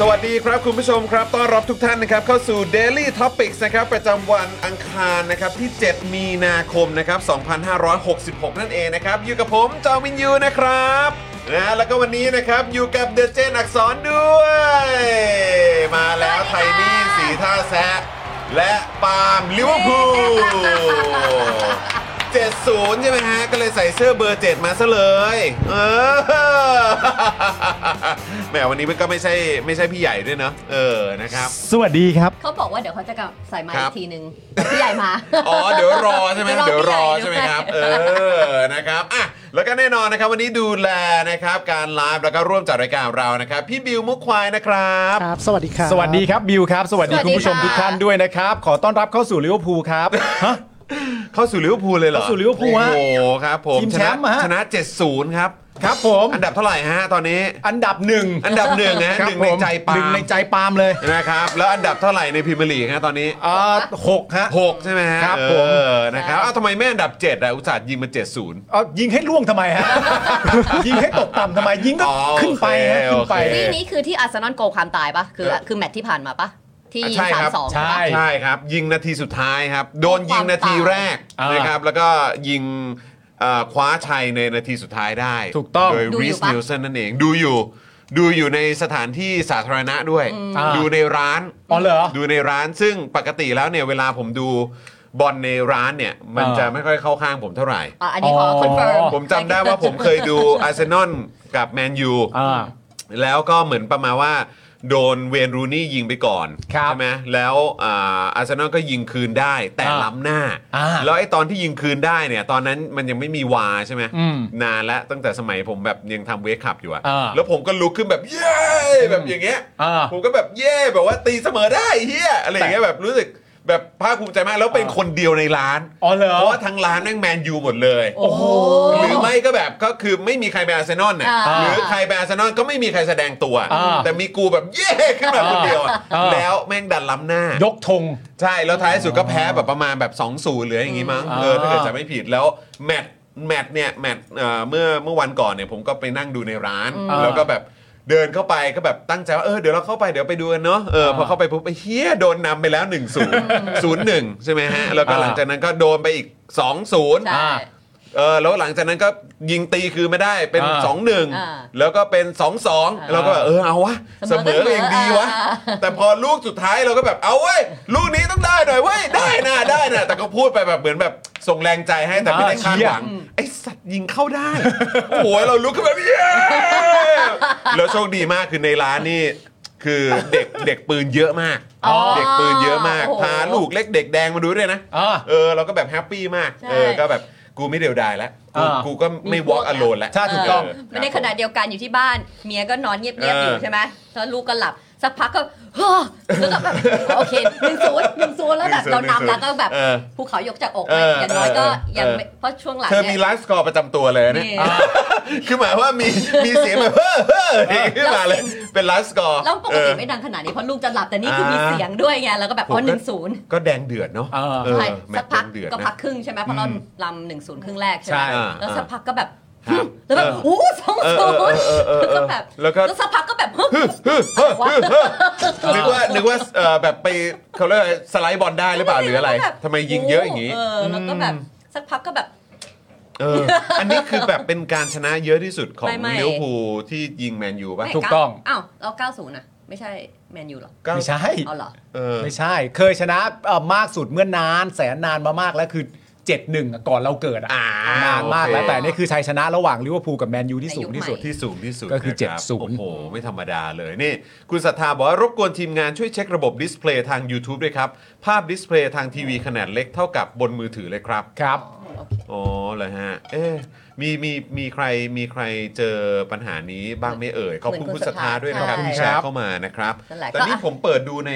สวัสดีครับคุณผู้ชมครับต้อนรับทุกท่านนะครับเข้าสู่ Daily Topics นะครับประจำวันอังคารนะครับที่ 7 มีนาคมนะครับ2566 นั่นเองนะครับอยู่กับผมจอห์นวินยูนะครับนะแล้วก็วันนี้นะครับอยู่กับเดอะเจนอักษรด้วย มาแล้วไทนี่สีท่าแซะและปาล์มลิเวอร์พูล70 ใช่ไหมฮะ ก็เลยใส่เสื้อเบอร์ 7 มาซะเลย เออ แหมวันนี้มันก็ไม่ใช่ไม่ใช่พี่ใหญ่ด้วยเนอะเออนะครับ สวัสดีครับ เขาบอกว่าเดี๋ยวเขาจะกลับใส่มา ค อี รับ กทีนึงพี่ใหญ่มา อ๋อ เดี๋ยวรอใช่ไหม เดี๋ เดี๋ย ยว ว ร ร อ อ ใช่ไหม พี่ ค ใหญ่ รับ เอ ด้วย อ นะครับอ่ะแล้วก็แน่นอนนะครับ วันนี้ดูแลนะครับการไลฟ์แล้วก็ร่วมจัดรายการเรานะครับ พี่บิวมุกควายนะครับ ครับ สวัสดีครับ สวัสดีครับบิวครับ สวัสดี สวัสดี คุณผู้ชม ค่ะ ทุกท่านด้วยนะครับ ขอต้อนรับเข้าสู่ลิเวอร์พูลครับ ฮะ เข้าสู่ลิเวอร์พูลเลยเหรอ เข้าสู่ลิเวอร์พูล โอ้ ฮะ โหครับผม ทีม ช แช นะ มป์อะฮะ ชนะ 70 ครับ ครับผม อันดับเท่าไหร่ฮะตอนนี้ อันดับหนึ่ง อันดับหนึ่งนะ ครั ห บ นึ่งใน ผม ใจปา หนึ่งในใจปาล์มเลย นะครับแล้วอันดับเท่าไหร่ในพรีเมียร์ลีกฮะตอนนี้ อ่าหกฮะ หกใช่ไหมฮะ ครับ เอ ผม อนะครับอ้าวทำไมแม่อันดับ7อ่ะอุตส่าห์ยิงมา 70 เอายิงให้ล่วงทำไม ฮะ ยิงให้ตกต่ำทำไมยิงก็ อ๋อ ขึ้นไปฮะ โอ ขึ้น เค ไป นี่นี่คือที่อาร์เซนอลโกลความตายปะคือ เออ คือแมตช์ที่ผ่านมาปะที่ อ่ะใช่ สา ค ม รับ สอง ใช่ ปะ ใช่ครับ ยิงนาทีสุดท้ายครับ โดนยิงนาทีแรก อ่าน นะครับ แล้วก็ยิงเอ่อคว้าชัยในนาทีสุดท้ายได้ ถูกต้อง โดย ดู ริ อสนิลยู่ปะสันนั่นเองดูอยู่ ดูอยู่ในสถานที่สาธารณะด้วย อ่า ดูในร้าน อ๋อเหรอ ดูในร้านซึ่งปกติแล้วเนี่ยเวลาผมดูบอลในร้านเนี่ย มัน อ่า จะไม่ค่อยเข้าข้างผมเท่าไหร่ อ่ะอันนี้ขอ อ คอนเฟิร์ม ผมจำได้ว่าผมเคยดูอาร์เซนอลกับแมนยู อ่า แล้วก็เหมือนประมาณว่า โดนเวนรูนี่ยิงไปก่อน ครับ ใช่ไหมแล้วอ่าอาร์เซนอลก็ยิงคืนได้ แต่ อ่า ล้ำหน้า อ่า แล้วไอ้ตอนที่ยิงคืนได้เนี่ย ตอนนั้นมันยังไม่มีวาใช่ไหม อืม นานแล้วตั้งแต่สมัยผมแบบยังทำเวคขับอยู่อะ อ่า แล้วผมก็ลุกขึ้นแบบ เย้แบบอย่างเงี้ย อ่า ผมก็แบบเย้แบบว่าตีเสมอได้เฮียอะไรอย่างเงี้ยแบบรู้สึกแบบภาคภูมิใจมากแล้วเป็น อ่า คนเดียวในร้าน อ๋อเหรอ เพราะว่าทั้งร้านแม่งแมนยูหมดเลย โอ้โห หรือไม่ก็แบบก็คือไม่มีใครเป็นอาร์เซนอลน่ะ อ่า หรือใครเป็นอาร์เซนอลก็ไม่มีใครแสดงตัว อ่า แต่มีกูแบบเย่ขึ้นมาคนเดียวอ่ะ อ่า แล้วแม่งดันล้ำหน้าย กธง ใช่แล้วท้ายสุดก็แพ้แบบประมาณแบบ 2 0หรืออย่างงี้มั้ง อ่า เออถ้าเกิดจะไม่ผิดแล้วแมตช์แมตช์เนี่ยแมตช์เอ่อเมื่อเมื่อวันก่อนเนี่ยผมก็ไปนั่งดูในร้าน แล้วก็แบบเดินเข้าไปก็แบบตั้งใจว่าเออเดี๋ยวเราเข้าไปเดี๋ยวไปดูกันเนาะเออพอเข้าไปปุ๊บไอ้เฮียโดนนำไปแล้ว 1 0 0 1 ใช่ไหมฮะแล้วก็หลังจากนั้นก็โดนไปอีก 2 0 ใช่ อ่า เออแล้วหลังจากนั้นก็ยิงตีคือไม่ได้เป็น อ่า 2 1 อ่า แล้วก็เป็น 2 2 า แล้วก็แบบเออเอาวะ เส เส ม ม อ อก็ ก็ยังดีวะ อ่า แต่พอลูกสุดท้ายเราก็แบบเอาเว้ยลูกนี้ต้องได้หน่อยเว้ยได้นะได้นะแต่ก็พูดไปแบบเหมือนแบบส่งแรงใจให้แต่ไม่ได้ อ่า คาด เชี่ย หวัง ไอสัตว์ยิงเข้าได้ โอ้โหเราลุกขึ้นแบบเย้ แล้วโชคดีมากคือในร้านนี่คือเด็กเด็กปืนเยอะมาก อ๋อ เด็กปืนเยอะมาก โอ้โห พาลูกเล็กเด็กแดงมาดูด้วยนะ อ่า เออเราก็แบบแฮปปี้มาก ใช่ เออ ก็แบบกูไม่เดียวดายแล้ว กู อ่ากู กูก็ไม่ walk alone แล้ว ใช่ถูกต้อง เ ในขณะเดียวกันอยู่ที่บ้าน เมียก็นอนเงียบๆอยู่ใช่ไหมแล้วลูกก็หลับส สักพักก็เฮ้อแล้วก็แบบโอเคหนึ่งศูนย์หนึ่งศูนย์แล้วแบบเรานำแล้วก็แบบ เออ ภูเขายกจากอก เออ อย่างน้อยก็ยังไม่ เออ เพราะช่วงหลัง เธอมี เนี่ย ไลฟ์สกอร์ประจำตัวเลยนะ มี เนี่ยอ่าคือหมายว่ามีมีเสียงแบบเฮ้อเฮ้ออย่างนี้ขึ้นมาเลย แล้วเสียง เป็นไลฟ์สกอร์ แล้วปกติ เออ ไม่ดังขนาดนี้เพราะลูกจะหลับแต่นี่คือมี อ่า เสียงด้วยไงแล้วก็แบบ ผม อ๋อห ก็ นึ่งศูนย์ ก็แดงเดือดเนาะ เออ เออ ใช่ แม สั ต ก ช์ พัก แดงเดือด ก็ นะ พักครึ่งใช่ไหมเพราะเราลำหนึ่งศูนย์ครึ่งแรกใช่ไหม ใช่ แล้วสักพักก็แบบ ครับ แล้วแบบโอ้สอง เออ ศูนย์ เออเออเอแล้วก็ อ แบบ แล้วก็ แล้วสักพักก็แบบฮึ่ม นึกว่านึกว่าเอ่อแบบไปเขาเรียกว่าสไลด์บอลได้หรือเปล่าหรืออะไร แล้วก็แบบ ทำไมยิงเยอะอย่างนี้ เออแล้วก็แบบสักพักก็แบบ เอออันนี้คือแบบเป็นการชนะเยอะที่สุดของ ไม่ไม่ ลิเวอร์พูลที่ยิงแมนยูป่ะ แม่ ถูกต้อง เอ้าวเราเก้าศูนย์นะไม่ใช่แมนยูหรอ เก้า ไม่ใช่ เอาเหรอ เออ ไม่ใช่ เคยชนะเอ่อมากสุดเมื่อนานแสนนานมามากแล้วคือ 7-1อะก่อนเราเกิดอะ อ่าน านมากแล้ว โอเค แต่นี่คือชัยชนะระหว่างลิเวอร์พูลกับแมนยูที่สูงที่สุด ในยุคใหม่ ที่สูงที่สุด ก็คือ นะรับ 70 โอ้โห ไม่ธรรมดาเลยนี่ คุณศรัทธาบอกว่ารบกวนทีมงานช่วยเช็คระบบดิสเพลย์ทาง YouTube ด้วยครับ ภาพดิสเพลย์ทางทีวีขนาดเล็กเท่ากับบนมือถือเลยครับ ครับ โอเค อ๋อเหรอฮะ เอ๊ะมีมีมีใครมีใครเจอปัญหานี้บ้างไหม่เอ่ย ขอบคุณคุณศรัทธาด้วยนะครับที่แชร์เข้ามานะครับ นั่นแหละ แต่ ก็ นี่ผมเปิดดูใน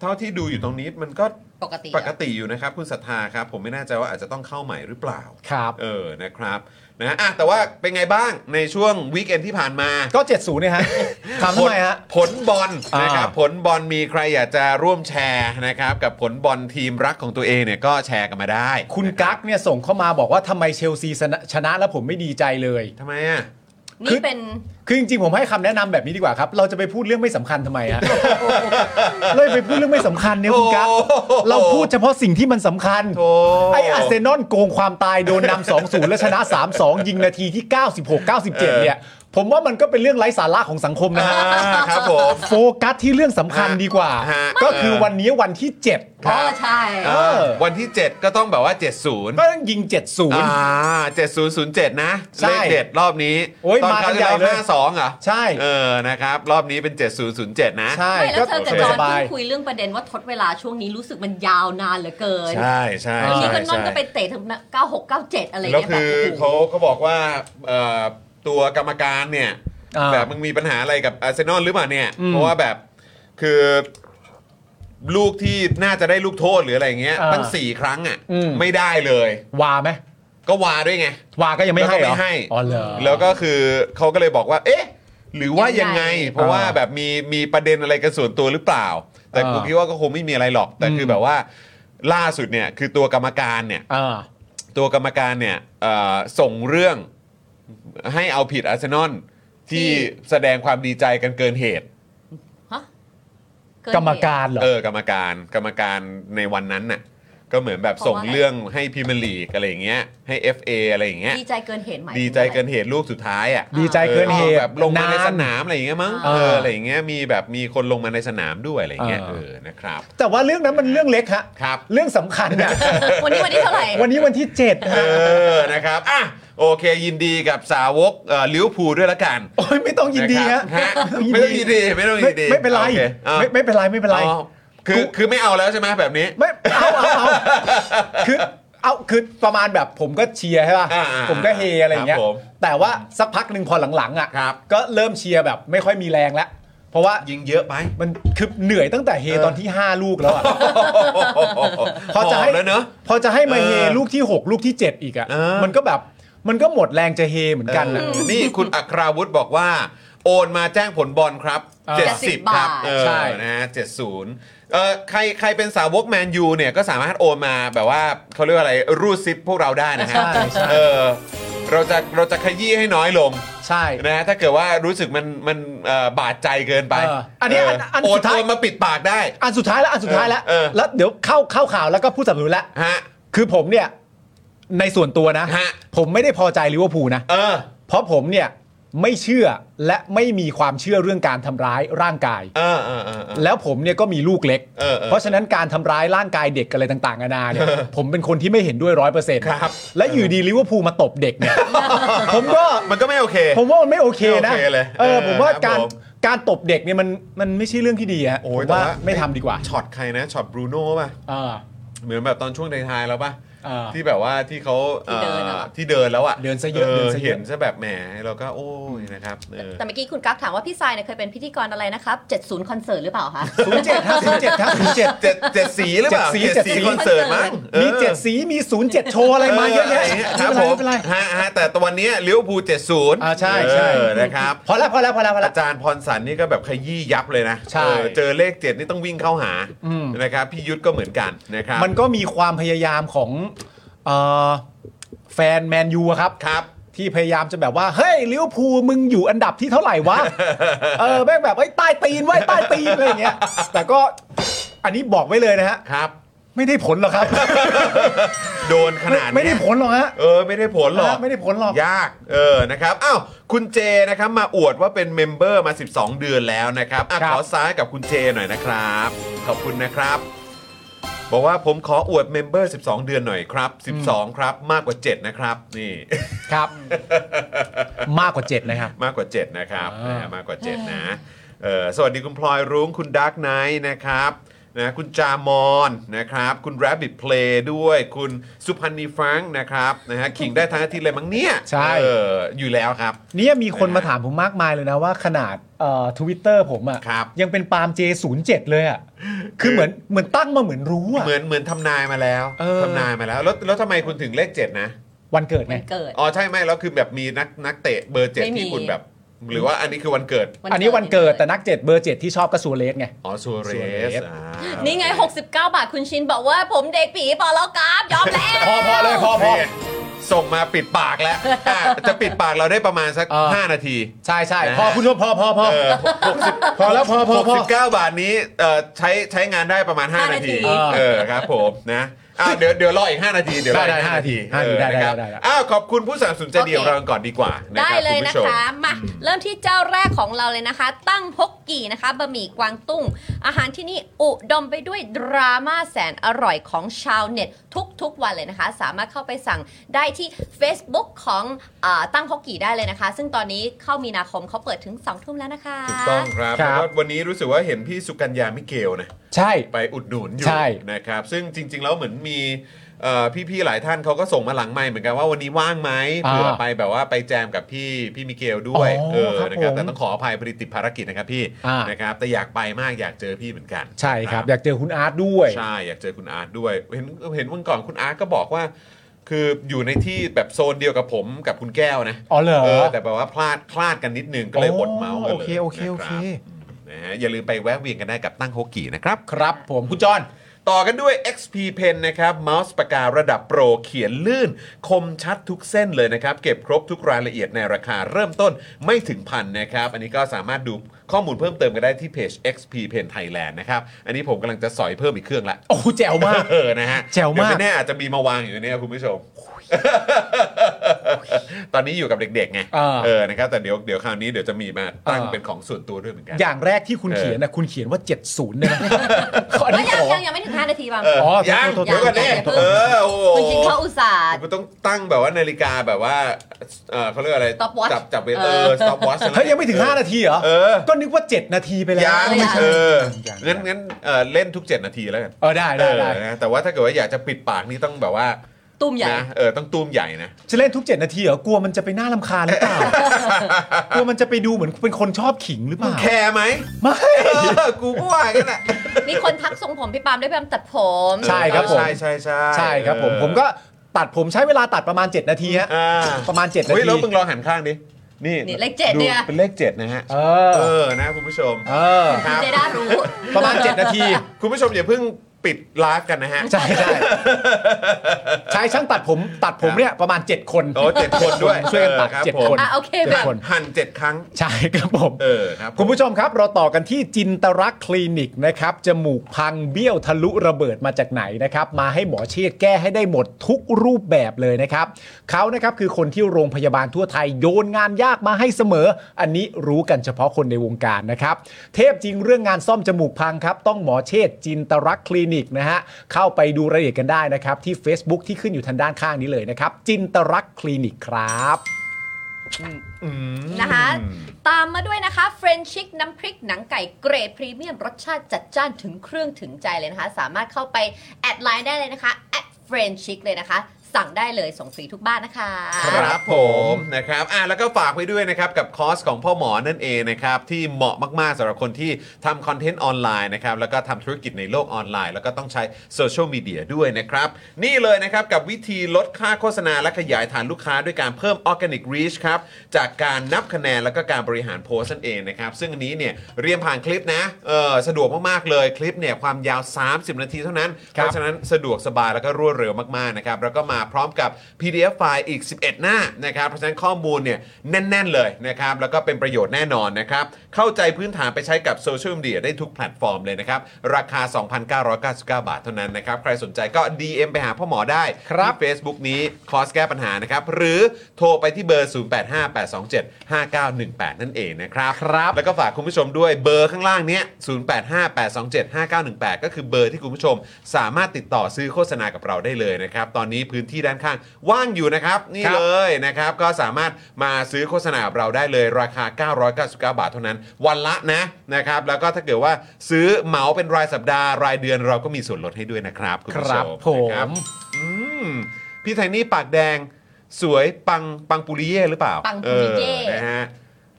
เท่าที่ดูอยู่ตรงนี้มันก็ ปกติ ปกติอยู่นะครับ คุณศรัทธาครับ ผมไม่แน่ใจว่าอาจจะต้องเข้าใหม่หรือเปล่า ครับ เออ นะครับ นะอ่ะแต่ว่าเป็นไงบ้างในช่วงวีคเอนที่ผ่านมา ก็ 70เนี่ยฮะถามทำไมฮะ ผลบอล อ่าน นะครับผลบอลมีใครอยากจะร่วมแชร์นะครับ กับผลบอลทีมรักของตัวเองเนี่ยก็แชร์กันมาได้ คุณกั๊กเนี่ยส่งเข้ามาบอกว่าทำไมเชลซีชนะชนะแล้วผมไม่ดีใจเลย ทำไมอ่ะ คื นี่ อ เป็น คือจริงๆผมให้คำแนะนำแบบนี้ดีกว่าครับ เราจะไปพูดเรื่องไม่สำคัญทำไมฮะ เลยไปพูดเรื่องไม่สำคัญเนี่ยคุณกั๊ก โอ้โห เราพูดเฉพาะสิ่งที่มันสำคัญ โถ่ ไออาร์เซนอลโกงความตายโดนนำ 2-0 และชนะ 3-2 ยิงนาทีที่ 96 97 เนี่ย ผมว่ามันก็เป็นเรื่องไร้สาระของสังคมนะ อ่า ฮะ ครับผม โฟกัสที่เรื่องสำคัญดีกว่า ฮะ ก็คือวันนี้วันที่ 7 อ๋อใช่ เออ วันที่ 7 ก็ต้องแบบว่า 70 ก็ต้องยิง อ่ 70 า7007 นะ ใช่ เลขเด็ดรอบนี้ โอ้ย ตอน มา ค กั ราวน ที่ ใหญ่ แล้ว เลย 52เหรอ ใช่ เออนะครับ รอบนี้เป็น 7007 นะ ใช่ ไม่แล้วเธอกับ ก็ จอห์น สบา เพิ่ ย งคุยเรื่องประเด็นว่าทดเวลาช่วงนี้รู้สึกมันยาวนานเหลือเกิน ใช่ใช่ วั ที ใช่ นี้ก็นน ใช่ ก็ไปเตะถึงนะ96 97 อะไร แล้ว เงี้ย คือ แบบ เขาเขาบอกว่าเอ่อตัวกรรมการเนี่ย อ่า แบบมึงมีปัญหาอะไรกับอาร์เซนอลหรือเปล่าเนี่ย อืม เพราะว่าแบบคือลูกที่น่าจะได้ลูกโทษหรืออะไรเงี้ย อ่า ตั้งสี่ครั้งอ่ะ อืม ไม่ได้เลย วาไหม ก็วาด้วยไง วาก็ยังไม่ให้เหร แล้วก็ อ ไม่ให้ อ๋อเหรอ แล้วก็คือเขาก็เลยบอกว่า เอ๊ะ หรือว่ายังไง เพราะว่าแบบมีมีประเด็นอะไรกันส่วนตัวหรือเปล่า แต่กู อ่า คิดว่าก็คงไม่มีอะไรหรอก แต่คืออ ม แบบว่าล่าสุดเนี่ยคือตัวกรรมการเนี่ย อ่า ตัวกรรมการเนี่ยเอ่อส่งเรื่องให้เอาผิดอาร์เซนอลที่แสดงความดีใจกันเกินเหตุ ฮะเน กรรม เหตุ การเหรอ เออกรรมการกรรมการในวันนั้นน่ะก็เหมือนแบบส่ง เพราะว่าอะไร เรื่องให้พิมยร์ลีกอะไรอย่างเงี้ยให้ FA อะไรอย่างเงี้ย ดีใจเกินเหตุไหมาย ดีใจเกินเหตุลูกสุดท้ายอ่ะ ดีใจเกินเหตุ แบบลงมาในสนามอะไรอย่างเงี้ยมั้ง อ่า เอออะไรอย่างเงี้ยมีแบบมีคนลงมาในสนามด้วยอะไรอย่างเงี้ย อ่า เออนะครับ แต่ว่าเรื่องนั้นมันเรื่องเล็กฮะ ครับ เรื่องสำคัญนะ วันนี้วันที่เท่าไหร่ วันนี้วันที่ 7 เออนะครับอ่ะโอเคยินดีกับสาวกเอ่อลิเวอร์พูลด้วยละกัน โอ้ยไม่ต้องยินดีฮะ นะครับฮะไม่ต้องยินดีไม่ต้อง ไม่ ยินดี ไม่เป็นไร โอคอ้าว ไม่ไม่เป็นไรไม่เป็นไร อ๋อคือคือไม่เอาแล้วใช่ไหมแบบนี้ ไม่เอาเอาเอา คือเอาคือประมาณแบบผมก็เชียร์ใช่ป่ะ อ่าอ่า ผมก็เฮอะไรอย่างเงี้ย ครับผม แต่ว่าสักพักหนึ่งพอหลังๆอ่ะ ครับ ก็เริ่มเชียร์แบบไม่ค่อยมีแรงแล้ว เพราะว่า ยิงเยอะไป มันคือเหนื่อยตั้งแต่เฮตอนที่ 5 ลูกแล้วอ่ะพอจะให้ หมบแล้วเนอะ พอจะให้มา เออ เฮลูกที่ 6 ลูกที่ 7 อีกอ่ะ เออ มันก็แบบมันก็หมดแรงจะเฮเหมือนกัน เอ อ่ะ อนี่คุณอัคราวุธบอกว่า โอนมาแจ้งผลบอลครับ เออ 70 ครับ 70 เออ ใช่ นะฮะ70เอ่อใครใครเป็นสาวกแมนยูเนี่ยก็สามารถโอนมาแบบว่าเขาเรียกว่าอะไรรูดซิปพวกเราได้นะฮะ ใช่ใช่ เออเราจะเราจะขยี้ให้น้อยลง ใช่ นะฮะถ้าเกิดว่ารู้สึกมันมันเอ่อบาดใจเกินไป เอออันนี้อันอัน เโอ สุ น ดท้าย โอนมาปิดปากได้ อันสุดท้ายแล้วอันสุดท้ายแล้ว เออเออ แล้วเดี๋ยวเข้าเข้าข่าวแล้วก็พูดสนับสนุนแล้ว ฮะ คือผมเนี่ยในส่วนตัวนะ ฮะ ผมไม่ได้พอใจลิเวอร์พูลนะ เออ เพราะผมเนี่ยไม่เชื่อและไม่มีความเชื่อเรื่องการทำร้ายร่างกาย เออเออเออเออ แล้วผมเนี่ยก็มีลูกเล็ก เออเออ เพราะฉะนั้นการทำร้ายร่างกายเด็กอะไรต่างๆนานา เนี่ย ผมเป็นคนที่ไม่เห็นด้วยร้อยเปอร์เซ็นต์ ครับ และอยู่ดีลิเวอร์พูลมาตบเด็กเนี่ย ผมก็ มันก็ไม่โอเค ผมว่ามันไม่โอเคนะ ไม่โอเคเลย เออผมว่า ครับ การ ผม การตบเด็กเนี่ยมันมันไม่ใช่เรื่องที่ดีฮะ โอ้ย ผมว่า แต่ว่า ไม่ทำดีกว่า ช็อตใครนะช็อตบรูโน่ป่ะ เออ เหมือนแบบตอนช่วงท้ายๆแล้วป่ะ เออ ที่แบบว่าที่เขา ที่เดินอะ อ่อที่เดินแล้วอะ เดินซะเยอะเดินซะเยอะ เห็นซะแบบแหมเราก็โอ้ยนะครับเออ แต่เมื่อกี้คุณกั๊กถามว่าพี่ทรายเนี่ยเคยเป็นพิธีกรอะไรนะครับ 70 คอนเสิร์ตหรือเปล่าคะ ศูนย์เจ็ดทั้งศูนย์เจ็ดทั้งศูนย์เจ็ด เจ็ดเจ็ดสีหรือเปล่า เจ็ดสี เจ็ดสี เจ็ดสี คอนเสิร์ตมั้งออ มีเจ็ดสีมีศูนย์เจ็ดโชว์อะไรมาเยอะแยะ ครับผ ไม่ ม เป็นไรไม่เป็นไร ฮะฮะแต่ตวันเนี้เลี้ยวภูเจ็ดศูนย์ อ่าใช่ใช่ นะครับ พอแล้วพอแล้วพอแล้วพอแล้ว อาจารย์พรสันนี่ก็แบบขยี้ยับเลยนะ ใช่ เออเจอเลขเจ็ดนี่ต้องวิ่งเข้าหานะครับพี่ยุทธก็เหมือนกันนะครับ มันก็มีความพยายามของเอ่อแฟนแมนยูอะครับ ครับ ที่พยายามจะแบบว่า เฮ้ยลิเวอร์พูลมึงอยู่อันดับที่เท่าไหร่วะ เออแม่งแบบไอ้ยใต้ตีนไว้ยใต้ตีนอะไรอย่างเงี้ย แต่ก็อันนี้บอกไว้เลยนะฮะ ครับ ไม่ได้ผลหรอกครับ โดนขนาด ไม่ได้ เนี้ย ผลหรอกฮะ เออไม่ได้ผลหรอก ไม่ได้ผลหรอก ยากเออนะครับอ้าวคุณเจนะครับมาอวดว่าเป็นเมมเบอร์มา 12 เดือนแล้วนะครับอ่ะ ครับ ขอซ้ายกับคุณเจหน่อยนะครับ ขอบคุณนะครับ บอกว่าผมขออวดเมมเบอร์ 12 เดือนหน่อยครับ 12 ครับ มากกว่า 7 นะครับนี่ ครับ มากกว่าเจ็ดนะครับ มากกว่า 7 นะครับ อ่าน ะมากกว่า 7 นะเออสวัสดีคุณพลอยรุ้งคุณด r k กไนท์นะครับนะคุณจามอนนะครับ คุณ Rabbit Play ด้วย คุณสุพันนีฟังนะครับนะฮะขิงได้ทั้งอาทิตย์เลยมั้งเนี่ย ใช่ เอออยู่แล้วครับ เนี่ยมีคนมาถามผมมากมายเลยนะว่าขนาดทวิตเตอร์ผมอะ ครับ ยังเป็นปาล์ม J07 เลยอะคือเหมือนเหมือนตั้งมาเหมือนรู้อะ เหมือนเหมือนทำนายมาแล้ว เออ ทำนายมาแล้ว แล้วแล้วทำไมคุณถึงเลข 7 นะ วันเกิดไง เกิด อ๋อ ใช่ไหมแล้วคือแบบมีนักนักเตะเบอร์ ไม่ 7 มี ที่คุณแบบ หรือว่าอันนี้คือวันเกิด อันนี้วันเกิดแต่นักเจ็ดเบอร์เจ็ดที่ชอบก็ซูเรสไง อ๋อซูเร ซูเร ส ส อ่า นี่ไง 69 บาทคุณชินบอกว่าผมเด็กผีปอแล้วกราฟยอมแล้ว พอพอเลยพอพอ นี่ส่งมาปิดปากแล้วอ่ะจะปิดปากเราได้ประมาณสัก เออ 5 นาที ใช่ใช่ นะฮะ พอคุณผู้ชมพอพอพอ เออหกสิบ พอแล้วพอพอ หก พอ สิบเก้าบาทนี้เอ่อใช้ใช้งานได้ประมาณ 5 ห้า นาที นาที เออครับผมนะอ้าวเดี๋ยวเดี๋ยวรออีก 5 นาที เดี๋ยวรออี ได้ ก ได้ ห้านาที ห้านาที เออ ได้นะคได้รับ ได้ได้ อ้าวขอบคุณผู้สนับสนุนใจดีของเราก่อนดีกว่านะ ได้ ครับ เลย ณ นะ ผู้ชม คะมาเริ่มที่เจ้าแรกของเราเลยนะคะ ตั้งฮกกี่นะคะบะหมี่กวางตุ้ง อาหารที่นี่อุดมไปด้วยดราม่าแสนอร่อยของชาวเน็ต ทุกๆวันเลยนะคะ สามารถเข้าไปสั่งได้ที่ Facebook ของอาตั้งฮกกี่ได้เลยนะคะ ซึ่งตอนนี้เข้ามีนาคมเขาเปิดถึง2ทุ่มแล้วนะคะ ถูกต้องครับ ครับ แล้วก็วันนี้รู้สึกว่าเห็นพี่สุกัญญามิเกลนะ ใช่ ไปอุดหนุนอยู่ ใช่ นะครับ ซึ่งจริง ๆ แล้วเหมือนมีเอ่อพี่ๆหลายท่านเขาก็ส่งมาหลังไม่เหมือนกันว่าวันนี้ว่างไหมเผื่อไปแบบว่าไปแจมกับพี่พี่มิเกลด้วย อ๋อ เออ ครับ นะครับ ผม แต่ต้องขออภัยพอดีติดภารกิจนะครับพี่ อ่าน นะครับแต่อยากไปมากอยากเจอพี่เหมือนกัน ใช่ครับ นะ อยากเจอคุณอาร์ตด้วย ใช่อยากเจอคุณอาร์ตด้วยเห็นเห็นวันก่อนคุณอาร์ตก็บอกว่า คืออยู่ในที่แบบโซนเดียวกับผมกับคุณแก้วนะ อ๋อเหรอ เออแต่แบบว่าพลาดพลาดกันนิดนึงก็เลย อ๋อ อดเมาส์กันเลย โอเคโอเคโอเค นะครับนะฮะอย่าลืมไปแวะเวียนกันได้กับตั้งโฮกี้นะครับ ครับผมคุณจอน ต่อกันด้วย XP Pen นะครับเมาส์ปากการะดับโปรเขียนลื่น คมชัดทุกเส้นเลยนะครับ เก็บครบทุกรายละเอียดในราคาเริ่มต้นไม่ถึงพันนะครับ อันนี้ก็สามารถดูข้อมูลเพิ่มเติมกันได้ที่เพจ XP Pen Thailand นะครับ อันนี้ผมกำลังจะสอยเพิ่มอีกเครื่องละ โอ้โหแจ๋วมาก เออ นะฮะ แจ๋วมาก เดี๋ยไแน่อาจจะมีมาวางอยู่ในเนี่ยคุณผู้ชม ตอนนี้อยู่กับเด็กๆไง เออ เออ นะครับ แต่เดี๋ยว เดี๋ยวคราวนี้เดี๋ยวจะมีมาตั้งเป็นของส่วนตัวด้วยเหมือนกัน อย่างแรกที่คุณ เออ เขียนนะคุณเขียนว่า 70นะอัน ก็ นี้ ยั ข ง อ ยังยังไม่ถึง 5 นาทีบาง เออ อ อยัง โทษโทษ เดี๋ยวกัน ยัง แน่ ยัง เออ โอ้โห คุณชินเขาอุตส่าห์ กูต้องตั้งแบบว่านาฬิกาแบบว่า เออเขาเรียกอะไร Stop watch จับจับเวลาเอ เอ อ อ stop watch เฮ้ยยังไม่ถึง 5 นาทีเหรอ เออ ก็นึกว่า 7 นาทีไปแล้ว ยัง ไม่ใช่ เออ ยัง งั้นงั้นเออเล่นทุก 7 นาทีแล้วกัน เออได้ เอ ได้ อ ได้ นะแต่ว่าถ้าเกิดว่าอยากจะปิดปากนี่ต้องแบบว่า ตุ้มใหญ่ นะเออ ต้องตูมใหญ่นะ จะเล่นทุก 7 นาทีเหรอกลัวมันจะไปน่าลำคาญหรือเป ล่ากลัวมันจะไปดูเหมือนเป็นคนชอบขิงหรือเปล่า แคร์ไหม ไม่ เออ กูก็ว่ากันแหละ มีคนทักทรงผมพี่ปาล์มด้วยพี่ปาล์มตัดผม ใช่ครับผม ใช่ใช่ใช่ ใช่ครับผมผมก็ตัดผมใช้เวลาตัดประมาณ 7 นาทีฮะ อ่า ประมาณ7นาที เฮ้ยแล้วมึงลองหันข้างดิ นี่ นี่เลขเจ็ดเนี่ย เป็นเลขเจ็ดนะฮะ เออ เออ นะคุณผู้ชม เออ ครับ เจด้ารู้ ประมาณ 7 นาที คุณผู้ชมอย่าเพิ่งปิดไลฟ์กันนะฮะ ใช่ใช่ใช้ช่างตัดผมตัดผมเนี่ยประมาณ 7 คน โอ้เจ็ดคนด้วย ช่วยกันตัด เออครับ เจ็ด ผม คน อ่ะโอเค จ็ด แบบ คน หั่นเจ็ดครั้ง ใช่ครับผม เออครับ คุณผู้ชมครับ เราต่อกันที่จินตรักษณ์คลินิกนะครับ จมูกพังเบี้ยวทะลุระเบิดมาจากไหนนะครับ มาให้หมอเชษฐ์แก้ให้ได้หมดทุกรูปแบบเลยนะครับ เขานะครับคือคนที่โรงพยาบาลทั่วไทยโยนงานยากมาให้เสมอ อันนี้รู้กันเฉพาะคนในวงการนะครับ เทพจริงเรื่องงานซ่อมจมูกพังครับ ต้องหมอเชษฐ์จินตรักษณ์คลินิกนะฮะ เข้าไปดูรายละเอียดกันได้นะครับที่ Facebook ที่ขึ้นอยู่ทางด้านข้างนี้เลยนะครับ จินตรักษณ์คลินิกครับ อืม นะคะ ตามมาด้วยนะคะเฟรนชิกน้ำพริกหนังไก่เกรดพรีเมียมรสชาติจัดจ้านถึงเครื่องถึงใจเลยนะคะ สามารถเข้าไปแอดไลน์ได้เลยนะคะแอดเฟ เฟรนชิกเลยนะคะ สั่งได้เลยส่งฟรีทุกบ้านนะคะ ครับผมนะครับอ่ะแล้วก็ฝากไว้ด้วยนะครับ กับคอร์สของพ่อหมอนั่นเองนะครับ ที่เหมาะมาก ๆสำหรับคนที่ทำคอนเทนต์ออนไลน์นะครับ แล้วก็ทำธุรกิจในโลกออนไลน์ แล้วก็ต้องใช้โซเชียลมีเดียด้วยนะครับ นี่เลยนะครับ กับวิธีลดค่าโฆษณาและขยายฐานลูกค้าด้วยการเพิ่มออร์แกนิกรีชครับ จากการนับคะแนนแล้วก็การบริหารโพสต์นั่นเองนะครับ ซึ่งอันนี้เนี่ยเรียนผ่านคลิปนะเออสะดวกมากๆเลยคลิปเนี่ยความยาว 30 นาทีเท่านั้นเพ ครับ ราะฉะนั้นสะดวกสบายแล้วก็รวดเร็วมากๆนะครับแล้วก็มาพร้อมกับ PDF ไฟล์อีก 11 หน้านะครับเพราะฉะนั้นข้อมูลเนี่ยแน่น ๆ เลยนะครับแล้วก็เป็นประโยชน์แน่นอนนะครับเข้าใจพื้นฐานไปใช้กับโซเชียลมีเดียได้ทุกแพลตฟอร์มเลยนะครับ ราคา 2,999 บาทเท่านั้นนะครับ ใครสนใจก็ DM ไปหาพ่อหมอได้ ครับ ที่ Facebook นี้คอร์สแก้ปัญหานะครับ หรือโทรไปที่เบอร์ 0858275918 นั่นเองนะครับ ครับ แล้วก็ฝากคุณผู้ชมด้วยเบอร์ข้างล่างเนี้ย0858275918 ก็คือเบอร์ที่คุณผู้ชมสามารถติดต่อซื้อโฆษณากับเราได้เลยนะครับ ตอนนี้พื้นที่ด้านข้างว่างอยู่นะครับ นี่ ครับ เลยนะครับ ก็สามารถมาซื้อโฆษณากับเราได้เลยราคา 999 บาทเท่านั้น วันละนะนะครับ แล้วก็ถ้าเกิดว่าซื้อเหมาเป็นรายสัปดาห์รายเดือนเราก็มีส่วนลดให้ด้วยนะครับคุณ ค ผู้ช รับ ม ผ นะครั ม บ อืมพี่ไทนี่ปากแดงสวยปังปังปุริเย่หรือเปล่า ปังปุริเย่ ออนะฮะ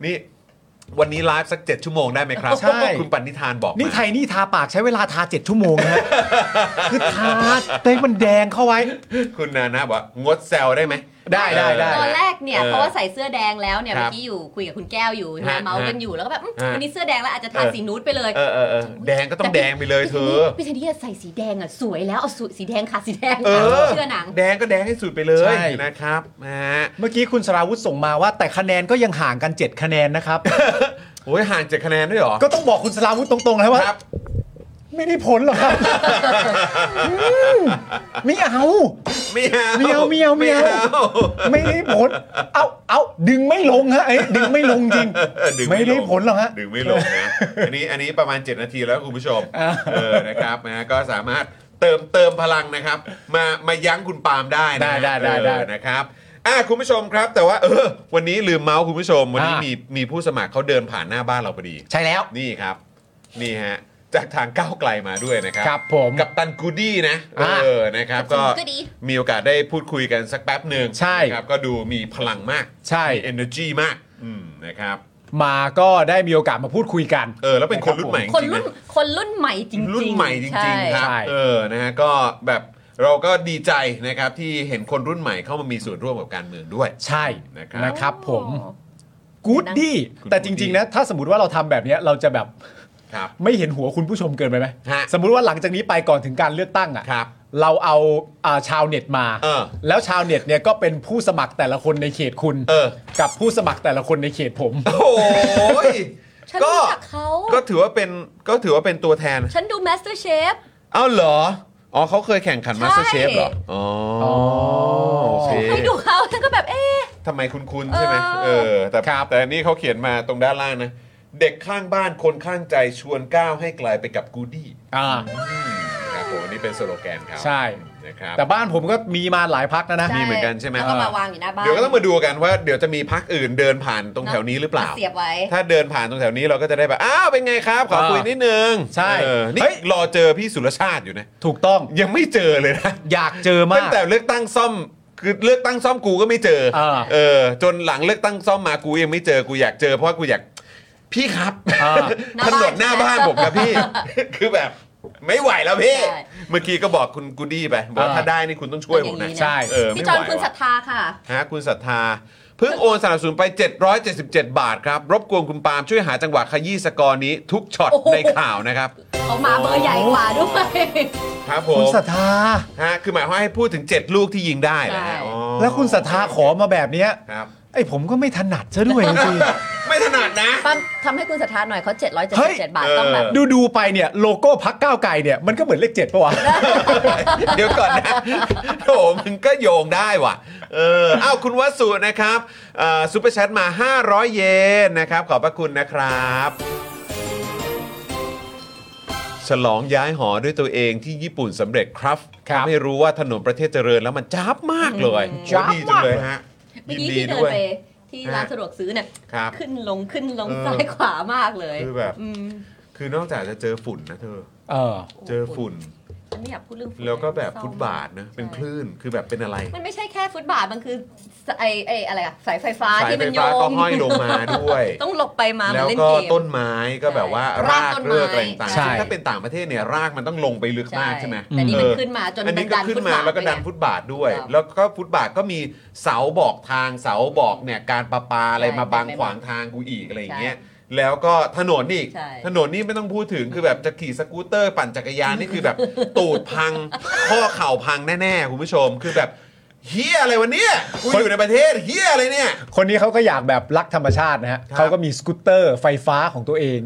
นี่วันนี้ไลฟ์สัก 7 ชั่วโมงได้ไหมครับ ใช่ คุณปันนิธานบอกมา นี่ไทยนี่ทาปากใช้เวลาทา 7 ชั่วโมง นะฮะ คือทาเต้มันแดงเข้าไว้ คุณนานะบอกว่างดแซวได้ไหม ได้ได้ได้ ตอนแรกเนี่ย เออ เพราะว่าใส่เสื้อแดงแล้วเนี่ย ครับ เมื่อกี้อยู่คุยกับคุณแก้วอยู่ใช่ไหม ฮะ เมาส์กันอยู่แล้วก็แบบอืม ฮะ วันนี้เสื้อแดงแล้วอาจจะทา เออ สีนูดไปเลย เออเออเออแดงก็ต้องแดงไปเลยเธอ พี่เทนนี่ใส่สีแดงอ่ะสวยแล้วเอาสูสีแดงค่ะสีแดง เออ เชื่อหนัง แดงก็แดงให้สุดไปเลย ใช่ นะครับนะฮะ เมื่อกี้คุณสราวุธส่งมาว่า แต่คะแนนก็ยังห่างกัน 7 คะแนน นะครับ โอ้ยห่างจากคะแนนด้วยเหรอ ก็ต้องบอกคุณสราวุธตรงๆแล้วว่า ครับ ไม่ได้ผลหรอก ครับ อืมไม่เอา ไม่เอา เมียวเมียวเมียว ไอา ไม่ได้ผล เอาเอาดึงไม่ลงฮะไอ้ยดึงไม่ลง จริง เออดึง ไม่ได้ผลหรอกฮะ ดึงไม่ลงนะ อันนี้อันนี้ประมาณ 7 นาทีแล้วคุณผู้ชม อ่า เออนะครับนะก็สามารถเติมเติมพลังนะครับ มามายั้งคุณปาล์มได้นะ ได้ได้ได้ได้ เออนะครับอ่ะคุณผู้ชมครับ แต่ว่าเออวันนี้ลืมเมาส์คุณผู้ชม วันนี้ อ่ามี มีมีผู้สมัครเขาเดินผ่านหน้าบ้านเราพอดี ใช่แล้ว นี่ครับ นี่ฮะ จากทางก้าวไกลมาด้วยนะครั ครับผม กับตันกูดี้นะ อ่า เออนะครับ กั ก็ ปตันกูดี้ มีโอกาสได้พูดคุยกันสักแป๊บหนึ่ง ใช่ นะครับก็ดูมีพลังมาก ใช่ มี energy มากอืมนะครับ มาก็ได้มีโอกาสมาพูดคุยกัน เออ แล้วเป็นคนรุ่นใหม่จ คน ริงๆ รุ่น นะ คนรุ่นใหม่จริงๆ รุ่นใหม่จ ใช่ ริง ๆ ครับ ใช่ เออ นะฮะ ก็แบบเราก็ดีใจนะครับที่เห็นคนรุ่นใหม่เข้ามามีส่วนร่วมกับการเมืองด้วย ใช่ นะครับ นะครับผม อ๋อ กูดดี้ คุณ แต่ กูด จ ดี้ ริง ๆ นะ ถ้าสมมติว่าเราทำแบบเนี้ยเราจะแบบ ครับ ไม่เห็นหัวคุณผู้ชมเกินไปไหม ฮะ สมมุติว่าหลังจากนี้ไปก่อนถึงการเลือกตั้งอ่ะ ครับ เราเอาอ่าชาวเน็ตมา เออ แล้วชาวเน็ตเนี่ยก็เป็นผู้สมัครแต่ละคนในเขตคุณ เออ กับผู้สมัครแต่ละคนในเขตผม โอ้ย ฉันรู้จักเขา ก็ถือว่าเป็นก็ถือว่าเป็นตัวแทน ฉันดู Master Chef เอ้าเหรอ อ๋อเขาเคยแข่งขันมาสเตอร์เชฟเหรอ อ๋ออ อ โอเค ให้ดูเขาฉันก็แบบเอ๊ะ ทำไมคุ้นๆใช่ไหมเอ เออ อ แต่ ครับ แต่อันนี่เขาเขียนมาตรงด้านล่างนะ เด็กข้างบ้านคนข้างใจชวนก้าวให้ไกลไปกับกูดี้ อ่า อืมครับผมอันนี่เป็นสโลแกนเขา ใช่ นะครับ แต่บ้านผมก็มีมาหลายพักนะนะ ใช่ มีเหมือนกันใช่ไหม แล้วก็มาวางอยู่หน้าบ้าน เดี๋ยวก็ต้องมาดูกันว่าเดี๋ยวจะมีพักอื่นเดินผ่านตรงแถวนี้หรือเปล่า มเสียบไว้ ถ้าเดินผ่านตรงแถวนี้เราก็จะได้แบบอ้าวเป็นไงครับ ขอคุย อ่านิ นิดนึง ใช่ เออนี่ เฮ้ย รอเจอพี่สุรชาติอยู่นะ ถูกต้อง ยังไม่เจอเลยนะ อยากเจอมา ตั้ง ก แต่เลือกตั้งซ่อมคือเลือกตั้งซ่อมกูก็ไม่เจอ เออ เออ จนหลังเลือกตั้งซ่อมมากูยังไม่เจอกูอยากเจอเพราะว่ากูอยากพี่ครับ อ่า หน้า ถ บ้าน นนหน้าบ้าน ผมครับพี่ คือแบบไม่ไหวแล้วพี่ ใช่ เมื่อกี้ก็บอกคุณกูดี้ไปบอกว่า อ่า ถ้าได้นี่คุณต้องช่วยผม เป็ นะ ย่าง ใช่ เออ พี่ ไม่ จอน ไหว คุณศรั ว่ะ ทธาค่ะ ฮะคุณศรัทธา เพิ่งโอนสนับสนุนไป 777 บาทครับ รบกวนคุณปาล์มช่วยหาจังหวะขยี้สกอร์นี้ทุกช็อต โอ้โห ในข่าวนะครับ เขามาเบอร์ใหญ่กว่าด้วย ครับผ คุ ม ณศรัทธา ฮะคือหมายความว่าให้พูดถึง 7 ลูกที่ยิงได้นะฮะ ใช่ อ๋อ แล้วคุณศรัทธาขอมาแบบเนี้ย ครับ ไอ้ผมก็ไม่ถนัดซะด้วยจริงๆ ไม่ถนัดนะ ปั๊มทำให้คุณศรัทธาหน่อยเขา เฮ้ย 777 บาทต้องแบบ ดูดูๆไปเนี่ยโลโก้พักก้าวไกลเนี่ยมันก็เหมือนเลขเจ็ดปะวะ เดี๋ยวก่อนนะโถมึงก็โยงได้ว่ะ เอออ้าวคุณวสุนะครับซูเปอร์แชทมา 500 เยนนะครับ ขอบพระคุณนะครับ ฉลองย้ายหอด้วยตัวเองที่ญี่ปุ่นสำเร็จครับ ครับ ทำให้รู้ว่าถนนประเทศเจริญแล้วมันจับมากเลย จ๊าบ โอ้ดีจังเลย มาก ฮะ เมื่อ ยิ กี้ นดี ที่เดิน ด้วย ไปที่ร้านสะดวกซื้อเนี่ย ครับ ขึ้นลงขึ้นลง เออ ซ้ายขวามากเลย คือแบบ ม คือนอกจากจะเจอฝุ่นนะเธอ เออ เจอฝุ่น ฉันไม่อยากพูดเรื่องฝุ่น แล้วก็แบบ เศร้ ฟุตบาทนะเป็นคลื่นคือแบบเป็นอะไร มันไม่ใช่แค่ฟุตบาทมันคือสไอไออะไรอะสายไฟฟ้า สาย ที่ ไฟ มันโย ฟ้าง ก็ห้อยลงมาด้วย ต้องหลบไปมาเหมื แล้วอน เล่น ก็ เกม ต้นไม้ก็แบบว่า ใช่ รากเลือกอะไร รากต้นไม้ ต่างๆ ใช่ ซึ่งถ้าเป็นต่างประเทศเนี่ยรากมันต้องลงไปลึกมากใช่ไหม แต่นี่มัน เออ ขึ้นมาจน อัน มั นี้ น ก็ ดัน ขึ้ ฟุ น ต มา บาท แล้วก็ ไป ดัน ไง ฟุตบาทด้วย ครับ แล้วก็ฟุตบาทก็มีเสาบอกทางเสาบอกเนี่ยการประปาอะไร ใช่ มาบัง เต็มขไปหมดวางทางกูอีกอะไรอย่างเงี้ยแล้วก็ถนนอีก ใช่ ถนนนี่ไม่ต้องพูดถึงคือแบบจะขี่สกูตเตอร์ปั่นจักรยานนี่คือแบบ ตูด พังข้อเข่าพังแน่ๆคุณผู้ชมคือแบบเฮียอะไรวะเนี่ยกูอยู่ในประเทศเฮียอะไรเนี่ย คนนี้เขาก็อยากแบบรักธรรมชาตินะฮะ ครับ เขาก็มีสกูตเตอร์ไฟฟ้าของตัวเอง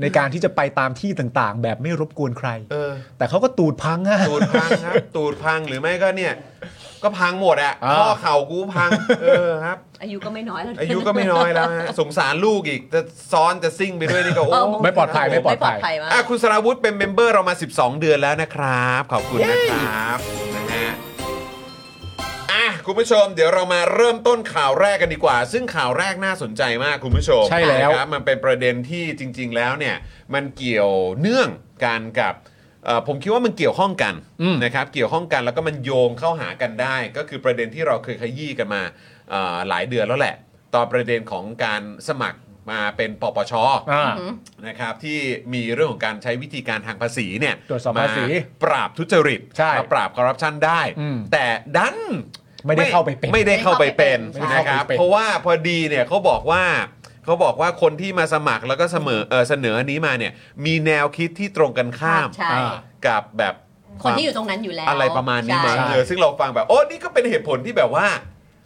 ในการที่จะไปตามที่ต่างๆ แบบไม่รบกวนใคร เออ แต่เขาก็ตูดพังฮะ ตูดพังครับ ตูดพังหรือไม่ก็เนี่ย ก็พังหมดอะ อ่า ข้อเข่ากูพั ง เออครับ อายุก็ไม่น้อยแล้ว อายุก็ไม่น้อยแล้วฮะสงสารลูกอีก จะซ้อนจะซิ่งไปด้วยนี่ก็ โอ้ เออ ไม่ปลอดภัยไม่ปลอดภัย มาก อ่ะคุณสราวุธเป็นเมมเบอร์เรามา 12 เดือนแล้วนะครับ ขอบคุณนะครับนะฮะอ่ะคุณผู้ชม เดี๋ยวเรามาเริ่มต้นข่าวแรกกันดีกว่า ซึ่งข่าวแรกน่าสนใจมากคุณผู้ชม ใช่แล้ว นะครับมันเป็นประเด็นที่จริง ๆ แล้วเนี่ย มันเกี่ยวเนื่องกันกับเอ่อผมคิดว่ามันเกี่ยวข้องกันนะครับ เกี่ยวข้องกันแล้วก็มันโยงเข้าหากันได้ ก็คือประเด็นที่เราเคยขยี้กันมาเอ่อหลายเดือนแล้วแหละ ตอนประเด็นของการสมัครมาเป็นปปช อ่า นะครับที่มีเรื่องของการใช้วิธีการทางภาษีเนี่ย ตรวจสอบภาษี ปราบทุจริต ใช่ มาปราบคอร์รัปชันได้ อืม แต่ดัน ไม่ได้เข้าไปเป็น ไม่ได้เข้าไปเป็น ไม่ได้ นะคเข้าไปเป็นรับเพราะว่าพอดีเนี่ยเขาบอกว่าเขาบอกว่าคนที่มาสมัครแล้วก็เสมอเออเสนออันนี้มาเนี่ยมีแนวคิดที่ตรงกันข้าม ใช่ อ่า กับแบบ คนที่อยู่ตรงนั้นอยู่แล้ว อะไรประมาณนี้มา ใช่ เออซึ่งเราฟังแบบโอ้นี่ก็เป็นเหตุผลที่แบบว่า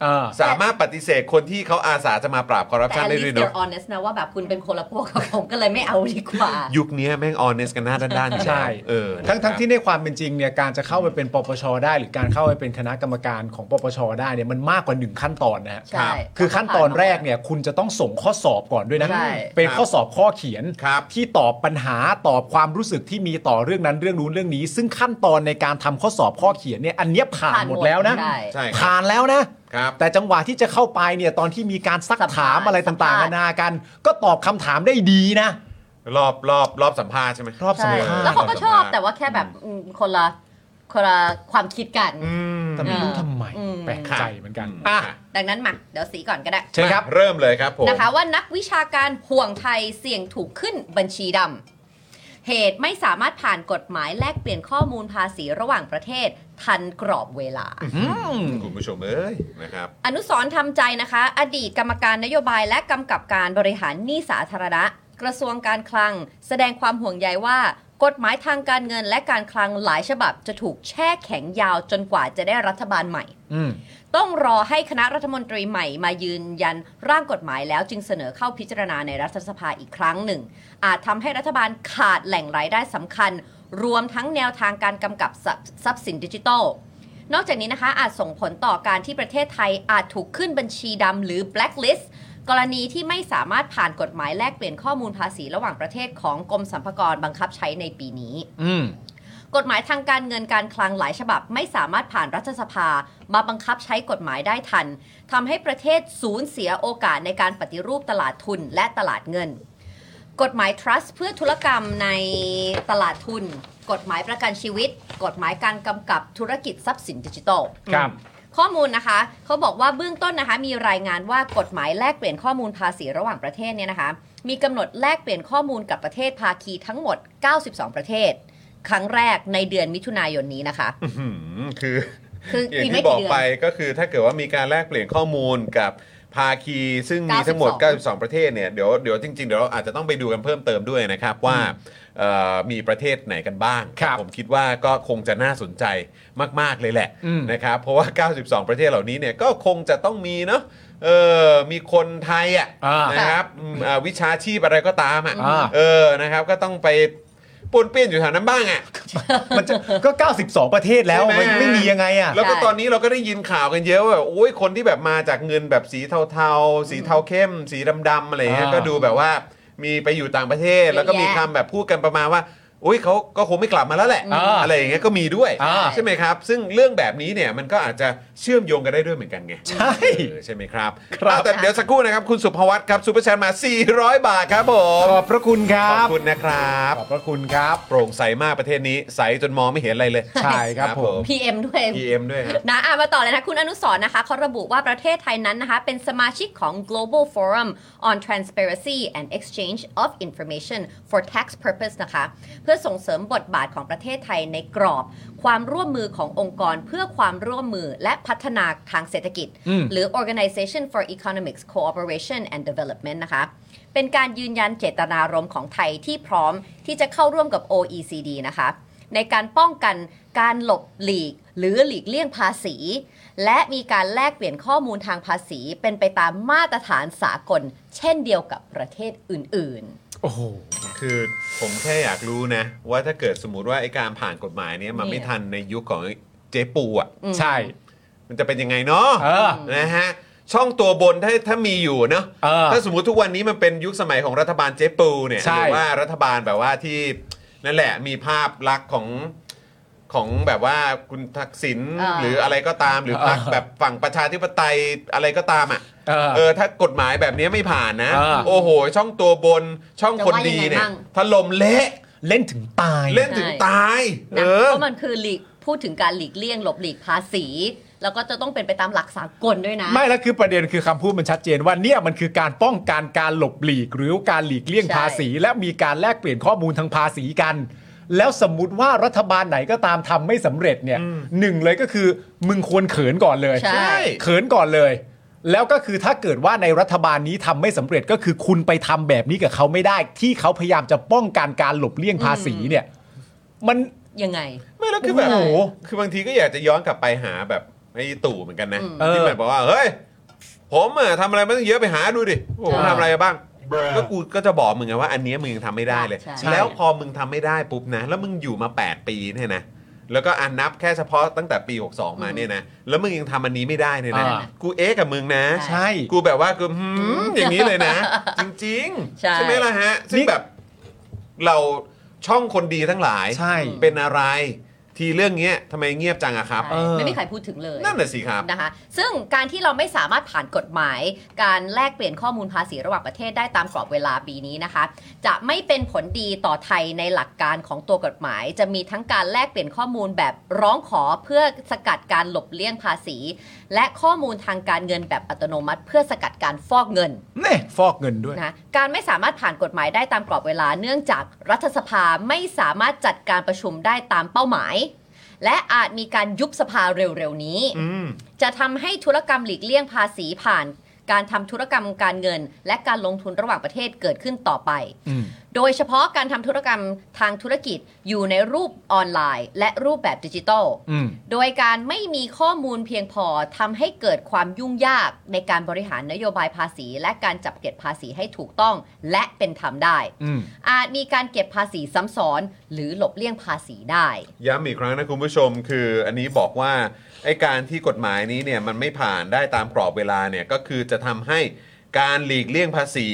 อ่า สามารถปฏิเสธคนที่เขาอาสาจะมาปราบคอร์รัป แต่ ชัน at ได้ด้วย least เนาะ you're honest นะว่าแบบคุณเป็นคนละพวกกับผมก็เลยไม่เอาดีกว่า ยุคนี้แม่งออนเนสกันหน้าด้านๆอยู่แล้ว ใช่ เออนะ ทั้ง ครั ทั้ บ งที่ในความเป็นจริงเนี่ยการจะเข้าไปเป็นปปชได้ หรือการเข้าไปเป็นคณะกรรมการของปปชได้เนี่ยมันมากกว่าหนึ่งขั้นตอนนะฮะ ใช่ ครับคือขั้นตอนแรกเนี่ยคุณจะต้องส่งข้อสอบก่อนด้วยนะ ใช่ เป็น ครับ ข้อสอบข้อเขียน ครับ ที่ตอบปัญหาตอบความรู้สึกที่มีต่อเรื่องนั้นเรื่องนู้นเรื่องนี้ ซึ่งขั้นตอนในการทำข้อสอบข้อเขียนเนี่ยอันเนี้ยผ่านหมดแล้วนะ ใช่ ใช่ครับ ผ่านแล้วนะ ครับ แต่จังหวะที่จะเข้าไปเนี่ยตอนที่มีการซัก สัม ถา ภาษ ม ณ์ อะไรต่างๆ สั นาม ภาษณ์ นากัน ก็ตอบคำถามได้ดีนะ รอบรอบรอบสัมภาษณ์ใช่ไหม รอบสัม ใช่ ภาษ แล้ว ณ์ เขาก็ชอบแต่ว่าแค่แบบอืมคนละคนละความคิดกัน อืม แต่ไม่รู้ทำไม อืม แปลกใจเหมือนกัน อืม อ่ะ ดังนั้นมาเดี๋ยวสีก่อนก็ได้ เชิญครับ เริ่มเลยครับผม นะคะว่านักวิชาการห่วงไทยเสี่ยงถูกขึ้นบัญชีดำเหตุไม่สามารถผ่านกฎหมายแลกเปลี่ยนข้อมูลภาษีระหว่างประเทศ ทันกรอบเวลา คุณผู้ชมเอ้ยนะครับ อนุสรณ์ทำใจนะคะ อดีตกรรมการนโยบายและกำกับการบริหารหนี้สาธารณะ กระทรวงการคลัง แสดงความห่วงใยว่า กฎหมายทางการเงินและการคลังหลายฉบับจะถูกแช่แข็งยาวจนกว่าจะได้รัฐบาลใหม่ อืม ต้องรอให้คณะรัฐมนตรีใหม่มายืนยันร่างกฎหมายแล้วจึงเสนอเข้าพิจารณาในรัฐสภาอีกครั้งหนึ่ง อาจทำให้รัฐบาลขาดแหล่งรายได้สำคัญ รวมทั้งแนวทางการกำกับทรัพย์ทรัพย์สินดิจิทัล นอกจากนี้นะคะอาจส่งผลต่อการที่ประเทศไทยอาจถูกขึ้นบัญชีดำหรือ blacklist กรณีที่ไม่สามารถผ่านกฎหมายแลกเปลี่ยนข้อมูลภาษีระหว่างประเทศของกรมสรรพากรบังคับใช้ในปีนี้ อืม กฎหมายทางการเงินการคลังหลายฉบับ ไม่สามารถผ่านรัฐสภา มาบังคับใช้กฎหมายได้ทันทำให้ประเทศสูญเสียโอกาสในการปฏิรูปตลาดทุนและตลาดเงิน กฎหมาย trust เพื่อธุรกรรมในตลาดทุน กฎหมายประกันชีวิต กฎหมายการกำกับธุรกิจทรัพย์สินดิจิทัล ครับ ข้อมูลนะคะ เขาบอกว่าเบื้องต้นนะคะ มีรายงานว่ากฎหมายแลกเปลี่ยนข้อมูลภาษีระหว่างประเทศเนี่ยนะคะ มีกำหนดแลกเปลี่ยนข้อมูลกับประเทศภาคีทั้งหมด 92 ประเทศ ครั้งแรกในเดือนมิถุนายนนี้นะคะ อื้อหือคือ คือ อย่าง อีกไม่ ที่บอกกี่เดือน ไปก็คือถ้าเกิดว่ามีการแลกเปลี่ยนข้อมูลกับภาคี ซึ่งมีทั้งหมด 92 ประเทศเนี่ยเดี๋ยวเดี๋ยวจริงๆ เดี๋ยวเราอาจจะต้องไปดูกันเพิ่มเติมด้วยนะครับ ว่าเอ่อมีประเทศไหนกันบ้าง ครับ ผมคิดว่าก็คงจะน่าสนใจมาก ๆ เลยแหละนะครับเพราะว่า 92 ประเทศเหล่านี้เนี่ยก็คงจะต้องมีเนาะเออมีคนไทยอ่ะ อ่า นะครับอืมอ่าวิชาชีพอะไรก็ตามอ่ะ อ่า เออนะครับก็ต้องไปปวนเปี้ยนอยู่แถวนั้นบ้างอ่ะ มันจะก็ 92 ประเทศแล้ว ใช่ไหม มันไม่มียังไงอ่ะ แล้วก็ตอนนี้เราก็ได้ยินข่าวกันเยอะว่าแบบโอ้ยคนที่แบบมาจากเงินแบบสีเทาๆ สีเทาเข้ม สีดำๆอะไรเงี้ย อ่า ก็ดูแบบว่ามีไปอยู่ต่างประเทศ เยอะ แล้วก็มี แยะ คำแบบพูดกันประมาณว่า อุ้ยเขาก็คงไม่กลับมาแล้วแหละ อ่า ไรอย่างเงี้ยก็มีด้วย อ่า ใช่ไหมครับ ซึ่งเรื่องแบบนี้เนี่ยมันก็อาจจะเชื่อมโยงกันได้ด้วยเหมือนกันไง ใช่ เออใช่ไหมครับ ครับ อ่ะแต่เดี๋ยวสักครู่นะครับคุณสุภวัตครับซูเปอร์แชร์มา 400 บาทครับผม ขอบพระคุณค ข รั อบบ คุณนะครับ ขอบพระคุณครับ โปร่งใสมากประเทศนี้ใสจนมองไม่เห็นอะไรเลย ใช่ครับผม PM ด้วย PM ด้วยครับ นะอ่ะมาต่อเลยนะคะคุณอนุสรณ์นะคะเขาระบุว่าประเทศไทยนั้นนะคะ เป็นสมาชิกของ Global Forum on Transparency and Exchange of Information for Tax Purpose นะคะ เพื่อส่งเสริมบทบาทของประเทศไทยในกรอบ ความร่วมมือขององค์กรเพื่อความร่วมมือและพัฒนาทางเศรษฐกิจ หรือ Organization for Economic Cooperation and Development นะคะ เป็นการยืนยันเจตนารมณ์ของไทยที่พร้อมที่จะเข้าร่วมกับ OECD นะคะ ในการป้องกันการหลบหลีกหรือหลีกเลี่ยงภาษี และมีการแลกเปลี่ยนข้อมูลทางภาษี เป็นไปตามมาตรฐานสากล เช่นเดียวกับประเทศอื่น โอ้โห คือผมแค่อยากรู้นะ ว่าถ้าเกิดสมมติว่าไอ้การผ่านกฎหมายเนี้ยมัน เนี่ย ไม่ทันในยุคของเจ๊ปูอ่ะ อืม ใช่ มันจะเป็นยังไงเนาะ เออ นะฮะ ช่องตัวบนถ้าถ้ามีอยู่เนาะ เออ ถ้าสมมติทุกวันนี้มันเป็นยุคสมัยของรัฐบาลเจ๊ปูเนี่ย ใช่ หรือว่ารัฐบาลแบบว่าที่นั่นแหละมีภาพลักษณ์ของของแบบว่าคุณทักษิณ เออ หรืออะไรก็ตามหรือพรรคแบบฝั่งประชาธิปไตยอะไรก็ตามอ่ะ เออ เออถ้ากฎหมายแบบนี้ไม่ผ่านนะ อ่า โอ้โห ช่องตัวบนช่องคนดีเนี่ จะว่ายังยไงบ้าง ถล่มเละ เล่นถึงตาย เล่นถึงตาย ๆ เอ นะ อ เพราะมันคือหลีกพูดถึงการหลีกเลี่ยงหลบหลีกภาษี แล้วก็จะต้องเป็นไปตามหลักสากลด้วยนะ ไม่แล้วคือประเด็นคือคำพูดมันชัดเจนว่าเนี่ยมันคือการป้องกันการหลบหลีก หรือการหลีกเลี่ยง ใช่ ภาษี และมีการแลกเปลี่ยนข้อมูลทางภาษีกัน แล้วสมมติว่ารัฐบาลไหนก็ตามทำไม่สำเร็จเนี่ยหนึ่งเลยก็คือมึงควรเขินก่อนเลย ใช่ เขินก่อนเลย แล้วก็คือถ้าเกิดว่าในรัฐบาลนี้ทำไม่สำเร็จก็คือคุณไปทำแบบนี้กับเขาไม่ได้ ที่เขาพยายามจะป้องกันการหลบเลี่ยงภาษีเนี่ย มัน ยังไง ไม่แล้วคือแบบ โอ้โห คือบางทีก็อยากจะย้อนกลับไปหาแบบไอ้ตู่เหมือนกันนะ อืม ที่แบบบอกว่า เฮ้ย ผมอะทำอะไรมาตั้งเยอะไปหาดูดิผม อ่า ทำอะไรบ้าง ก็กูก็จะบอกมึงไงว่าอันเนี้ยมึงยังทำไม่ได้เลย ใช่ แล้วพอมึงทำไม่ได้ปุ๊บนะ แล้วมึงอยู่มา 8 ปีเนี่ยนะ แล้วก็อันนับแค่เฉพาะตั้งแต่ปี 62 มาเนี่ยนะ แล้วมึงยังทำอันนี้ไม่ได้เนี่ยนะ อ่า กูเอ๊ะกับมึงนะ ใช่ ใช่ กูแบบว่ากูหืมอย่างนี้เลยนะ จริงๆ ใช่ ไหมล่ะฮะ ซึ่งแบบเราช่องคนดีทั้งหลาย ใช่ เป็นอะไร ทีเรื่องเนี้ยทำไมเงียบจังอะครับ ใช่ไม่มีใครพูดถึงเลย นั่นแหละสิครับ นะคะซึ่งการที่เราไม่สามารถผ่านกฎหมาย การแลกเปลี่ยนข้อมูลภาษีระหว่างประเทศได้ตามกรอบเวลาปีนี้นะคะ จะไม่เป็นผลดีต่อไทยในหลักการของตัวกฎหมาย จะมีทั้งการแลกเปลี่ยนข้อมูลแบบร้องขอเพื่อสกัดการหลบเลี่ยงภาษี และข้อมูลทางการเงินแบบอัตโนมัติ เพื่อสกัดการฟอกเงิน เนี่ยฟอกเงินด้วย นะการไม่สามารถผ่านกฎหมายได้ตามกรอบเวลา เนื่องจากรัฐสภาไม่สามารถจัดการประชุมได้ตามเป้าหมาย และอาจมีการยุบสภาเร็วๆนี้ จะทำให้ธุรกรรมหลีกเลี่ยงภาษีผ่าน การทำธุรกรรมการเงิน และการลงทุนระหว่างประเทศเกิดขึ้นต่อไป อืม โดยเฉพาะการทำธุรกรรมทางธุรกิจอยู่ในรูปออนไลน์ และรูปแบบดิจิทัล อืม โดยการไม่มีข้อมูลเพียงพอทำให้เกิดความยุ่งยากในการบริหารนโยบายภาษี และการจับเก็บภาษีให้ถูกต้องและเป็นธรรมได้ อืม อาจมีการเก็บภาษีซ้ำซ้อนหรือหลบเลี่ยงภาษีได้ ย้ำอีกครั้งนะคุณผู้ชม คืออันนี้บอกว่าไอ้การที่กฎหมายนี้เนี่ยมันไม่ผ่านได้ตามกรอบเวลาเนี่ยก็คือจะทำให้การหลีกเลี่ยงภาษี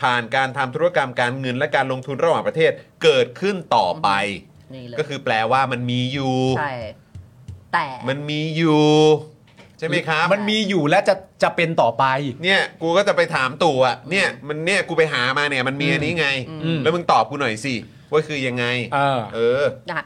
ผ่านการทำธุรกรรมการเงินและการลงทุนระหว่างประเทศเกิดขึ้นต่อไป นี่เลย ก็คือแปลว่ามันมีอยู่ ใช่ แต่ มันมีอยู่ ใช่ไหมครับ มันมีอยู่และจะจะเป็นต่อไป เนี่ยกูก็จะไปถามตู่อ่ะเนี่ยมันเนี่ยกูไปหามาเนี่ยมันมีอันนี้ไง อืม แล้วมึงตอบกูหน่อยสิว่าคือยังไง เออ เออ นะคะ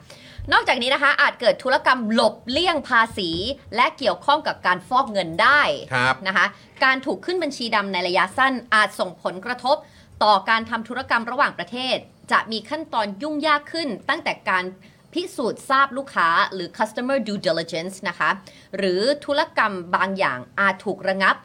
นอกจากนี้นะคะ อาจเกิดธุรกรรมหลบเลี่ยงภาษี และเกี่ยวข้องกับการฟอกเงินได้ ครับ นะคะการถูกขึ้นบัญชีดำในระยะสั้นอาจส่งผลกระทบ ต่อการทำธุรกรรมระหว่างประเทศ จะมีขั้นตอนยุ่งยากขึ้น ตั้งแต่การพิสูจน์ทราบลูกค้าหรือ customer due diligence นะคะหรือธุรกรรมบางอย่างอาจถูกระงับ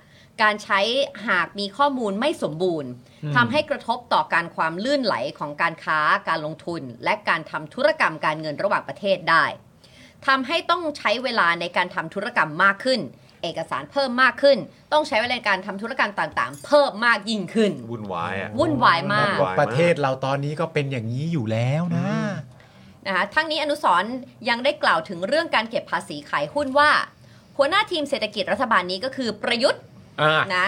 การใช้หากมีข้อมูลไม่สมบูรณ์ทำให้กระทบต่อการความลื่นไหลของการค้าการลงทุน และการทำธุรกรรมการเงินระหว่างประเทศได้ ทำให้ต้องใช้เวลาในการทำธุรกรรมมากขึ้น เอกสารเพิ่มมากขึ้น ต้องใช้เวลาในการทำธุรกรรมต่างๆ เพิ่มมากยิ่งขึ้น วุ่นวายอ่ะ วุ่นวายมาก วุ่นวาย ประเทศเราตอนนี้ก็เป็นอย่างนี้อยู่แล้วนะ นะคะทั้งนี้อนุสรณ์ยังได้กล่าวถึงเรื่องการเก็บภาษีขายหุ้นว่า หัวหน้าทีมเศรษฐกิจรัฐบาลนี้ก็คือประยุทธ์ อ่า นะ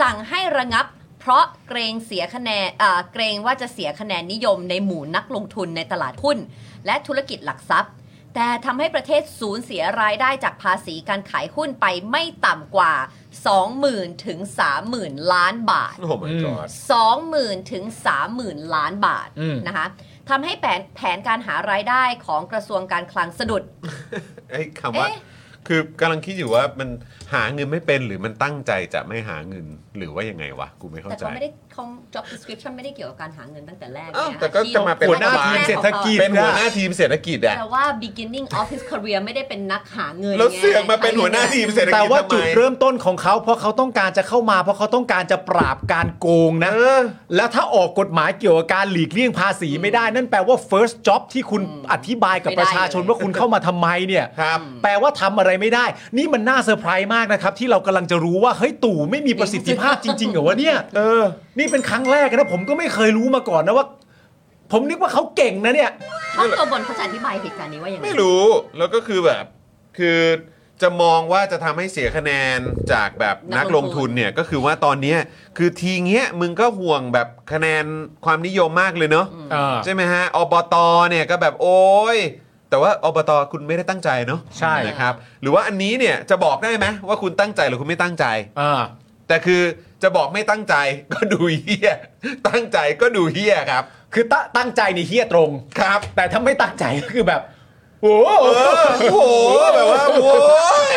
สั่งให้ระงับ เพ เพราะเกรงเสียคะแนนเอ่อเกรงว่าจะเสียคะแนนนิยมในหมู่นักลงทุนในตลาดหุ้น และธุรกิจหลักทรัพย์ แต่ทำให้ประเทศสูญเสียรายได้จากภาษีการขายหุ้นไปไม่ต่ำกว่า 20,000ถึง30,000 ล้านบาท โอ้ my อืม god 20,000ถึง30,000 ล้านบาท อืม นะคะทำให้แผนแผนการหารายได้ของกระทรวงการคลังสะดุด ไอ้คำว่า เอ๊ะ คือกำลังคิดอยู่ว่ามันหาเงินไม่เป็นหรือมันตั้งใจจะไม่หาเงินหรือว่ายังไงวะ กูไม่เข้า แต่ ใจ เขาไม่ได้เขา job description ไม่ได้เกี่ยวกับการหาเงินตั้งแต่แรก อ้าว นะ แต่ก็จะมาเป็น หัวหน้าทีมเศรษฐกิจ เป็นหัวหน้าทีมเศรษฐกิจอะ แต่ว่า beginning of his career ไม่ได้เป็นนักหาเงิน แล้ว ไง เสือกมาเป็นหัวหน้าทีมเศรษฐ แต่ กิจ ว่า ทำไม จุดเริ่มต้นของเขาเพราะเขาต้องการจะเข้ามา เพราะเขาต้องการจะปราบการโกงนะ เออ แล้วถ้าออกกฎหมายเกี่ยวกับการหลีกเลี่ยงภาษีไม่ได้ นั่นแปลว่า first job ที่คุณอธิบายกับประชาชนว่าคุณเข้ามาทำไมเนี่ย ครับ แปลว่าทำอะไรไม่ได้ นี่มันน่าเซอร์ไพรส์มากนะครับ ที่เรากำลังจะรู้ว่า เฮ้ยตู่ไม่มีประสิทธิ ภาพจริง ๆ เหรอวะเนี่ย เออ นี่เป็นครั้งแรกนะผมก็ไม่เคยรู้มาก่อนนะว่า ผมนึกว่าเขาเก่งนะเนี่ย คร อบครัวบนเขาจะอธิบายเหตุการณ์นี้ว่าอย่าง ไม่รู้แล้วก็คือแบบ คือจะมองว่าจะทำให้เสียคะแนนจากแบบนักลงทุนเนี่ย ก็คือว่าตอนเนี้ยคือทีเงี้ยมึงก็ห่วงแบบคะแนนความนิยมมากเลยเนาะใช่ไหมฮะอบตเนี่ยก็แบบโอ้ย แต่ว่าอบตคุณไม่ได้ตั้งใจเนาะ ใช่ นะครับ หรือว่าอันนี้เนี่ยจะบอกได้ไหมว่าคุณตั้งใจหรือคุณไม่ตั้งใจ อ่า แต่คือจะบอกไม่ตั้งใจก็ดูเฮี้ยตั้งใจก็ดูเฮี้ยครับ คือตะตั้งใจในเฮี้ยตรง ครับ แต่ถ้าไม่ตั้งใจก็คือแบบ โอ้โห เออโอ้โหแบบว่าโว้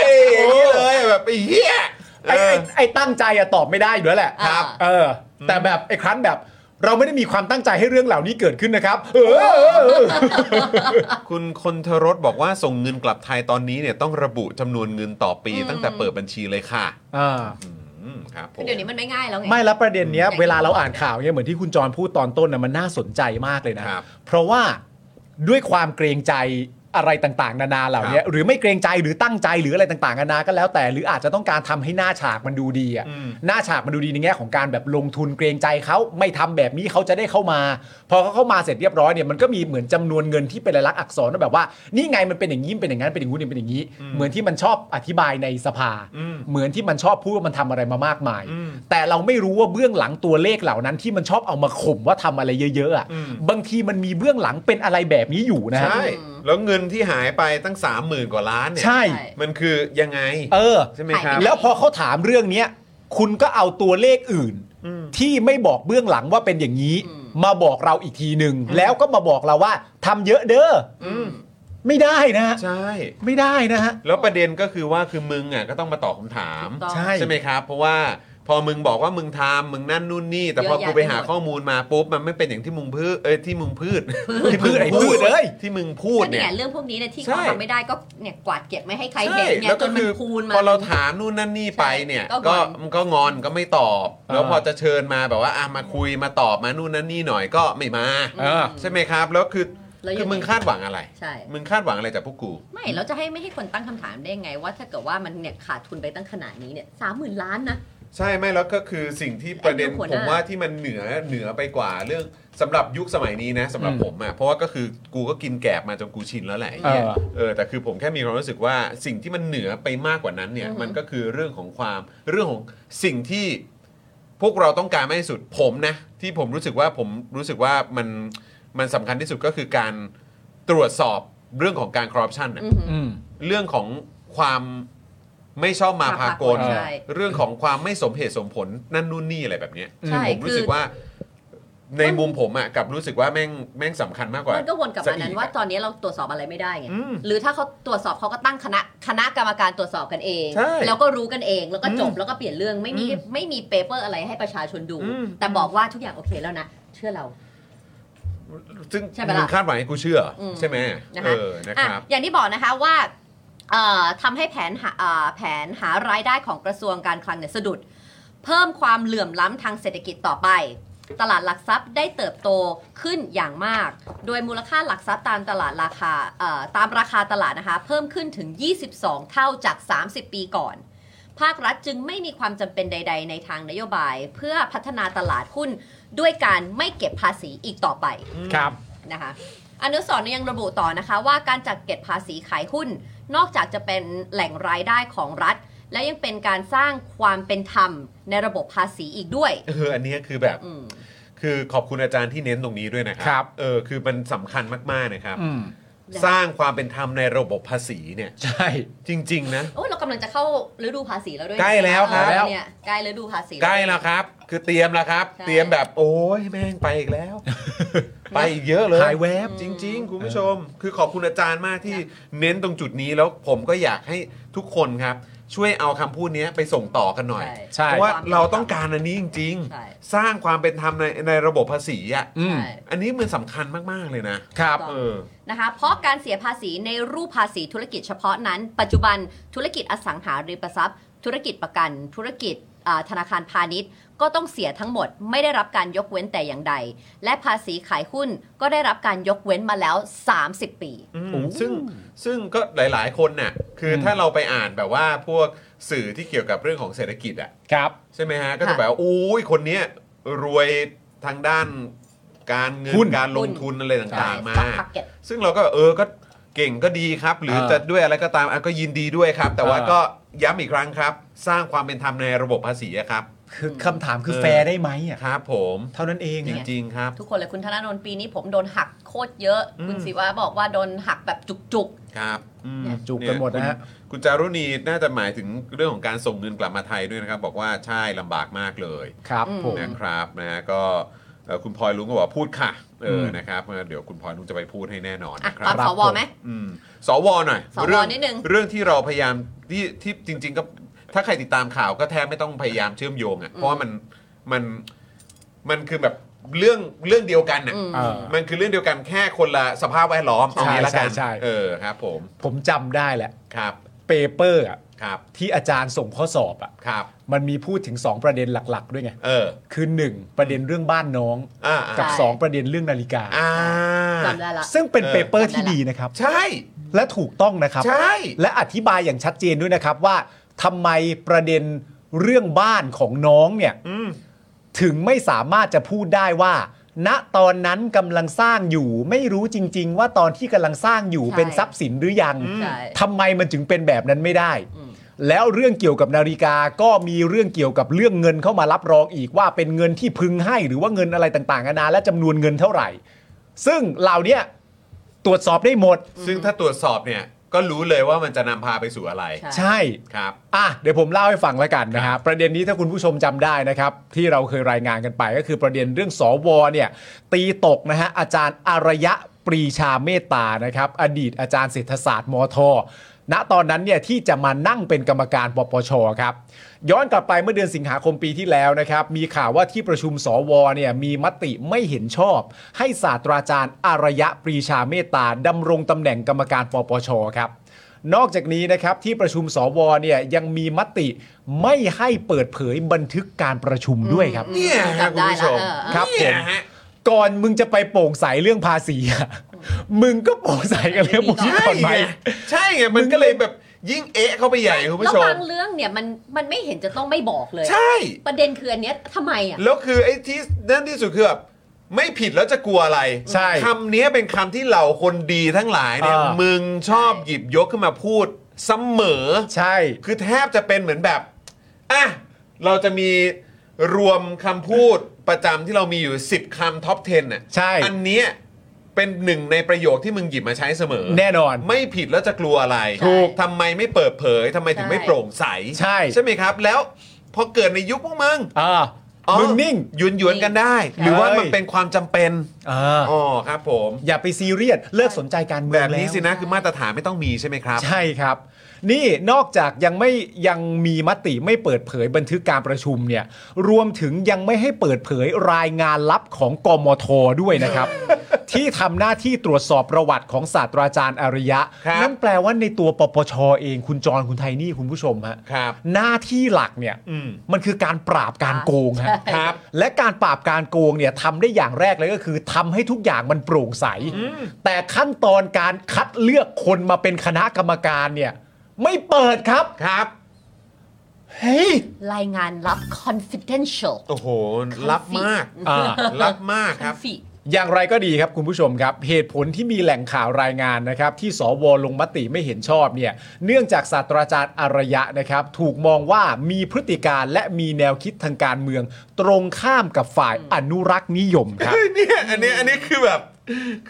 ยอย่างนี้เลยแบบไอ้เหี้ย ไอ้ เอ ไอ้ อ ไอ้ตั้งใจอะตอบไม่ได้อยู่แล้วแหละ อ่า ครับ เออ แต่แบบไอ้ครั้นแบบ เราไม่ได้มีความตั้งใจให้เรื่องเหล่านี้เกิดขึ้นนะครับ เออ คุณคนทรสบอกว่าส่งเงินกลับไทยตอนนี้เนี่ยต้องระบุจำนวนเงินต่อปี อืม ตั้งแต่เปิดบัญชีเลยค่ะ อ่า อืมครับผม เดี๋ยวนี้มันไม่ง่ายแล้วไง ไม่แล้วประเด็นเนี้ย อืม เวลาเราอ่านข่าวเนี่ยเหมือนที่คุณจรพูดตอนต้นนะมันน่าสนใจมากเลยนะ ครับ เพราะว่าด้วยความเกรงใจอะไรต่างๆ นานาเหล่าเนี้ยหรือไม่เกรงใจหรือตั้งใจหรืออะไรต่างๆนานาก็แล้วแต่ หรืออาจจะต้องการทำให้หน้าฉากมันดูดีอ่ะ อืม หน้าฉากมันดูดีในแง่ของการแบบลงทุนเกรงใจเขาไม่ทำแบบนี้เขาจะได้เข้ามา พอเขาเข้ามาเสร็จเรียบร้อยเนี่ยมันก็มีเหมือนจำนวนเงินที่เป็นลายลักษณ์อักษรว่าแบบว่านี่ไงมันเป็นอย่างนี้มันเป็นอย่างนั้นเป็นอย่างงู้นเป็นอย่างนี้ เหมือนที่มันชอบอธิบายในสภา อืม เหมือนที่มันชอบพูดว่ามันทำอะไรมามากมาย อืม แต่เราไม่รู้ว่าเบื้องหลังตัวเลขเหล่านั้นที่มันชอบเอามาข่มว่าทำอะไรเยอะๆอะ อืม บางทีมันมีเบื้องหลังเป็นอะไรแบบนี้อยู่นะฮะ ใช่ แล้วเงินที่หายไปตั้ง 3 0,000 กว่าล้านเนี่ย ใช่ มันคือยังไง เออ ใช่ไหมครับ แล้วพอเขาถามเรื่องเนี้ยคุณก็เอาตัวเลขอื่น ที่ไม่บอกเบื้องหลังว่าเป็นอย่างนี้ อืม มาบอกเราอีกทีหนึ่งแล้วก็มาบอกเราว่าทำเยอะเด้อ อืม ไม่ได้นะฮะ ใช่ ไม่ได้นะฮะ แล้วประเด็นก็คือว่าคือมึงอ่ะก็ต้องมาตอบคำถาม ถูกต้อง ใช่ ใช่ไหมครับ เพราะว่าพอมึงบอกว่ามึงทำมึงนั่นนู่นนี่ แต่พอ เยอะแยะ กูไปหา ไปหมด ข้อมูลมาปุ๊บมันไม่เป็นอย่างที่มึงพืชเอ้ยที่มึงพืช ที่พืชไอ้พืชเลย ที่มึงพูด ก็ เนี่ เนี่ย ยเรื่องพวกนี้เนี่ยที่ ใช่ เขาทำไม่ได้ก็เนี่ยกวาดเก็บไม่ให้ใครเห็นเนี่ยจนมันคูณมา พอเราถามนู่นนั่นนี่ไปเนี่ย ใช่ก็ ก็ งอน มันก็งอนก็ไม่ตอบ อ่า แล้วพอจะเชิญมาแบบว่าอ่ะมาคุยมาตอบมานู่นนั่นนี่หน่อยก็ไม่มา เออ ใช่ไหมครับ แล้วคือ แล้วยังไง คือมึงคาดหวังอะไร ใช่ มึงคาดหวังอะไรจากพวกกู ไม่เราจะให้ไม่ให้คนตั้งคำถามได้ไง ว่าถ้าเกิดว่ามันเนี่ยขาดทุนไปตั้งขนาดนี้เนี่ยสามหมื่นล้านนะ ใช่ไม่แล้วก็คือสิ่งที่ประเด็น ไอ้หัวห ผ น้า มว่าที่มันเหนือเหนือไปกว่าเรื่องสำหรับยุคสมัยนี้นะสำหรับ อืม ผมอะเพราะว่าก็คือกูก็กินแกบมาจนกูชินแล้วแหละไอ้เหี้ย เออ เออแต่คือผมแค่มีความรู้สึกว่าสิ่งที่มันเหนือไปมากกว่านั้นเนี่ยมันก็คือเรื่องของความเรื่องของสิ่งที่พวกเราต้องการมากที่สุดผมนะ ที่ผมรู้สึกว่าผมรู้สึกว่ามันมันสำคัญที่สุดก็คือการตรวจสอบเรื่องของการคอร์รัปชันอะ อืม อืม เรื่องของความไม่ชอบมาพากล ใช่ เรื่องของความไม่สมเหตุสมผลนั่นนู่นนี่อะไรแบบเนี้ย ใช่ ผม คื รู้ อ สึกว่าในมุมผมอ่ะกลับรู้สึกว่าแม่งแม่งสำคัญมากกว่า มั มัน ก็วนกลับมานั้นว่าตอนนี้เราตรวจสอบอะไรไม่ได้ไง อืม หรือถ้าเขาตรวจสอบเขาก็ตั้งคณะคณะกรรมการตรวจสอบกันเอง ใช่ แล้วก็รู้กันเองแล้วก็จบ อืม แล้วก็เปลี่ยนเรื่องไม่มี อืม ไม่มีเปเปอร์อะไรให้ประชาชนดู อืม แต่บอกว่าทุกอย่างโอเคแล้วนะ เชื่อเรา ซึ่ง ใช่ปะล่ะ มึงคาดหวังให้กูเชื่ออ ม ใช่ไหม นะคะ เออนะ อ่ะ ครับ อย่างที่บอกนะคะว่าเอ่อทำให้แผนหาเอ่อแผนหารายได้ของกระทรวงการคลังเนี่ยสะดุด เพิ่มความเหลื่อมล้ำทางเศรษฐกิจต่อไป ตลาดหลักทรัพย์ได้เติบโตขึ้นอย่างมาก โดยมูลค่าหลักทรัพย์ตามตลาดราคาเอ่อตามราคาตลาดนะคะ เพิ่มขึ้นถึง 22 เท่าจาก 30 ปีก่อน ภาครัฐจึงไม่มีความจำเป็นใด ๆ ในทางนโยบาย เพื่อพัฒนาตลาดหุ้นด้วยการไม่เก็บภาษีอีกต่อไป ครับ นะคะอนุสรณ์ยังระบุต่อนะคะว่าการจัดเก็บภาษีขายหุ้น นอกจากจะเป็นแหล่งรายได้ของรัฐ และยังเป็นการสร้างความเป็นธรรมในระบบภาษีอีกด้วย เอออันเนี้ยคือแบบ อืม คือขอบคุณอาจารย์ที่เน้นตรงนี้ด้วยนะค ครั รับ เออคือมันสำคัญมากๆนะครับ อืม แล้ว สร้างความเป็นธรรมในระบบภาษีเนี่ย ใช่ จริง ๆ นะ โอ้ยเรากำลังจะเข้าฤดูภาษีแล้วด้วย ใกล้แล้วครับ เออเนี่ยใกล้ฤดูภาษี ใกล้แล้วครับ คือเตรียมแล้วครับ ใช่ เตรียมแบบโอ้ยแม่งไปอีกแล้ว ไปอีกเยอะเลย หายแวบ จริง ๆ คุณผู้ชม คือขอบคุณอาจารย์มากที่เน้นตรงจุดนี้แล้วผมก็อยากให้ทุกคนครับ ช่วยเอาคำพูดเนี้ยไปส่งต่อกันหน่อย ใช่ เพราะว่าเราต้องการอันนี้จริง ใช่ ๆ สร้างความเป็นธรรมในในระบบภาษีอ่ะ อืม ใช่ อันนี้มันสำคัญมากๆเลยนะครับ เออ นะคะเพราะการเสียภาษีในรูปภาษีธุรกิจเฉพาะนั้น ปัจจุบันธุรกิจอสังหาริมทรัพย์ ธุรกิจประกัน ธุรกิจอ่าธนาคารพาณิชย์ ก็ต้องเสียทั้งหมด ไม่ได้รับการยกเว้นแต่อย่างใด และภาษีขายหุ้นก็ได้รับการยกเว้นมาแล้ว 30 ปี อืม โอ้ ซึ่งซึ่งก็หลาย ๆ คนน่ะคืออ ม ถ้าเราไปอ่านแบบว่าพวกสื่อที่เกี่ยวกับเรื่องของเศรษฐกิจอ่ะ ครับ ใช่ไหมฮะ ก็จะ ค่ะ แบบว่าอุ้ยคนเนี้ยรวยทางด้านการเงิน หุ้น การลง หุ้น ทุนอะไรต่าง ๆ มา ใช่ stock market ซึ่งเราก็เออก็เก่งก็ดีครับ หรือ เออ จะด้วยอะไรก็ตามอ่ะก็ยินดีด้วยครับ แต่ว่า เออ ก็ย้ำอีกครั้งครับ สร้างความเป็นธรรมในระบบภาษีอะครับ คือคำถามคือ เออ แฟร์ได้ไหมอ่ะ ครับผม เท่านั้นเอง จ อะ ริง ๆ ครับ ทุกคนเลยคุณธนาโนนปีนี้ผมโดนหักโคตรเยอะ อืม คุณศิวะบอกว่าโดนหักแบบจุก ครับอืม เนี่ยจูบกันหมดนะฮะ คุณคุณจารุณีน่าจะหมายถึงเรื่องของการส่งเงินกลับมาไทยด้วยนะครับ บอกว่าใช่ลำบากมากเลย ครับ อืม ผม นะครับนะฮะก็เอ่อคุณพลอยลุงก็บอกว่าพูดค่ะเอออ ม นะครับเออเดี๋ยวคุณพลอยลุงจะไปพูดให้แน่นอน ๆอ่ะ นะค ต รั อบ น ครั ส บ ว ผม ไหม อืมสวหน่อย สว เรื่อง นิดนึง เรื่องที่เราพยายามที่ที่จริง ๆ ก็ถ้าใครติดตามข่าวก็แทบไม่ต้องพยายามเชื่อมโยงอ่ะเพราะว่ามันมันมันคือแบบเรื่องเรื่องเดียวกันอ่ะ อืม เออ มันคือเรื่องเดียวกันแค่คนละสภาพแวดล้อมเอางี้ละกัน ใช่ใช่ใช่ เออครับ ผม ผมจำได้แหละ ครับ เปเปอร์อ่ะ ครับ ที่อาจารย์ส่งข้อสอบอ่ะ ครับ มันมีพูดถึง 2 ประเด็นหลัก ๆ ด้วยไง เออ คือ 1 ประเด็นเรื่องบ้านน้อง อ่า กับ ใช่ 2 ประเด็นเรื่องนาฬิกา อ่า จำได้ละ ซึ่งเป็น เออ เปเปอร์ที่ จำได้ละ ดีนะครับ ใช่ และถูกต้องนะครับ ใช่ และอธิบายอย่างชัดเจนด้วยนะครับว่าทำไมประเด็นเรื่องบ้านของน้องเนี่ย อืม ถึงไม่สามารถจะพูดได้ว่า ณตอนนั้นกำลังสร้างอยู่ ไม่รู้จริง ๆ ว่าตอนที่กำลังสร้างอยู่ ใช่ เป็นทรัพย์สินหรือยัง ใช่ ทำไมมันถึงเป็นแบบนั้นไม่ได้ อืม แล้วเรื่องเกี่ยวกับนาฬิกาก็มีเรื่องเกี่ยวกับเรื่องเงินเข้ามารับรองอีกว่าเป็นเงินที่พึงให้หรือว่าเงินอะไรต่างๆนานาและจำนวนเงินเท่าไหร่ ซึ่งเหล่าเนี้ยตรวจสอบได้หมด ซึ่งถ้าตรวจสอบเนี่ย ก็รู้เลยว่ามันจะนำพาไปสู่อะไร ใช่ ใช่ ครับ อ่ะเดี๋ยวผมเล่าให้ฟังแล้วกันนะฮะประเด็นนี้ถ้าคุณผู้ชมจำได้นะครับ ที่เราเคยรายงานกันไปก็คือประเด็นเรื่องสวเนี่ยตีตกนะฮะอาจารย์อารยะปรีชาเมตตานะครับ อดีตอาจารย์เศรษฐศาสตร์มทณตอนนั้นเนี่ยที่จะมานั่งเป็นกรรมการปปชครับ ย้อนกลับไปเมื่อเดือนสิงหาคมปีที่แล้วนะครับ มีข่าวว่าที่ประชุมสวเนี่ยมีมติไม่เห็นชอบ ให้ศาสตราจารย์อารยะปรีชาเมตตาดำรงตำแหน่งกรรมการปปชครับ นอกจากนี้นะครับที่ประชุมสวเนี่ยยังมีมติไม่ให้เปิดเผยบันทึกการประชุมด้วยครับ เนี่ยฮะคุณ จำได้ ผู้ชมละเออเออ ครับผม เนี่ยฮะ ก่อนมึงจะไปโปร่งใสเรื่องภาษี อะมึงก็โปร่งใสกันเรื่องพวกนี้ ใช่ ก่อนไหม ไงใช่ไง มันก็เลยแบบยิ่งเอะเข้าไปใหญ่คุณ แล้ว ผู้ชม บางเรื่องเนี่ยมันมันไม่เห็นจะต้องไม่บอกเลย ใช่ ประเด็นคืออันเนี้ยทำไมอ่ะ แล้วคือไอ้ที่นั่นที่สุดคือแบบไม่ผิดแล้วจะกลัวอะไร ใช่ คำนี้เป็นคำที่เหล่าคนดีทั้งหลายเนี่ย เออ มึงชอบหยิบยกขึ้นมาพูดเสมอ ใช่ คือแทบจะเป็นเหมือนแบบ อ่ะ เราจะมีรวมคำพูดประจำที่เรามีอยู่ 10คำท็อป 10 น่ะ ใช่ อันเนี้ยเป็นหนึ่งในประโยคที่มึงหยิบมาใช้เสมอ แน่นอน ไม่ผิดแล้วจะกลัวอะไร ถูก ทำไมไม่เปิดเผยทำไมถึงไม่ ใช่ โปร่งใส ใช่ ใช่ไหมครับ แล้วพอเกิดในยุคพวกมึง อ่า อ๋อ มึงนิ่ง หยวนหยวนๆกันได้ หรือว่ามันเป็นความจำเป็น อ่า อ๋อครับผม อย่าไปซีเรียสเลิกสนใจการเมื แบ อง บ แล้ นี้ ว สินะคือมาตรฐานไม่ต้องมีใช่ไหมครับ ใช่ครับ นี่นอกจากยังไม่ยังมีมติไม่เปิดเผยบันทึกการประชุมเนี่ยรวมถึงยังไม่ให้เปิดเผยรายงานลับของกมทด้วยนะครับ ที่ทำหน้าที่ตรวจสอบประวัติของศาสตราจารย์อริยะ ครับ นั่นแปลว่าในตัวปปชเองคุณจรคุณไทนี่คุณผู้ชมฮะ ครับ หน้าที่หลักเนี่ย อืม มันคือการปราบการโกงฮะ ครับ และการปราบการโกงเนี่ยทำได้อย่างแรกเลยก็คือทำให้ทุกอย่างมันโปร่งใส แต่ขั้นตอนการคัดเลือกคนมาเป็นคณะกรรมการเนี่ยไม่เปิดครับ ครับ เฮ้ย รายงานลับ confidential โอ้โหลับมาก อ่า ลับมากครับ Confi- อย่างไรก็ดีครับคุณผู้ชมครับ เหตุผลที่มีแหล่งข่าวรายงานนะครับ ที่สวลงมติไม่เห็นชอบเนี่ยเนื่องจากศาสตราจารย์อารยะนะครับ ถูกมองว่ามีพฤติการและมีแนวคิดทางการเมือง ตรงข้ามกับฝ่ายอนุรักษ์นิยมครับ เฮ้ยเนี่ยอันเนี้ยอันนี้คือแบบ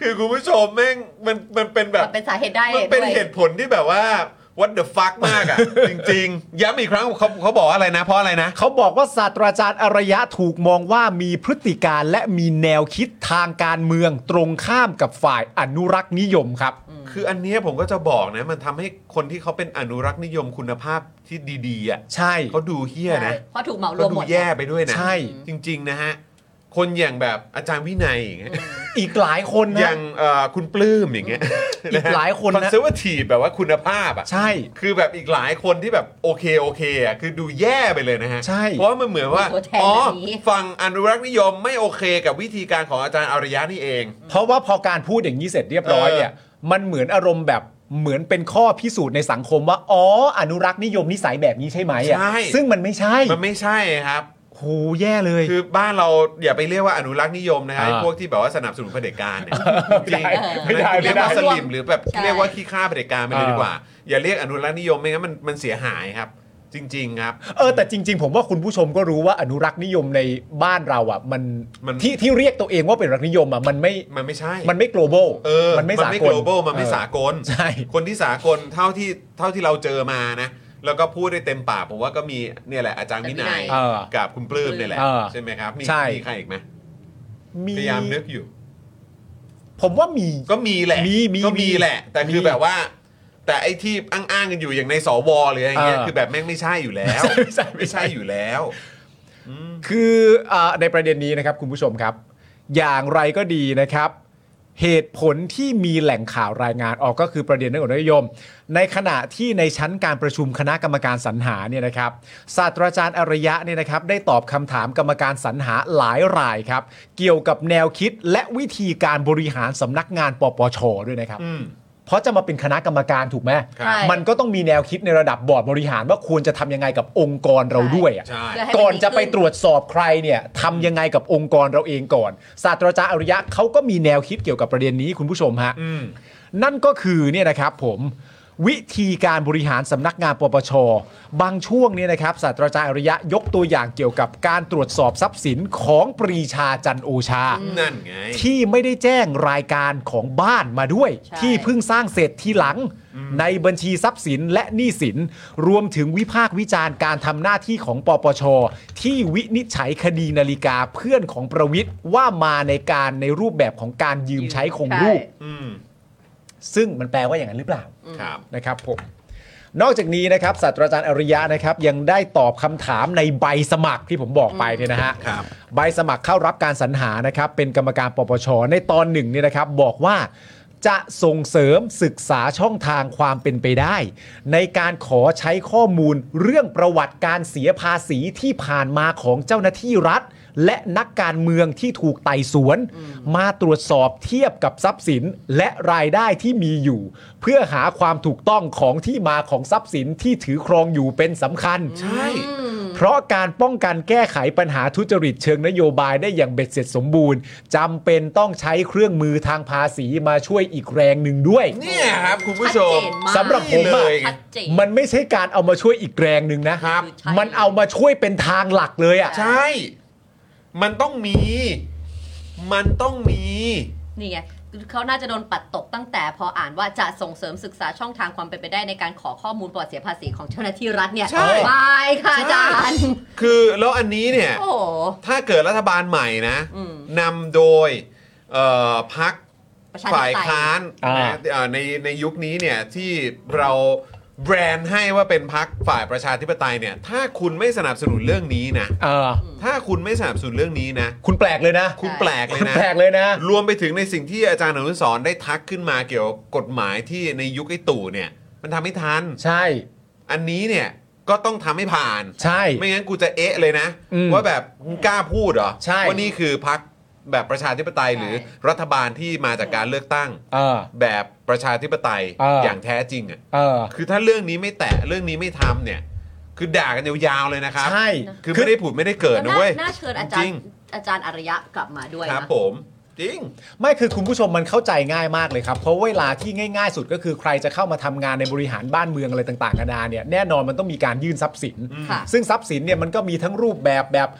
คือคุณผู้ชมแม่งมันมันเป็นแบบ เป็นสาเหตุได้ มันเป็น ด้วย เหตุผลที่แบบว่า what the fuck มากอ่ะ จริง ๆ ย้ำอีกครั้งเขาเขาบอกว่าอะไรนะ เพราะอะไรนะ เขาบอกว่าศาสตราจารย์อารยะถูกมองว่ามีพฤติการและมีแนวคิดทางการเมือง ตรงข้ามกับฝ่ายอนุรักษ์นิยมครับ คืออันเนี้ยผมก็จะบอกนะ มันทำให้คนที่เขาเป็นอนุรักษ์นิยมคุณภาพที่ดีๆอ่ะ ใช่ เขาดูเฮี้ยนะ เพราะถูกเหมาร เขา วม ดู หมด แย่ไปด้วยนะ ใช่ จริง ๆ นะฮะ คนอย่างแบบอาจารย์วินัยอย่างเงี้ย อีกหลายคน อ นะ ย่างเอ่อคุณปลื้มอย่างเงี้ย อีกหลายคนนะ คอนเซอร์วทีแบบว่าคุณภาพอ่ะ ใช่ คือแบบอีกหลายคนที่แบบโอเคโอเคอ่ะคือดูแย่ไปเลยนะฮะ ใช่ เพราะว่ามันเหมือนว่า ตัวแทน อ๋อ แบบนี้ ฝั่งอนุรักษ์นิยมไม่โอเคกับวิธีการของอาจารย์อารยะนี่เอง เพราะว่าพอการพูดอย่างนี้เสร็จเรียบร้อยเนี่ย มันเหมือนอารมณ์แบบเหมือนเป็นข้อพิสูจน์ในสังคมว่า อ๋อ อนุรักษ์นิยมนิสัยแบบนี้ใช่ไหมอ่ะ ใช่ ซึ่งมันไม่ใช่ มันไม่ใช่ครับ หูแย่เลย คือบ้านเราอย่าไปเรียกว่าอนุรักษ์นิยมนะฮะ อ่า ไอ้พวกที่แบบว่าสนับสนุนเผด็จการเนี่ยจริง ไม่ได้ไม่ได้ เรียกว่าสลิมหรือแบบ ใช่ เรียกว่าขี้ข้าเผด็จการไปเลยดีกว่า อย่าเรียกอนุรักษ์นิยมไม่งั้นมันมันเสียหายครับ จริง ๆ ครับ เออแต่จริง ๆ ผมว่าคุณผู้ชมก็รู้ว่าอนุรักษ์นิยมในบ้านเราอ่ะ มัน มัน ที่ที่เรียกตัวเองว่าเป็นอนุรักษ์นิยมอ่ะมันไม่ มันไม่ใช่ มันไม่ global เออ มันไม่สากล global มันไม่สากล ใช่ คนที่สากลเท่าที่เท่าที่เราเจอมานะ แล้วก็พูดได้เต็มปากผมว่าก็มีเนี่ยแหละอาจารย์วินัย เออ กับคุณปลื้มเนี่ยแหละ เออ ใช่ไหมครับมี ใช่ มีใครอีกไหม มี พยายามนึกอยู่ ผมว่ามี ก็มีแหละ มีมี ก็มีแหละ แต่คือ มี แบบว่า แต่ไอ้ที่อ้างๆกันอยู่อย่างในสวหรืออะไรเงี้ย เออ คือแบบแม่งไม่ใช่อยู่แล้ว ไม่ใช่ไม่ ไม่ ใช่ ใช่อยู่แล้ว คือเออในประเด็นนี้นะครับคุณผู้ชมครับ อย่างไรก็ดีนะครับ เหตุผลที่มีแหล่งข่าวรายงานออกก็คือประเด็นเรื่องของนโยม ในขณะที่ในชั้นการประชุมคณะกรรมการสรรหาเนี่ยนะครับศาสตราจารย์อารยะเนี่ยนะครับได้ตอบคำถามกรรมการสรรหาหลายรายครับ เกี่ยวกับแนวคิดและวิธีการบริหารสำนักงานปปชด้วยนะครับ อืม เพราะจะมาเป็นคณะกรรมการถูกไหม ครับ ใช่ มันก็ต้องมีแนวคิดในระดับบอร์ดบริหารว่าควรจะทำยังไงกับองค์กรเราด้วยอะ ใช่ เพื่ให้มั ก่อนจะไป ดีขึ้ ตรวจสอบใครเนี่ยทำยังไงกับองค์กรเราเองก่อนศาสตราจารย์อริยะเขาก็มีแนวคิดเกี่ยวกับประเด็นนี้คุณผู้ชมฮะ อืม นั่นก็คือเนี่ยนะครับผมวิธีการบริหารสำนักงานปปช บางช่วงเนี่ยนะครับศาสตราจารย์อริยะยกตัวอย่างเกี่ยวกับการตรวจสอบทรัพย์สินของปรีชาจันทร์โอชา นั่นไง ที่ไม่ได้แจ้งรายการของบ้านมาด้วย ใช่ ที่เพิ่งสร้างเสร็จทีหลัง ในบัญชีทรัพย์สินและหนี้สิน รวมถึงวิพากษ์วิจารณ์การทำหน้าที่ของปปช ที่วินิจฉัยคดีนาฬิกาเพื่อนของประวิทย์ว่ามาในการในรูปแบบของการยืมใช้คงรูป อืม ซึ่งมันแปลว่าอย่างนั้นหรือเปล่า ครับ นะครับผมนอกจากนี้นะครับศาสตราจารย์อริยะนะครับยังได้ตอบคำถามในใบสมัครที่ผมบอกไปเนี่ยนะฮะ ครับ ใบสมัครเข้ารับการสรรหานะครับเป็นกรรมการปปชในตอนหนึ่งเนี่ยนะครับบอกว่าจะส่งเสริมศึกษาช่องทางความเป็นไปได้ ในการขอใช้ข้อมูลเรื่องประวัติการเสียภาษีที่ผ่านมาของเจ้าหน้าที่รัฐ และนักการเมืองที่ถูกไต่สวน มาตรวจสอบเทียบกับทรัพย์สินและรายได้ที่มีอยู่ เพื่อหาความถูกต้องของที่มาของทรัพย์สินที่ถือครองอยู่เป็นสำคัญ ใช่ เพราะการป้องกันแก้ไขปัญหาทุจริตเชิงนโยบายได้อย่างเบ็ดเสร็จสมบูรณ์จำเป็นต้องใช้เครื่องมือทางภาษีมาช่วยอีกแรงหนึ่งด้วย เนี่ยครับ คุณผู้ชม ชัดเจนมาก สำหรับผม นี่ อะ เลย ชัดเจน มันไม่ใช่การเอามาช่วยอีกแรงหนึ่งนะ ครับ ใช่ มันเอามาช่วยเป็นทางหลักเลยอะ ใช่ มันต้องมี มันต้องมี นี่ไงเขาน่าจะโดนปัดตกตั้งแต่พออ่านว่าจะส่งเสริมศึกษาช่องทางความเป็นไปได้ในการขอข้อมูลประวัติเสียภาษีของเจ้าหน้าที่รัฐเนี่ย ใช่ บายค่ะอาจารย์ คือแล้วอันนี้เนี่ย โอ้โห ถ้าเกิดรัฐบาลใหม่นะ อืม นำโดยเอ่อพัก ประชาธิ ฝ่าย ปไตย ค้าน อ่า นะเอ่อในในยุคนี้เนี่ยที่เราแบรนด์ให้ว่าเป็นพักฝ่ายประชาธิปไตยเนี่ยถ้าคุณไม่สนับสนุนเรื่องนี้นะ เออ ถ้าคุณไม่สนับสนุนเรื่องนี้นะ คุณแปลกเลยนะ คุณ ใช่ แปลกเล คุ ย ณ นะ แปลกเลยนะ รวมไปถึงในสิ่งที่อาจารย์อนุสรณ์ได้ทักขึ้นมาเกี่ยวกับกฎหมายที่ในยุคไอ้ตู่เนี่ย มันทำไม่ทัน ใช่ อันนี้เนี่ยก็ต้องทำให้ผ่าน ใช่ ไม่งั้นกูจะเอะเลยนะ อืม ว่าแบบมึงกล้าพูดเหรอ ใช่ ว่านี่คือพักแบบประชาธิปไตยหรือรัฐบาลที่มาจากการเลือกตั้ง เออ แบบประชาธิปไตย เอออ ย่างแท้จริงอ่ะ เออ คือถ้าเรื่องนี้ไม่แตะเรื่องนี้ไม่ทำเนี่ย คือด่ากันยาวๆเลยนะครับ ใช่ คือไม่ได้ผุดไม่ได้เกิดนะเว้ย น่าเชิญอาจาร จริง ย์อาจารย์อารยะกลับมาด้วย ครับ นะ ผม จ จริง ไม่คือคุณผู้ชมมันเข้าใจง่ายมากเลยครับ เพราะเวลาที่ง่าย ๆ สุดก็คือใครจะเข้ามาทำงานในบริหารบ้านเมืองอะไรต่างๆกันานาเนี่ยแน่นอนมันต้องมีการยื่นทรัพย์สิน ค่ะ ซึ่งทรัพย์สินเนี่ยมันก็มีทั้งรูปแบบแบบ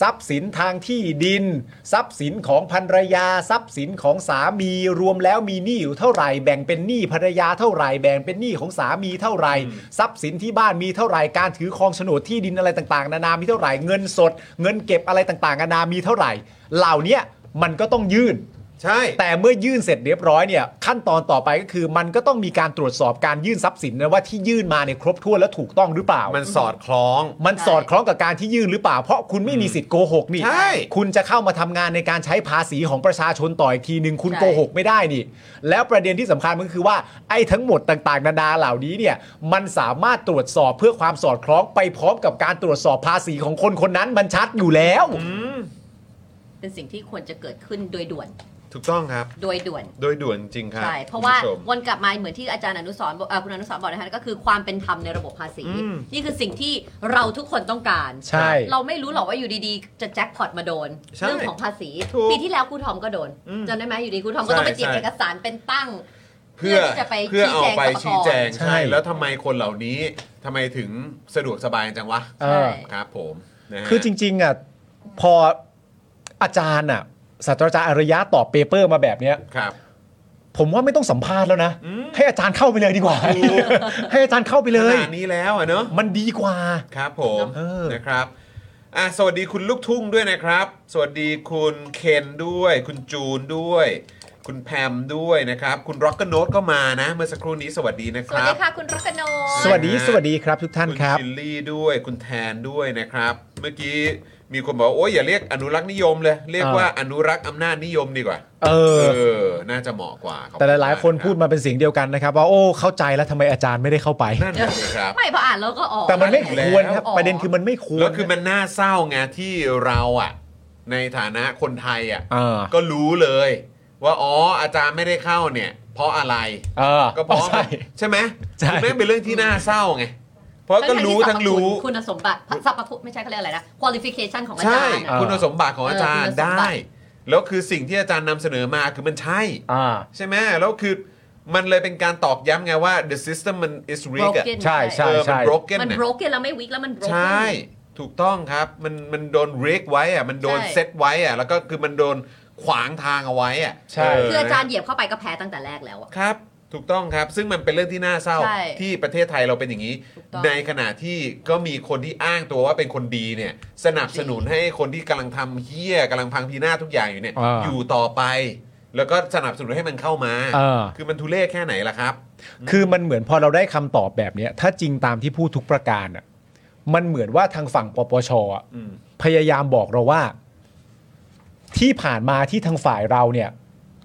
ทรัพย์สินทางที่ดิน ทรัพย์สินของภรรยาทรัพย์สินของสามีรวมแล้วมีหนี้อยู่เท่าไหร่แบ่งเป็นหนี้ภรรยาเท่าไหร่แบ่งเป็นหนี้ของสามีเท่าไหร่ทรัพย์สินที่บ้านมีเท่าไหร่การถือครองโฉนดที่ดินอะไรต่างๆ นานามีเท่าไหร่เงินสด เงินเก็บอะไรต่างๆนานามีเท่าไหร่ เหล่าเนี้ยมันก็ต้องยื่น ใช่ แต่เมื่อยื่นเสร็จเรียบร้อยเนี่ยขั้นตอนต่อไปก็คือ มันก็ต้องมีการตรวจสอบการยื่นทรัพย์สินนะว่าที่ยื่นมาเนี่ยครบถ้วนและถูกต้องหรือเปล่า มันสอดคล้อง มันสอดคล้องกับการที่ยื่นหรือเปล่า เพราะคุณไม่มีสิทธิ์โกหกนี่ ใช่ คุณจะเข้ามาทำงานในการใช้ภาษีของประชาชนต่ออีกทีหนึ่งคุณ ใช่ โกหกไม่ได้นี่ แล้วประเด็นที่สำคัญมันก็คือว่าไอ้ทั้งหมดต่างๆ นานาเหล่านี้เนี่ยมันสามารถตรวจสอบเพื่อความสอดคล้องไปพร้อมกับการตรวจสอบภาษีของคนคนนั้นมันชัดอยู่แล้ว เป็นสิ่งที่ควรจะเกิดขึ้นโดยด่วน ถูกต้องครับ โดยด่วน โดยด่วนจริงครับ ใช่ เพราะว่า คุณผู้ชม วนกลับมาเหมือนที่อาจารย์อนุสรณ์บอกเอ่อคุณอนุสรณ์บอกนะคะก็คือความเป็นธรรมในระบบภาษี อืม นี่คือสิ่งที่เราทุกคนต้องการ ใช่ เราไม่รู้หรอกว่าอยู่ดีๆ จะแจ็คพอตมาโดน ใช่ เรื่องของภาษี ถูก ปีที่แล้วครูทอมก็โดน อืม จำได้ไหมอยู่ดีครูทอมก็ต้องไปเตรียม ใช่ เอกสารเป็นตั้ง เพื่อ เพื่อที่จะไป เพื่อเอาไป ชี้ ชี้แจ แจ ง ง ใช่ ใช่แล้วทำไมคนเหล่านี้ทำไมถึงสะดวกสบายจังวะ เออ ครับผมนะฮะ คือจริงๆอ่ะพออาจารย์อ่ะศาสตราจารย์อารยะตอบเปเปอร์มาแบบเนี้ย ครับ ผมว่าไม่ต้องสัมภาษณ์แล้วนะ อืม ให้อาจารย์เข้าไปเลยดีกว่า ให้อาจารย์เข้าไปเลย ขนาดนี้แล้วอะเนอะ มันดีกว่า ครับผม เออ นะครับอ่ะสวัสดีคุณลูกทุ่งด้วยนะครับ สวัสดีคุณเคนด้วย คุณจูนด้วย คุณแพมด้วยนะครับ คุณร็อกเกอร์โนตก็มานะ เมื่อสักครู่นี้สวัสดีนะ ส ค วัส รั ดี บ ค่ะคุณรักนนท์ สวัสดี นะฮะ สวัสดีครับทุกท่าน คุณ ครับ ชิลลี่ด้วยคุณแทนด้วยนะครับ เมื่อกี้มีคนบอกว่าโอ้ยอย่าเรียกอนุรักษ์นิยมเลย เรียกว่าอนุรักษ์อำนาจนิยมดีกว่า เออ เออ น่าจะเหมาะกว่าขอบณ แต่หลายๆ คนพูด มาก มาเป็นเสียงเดียวกันนะครับ ว่าโอ้เข้าใจแล้วทำไมอาจารย์ไม่ได้เข้าไป นั่นเอง ครับ ไม่พออ่านแล้วก็ออก แต่มันไม่ อยู่ ค แล้ว วรครับ อ๋อ ประเด็นคือมันไม่ควร แล้วคือมันน่าเศร้าไงที่เราอ่ะ ในฐานะคนไทยอ่ะ เออ ก็รู้เลย ว่าอ๋ออาจารย์ไม่ได้เข้าเนี่ย เพราะอะไร เออ ก็เพราะ ใช่ ใช่ไหม ใช่ คือแม่งเป็นเรื่องที่น่าเศร้าไงเพราะก็รู้ทั้งรู้ คุณสมบัติสรรพคุณไม่ใช่เขาเรียกอะไรนะ qualification ของอา ใช่ จารย์อะ คุณสมบัติของอาจาร เอย์อคุณสมบั ได้ ติ แล้วคือสิ่งที่อาจารย์นำเสนอมาคือมันใช่ อ่า ใช่ไหมแล้วคือมันเลยเป็นการตอกย้ำไงว่า the system มัน is weak อะ broken ใช่ใช่ เออมัน broken มัน อะ broken แล้วไม่ weak แล้วมัน ใช broken ่ ถูกต้องครับ มันมันโดนเรกไว้อะมันโดน ใช่ เซตไว้อะแล้วก็คือมันโดนขวางทางเอาไว้อะ ใช่ เ คืออาจารย์เหยียบเข้าไปก็แพ้ตั้งแต่แรกแล้วอะ ครับ ถูกต้องครับ ซึ่งมันเป็นเรื่องที่น่าเศร้า ใช่ ที่ประเทศไทยเราเป็นอย่างนี้ ถูกต้อง ในขณะที่ก็มีคนที่อ้างตัวว่าเป็นคนดีเนี่ย สนับสนุนให้คนที่กำลังทำเฮี้ยกำลังพังพีหน้าทุกอย่างอยู่เนี่ย อ่า ยู่ต่อไป แล้วก็สนับสนุนให้มันเข้ามา อ่า คือมันทุเรศแค่ไหนล่ะครับ คือมันเหมือนพอเราได้คำตอบแบบเนี้ยถ้าจริงตามที่พูดทุกประการอ่ะมันเหมือนว่าทางฝั่งปปชอ่ะ อืม พยายามบอกเราว่า ที่ผ่านมาที่ทางฝ่ายเราเนี่ย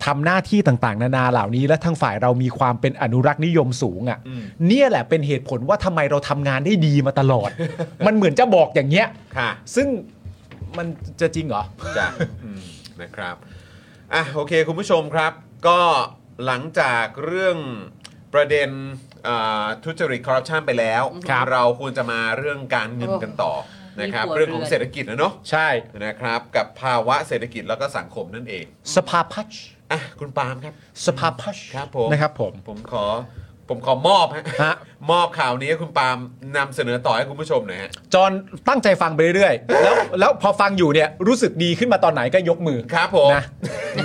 ทำหน้าที่ต่างๆ นานาเหล่านี้ และทางฝ่ายเรามีความเป็นอนุรักษ์นิยมสูงอะ่ะ อืม เนี่ยแหละเป็นเหตุผลว่าทำไมเราทำงานได้ดีมาต ลอด มันเหมือนจะบอกอย่างเงี้ย ค่ะ ซึ่งมันจะจริงเหรอ จ้ะอืมนะครับอ่ะโอเคคุณผู้ชมครับ ก็หลังจากเรื่องประเด็นเอ่อทุจริตคอร์รัปชันไปแล้ว ครับ เราควรจะมาเรื่องการเงินกันต่อนะครับ มีครัว เรื่องของ เรือน เศรษฐกิจนะเนาะ ใช่ นะครับ กับภาวะเศรษฐกิจแล้วก็สังคมนั่นเอง สภาพัช อ่ะคุณปาล์มครับ สภาพัช ครับผม นะครับผม ผมขอผมขอมอบฮะ ฮะ มอบข่าวนี้ให้คุณปาล์มนำเสนอต่อให้คุณผู้ชมหน่อยฮะ จอนตั้งใจฟังไปเรื่อยๆแล้วแล้วพอฟังอยู่เนี่ยรู้สึกดีขึ้นมาตอนไหนก็ยกมือ ครับผม นะ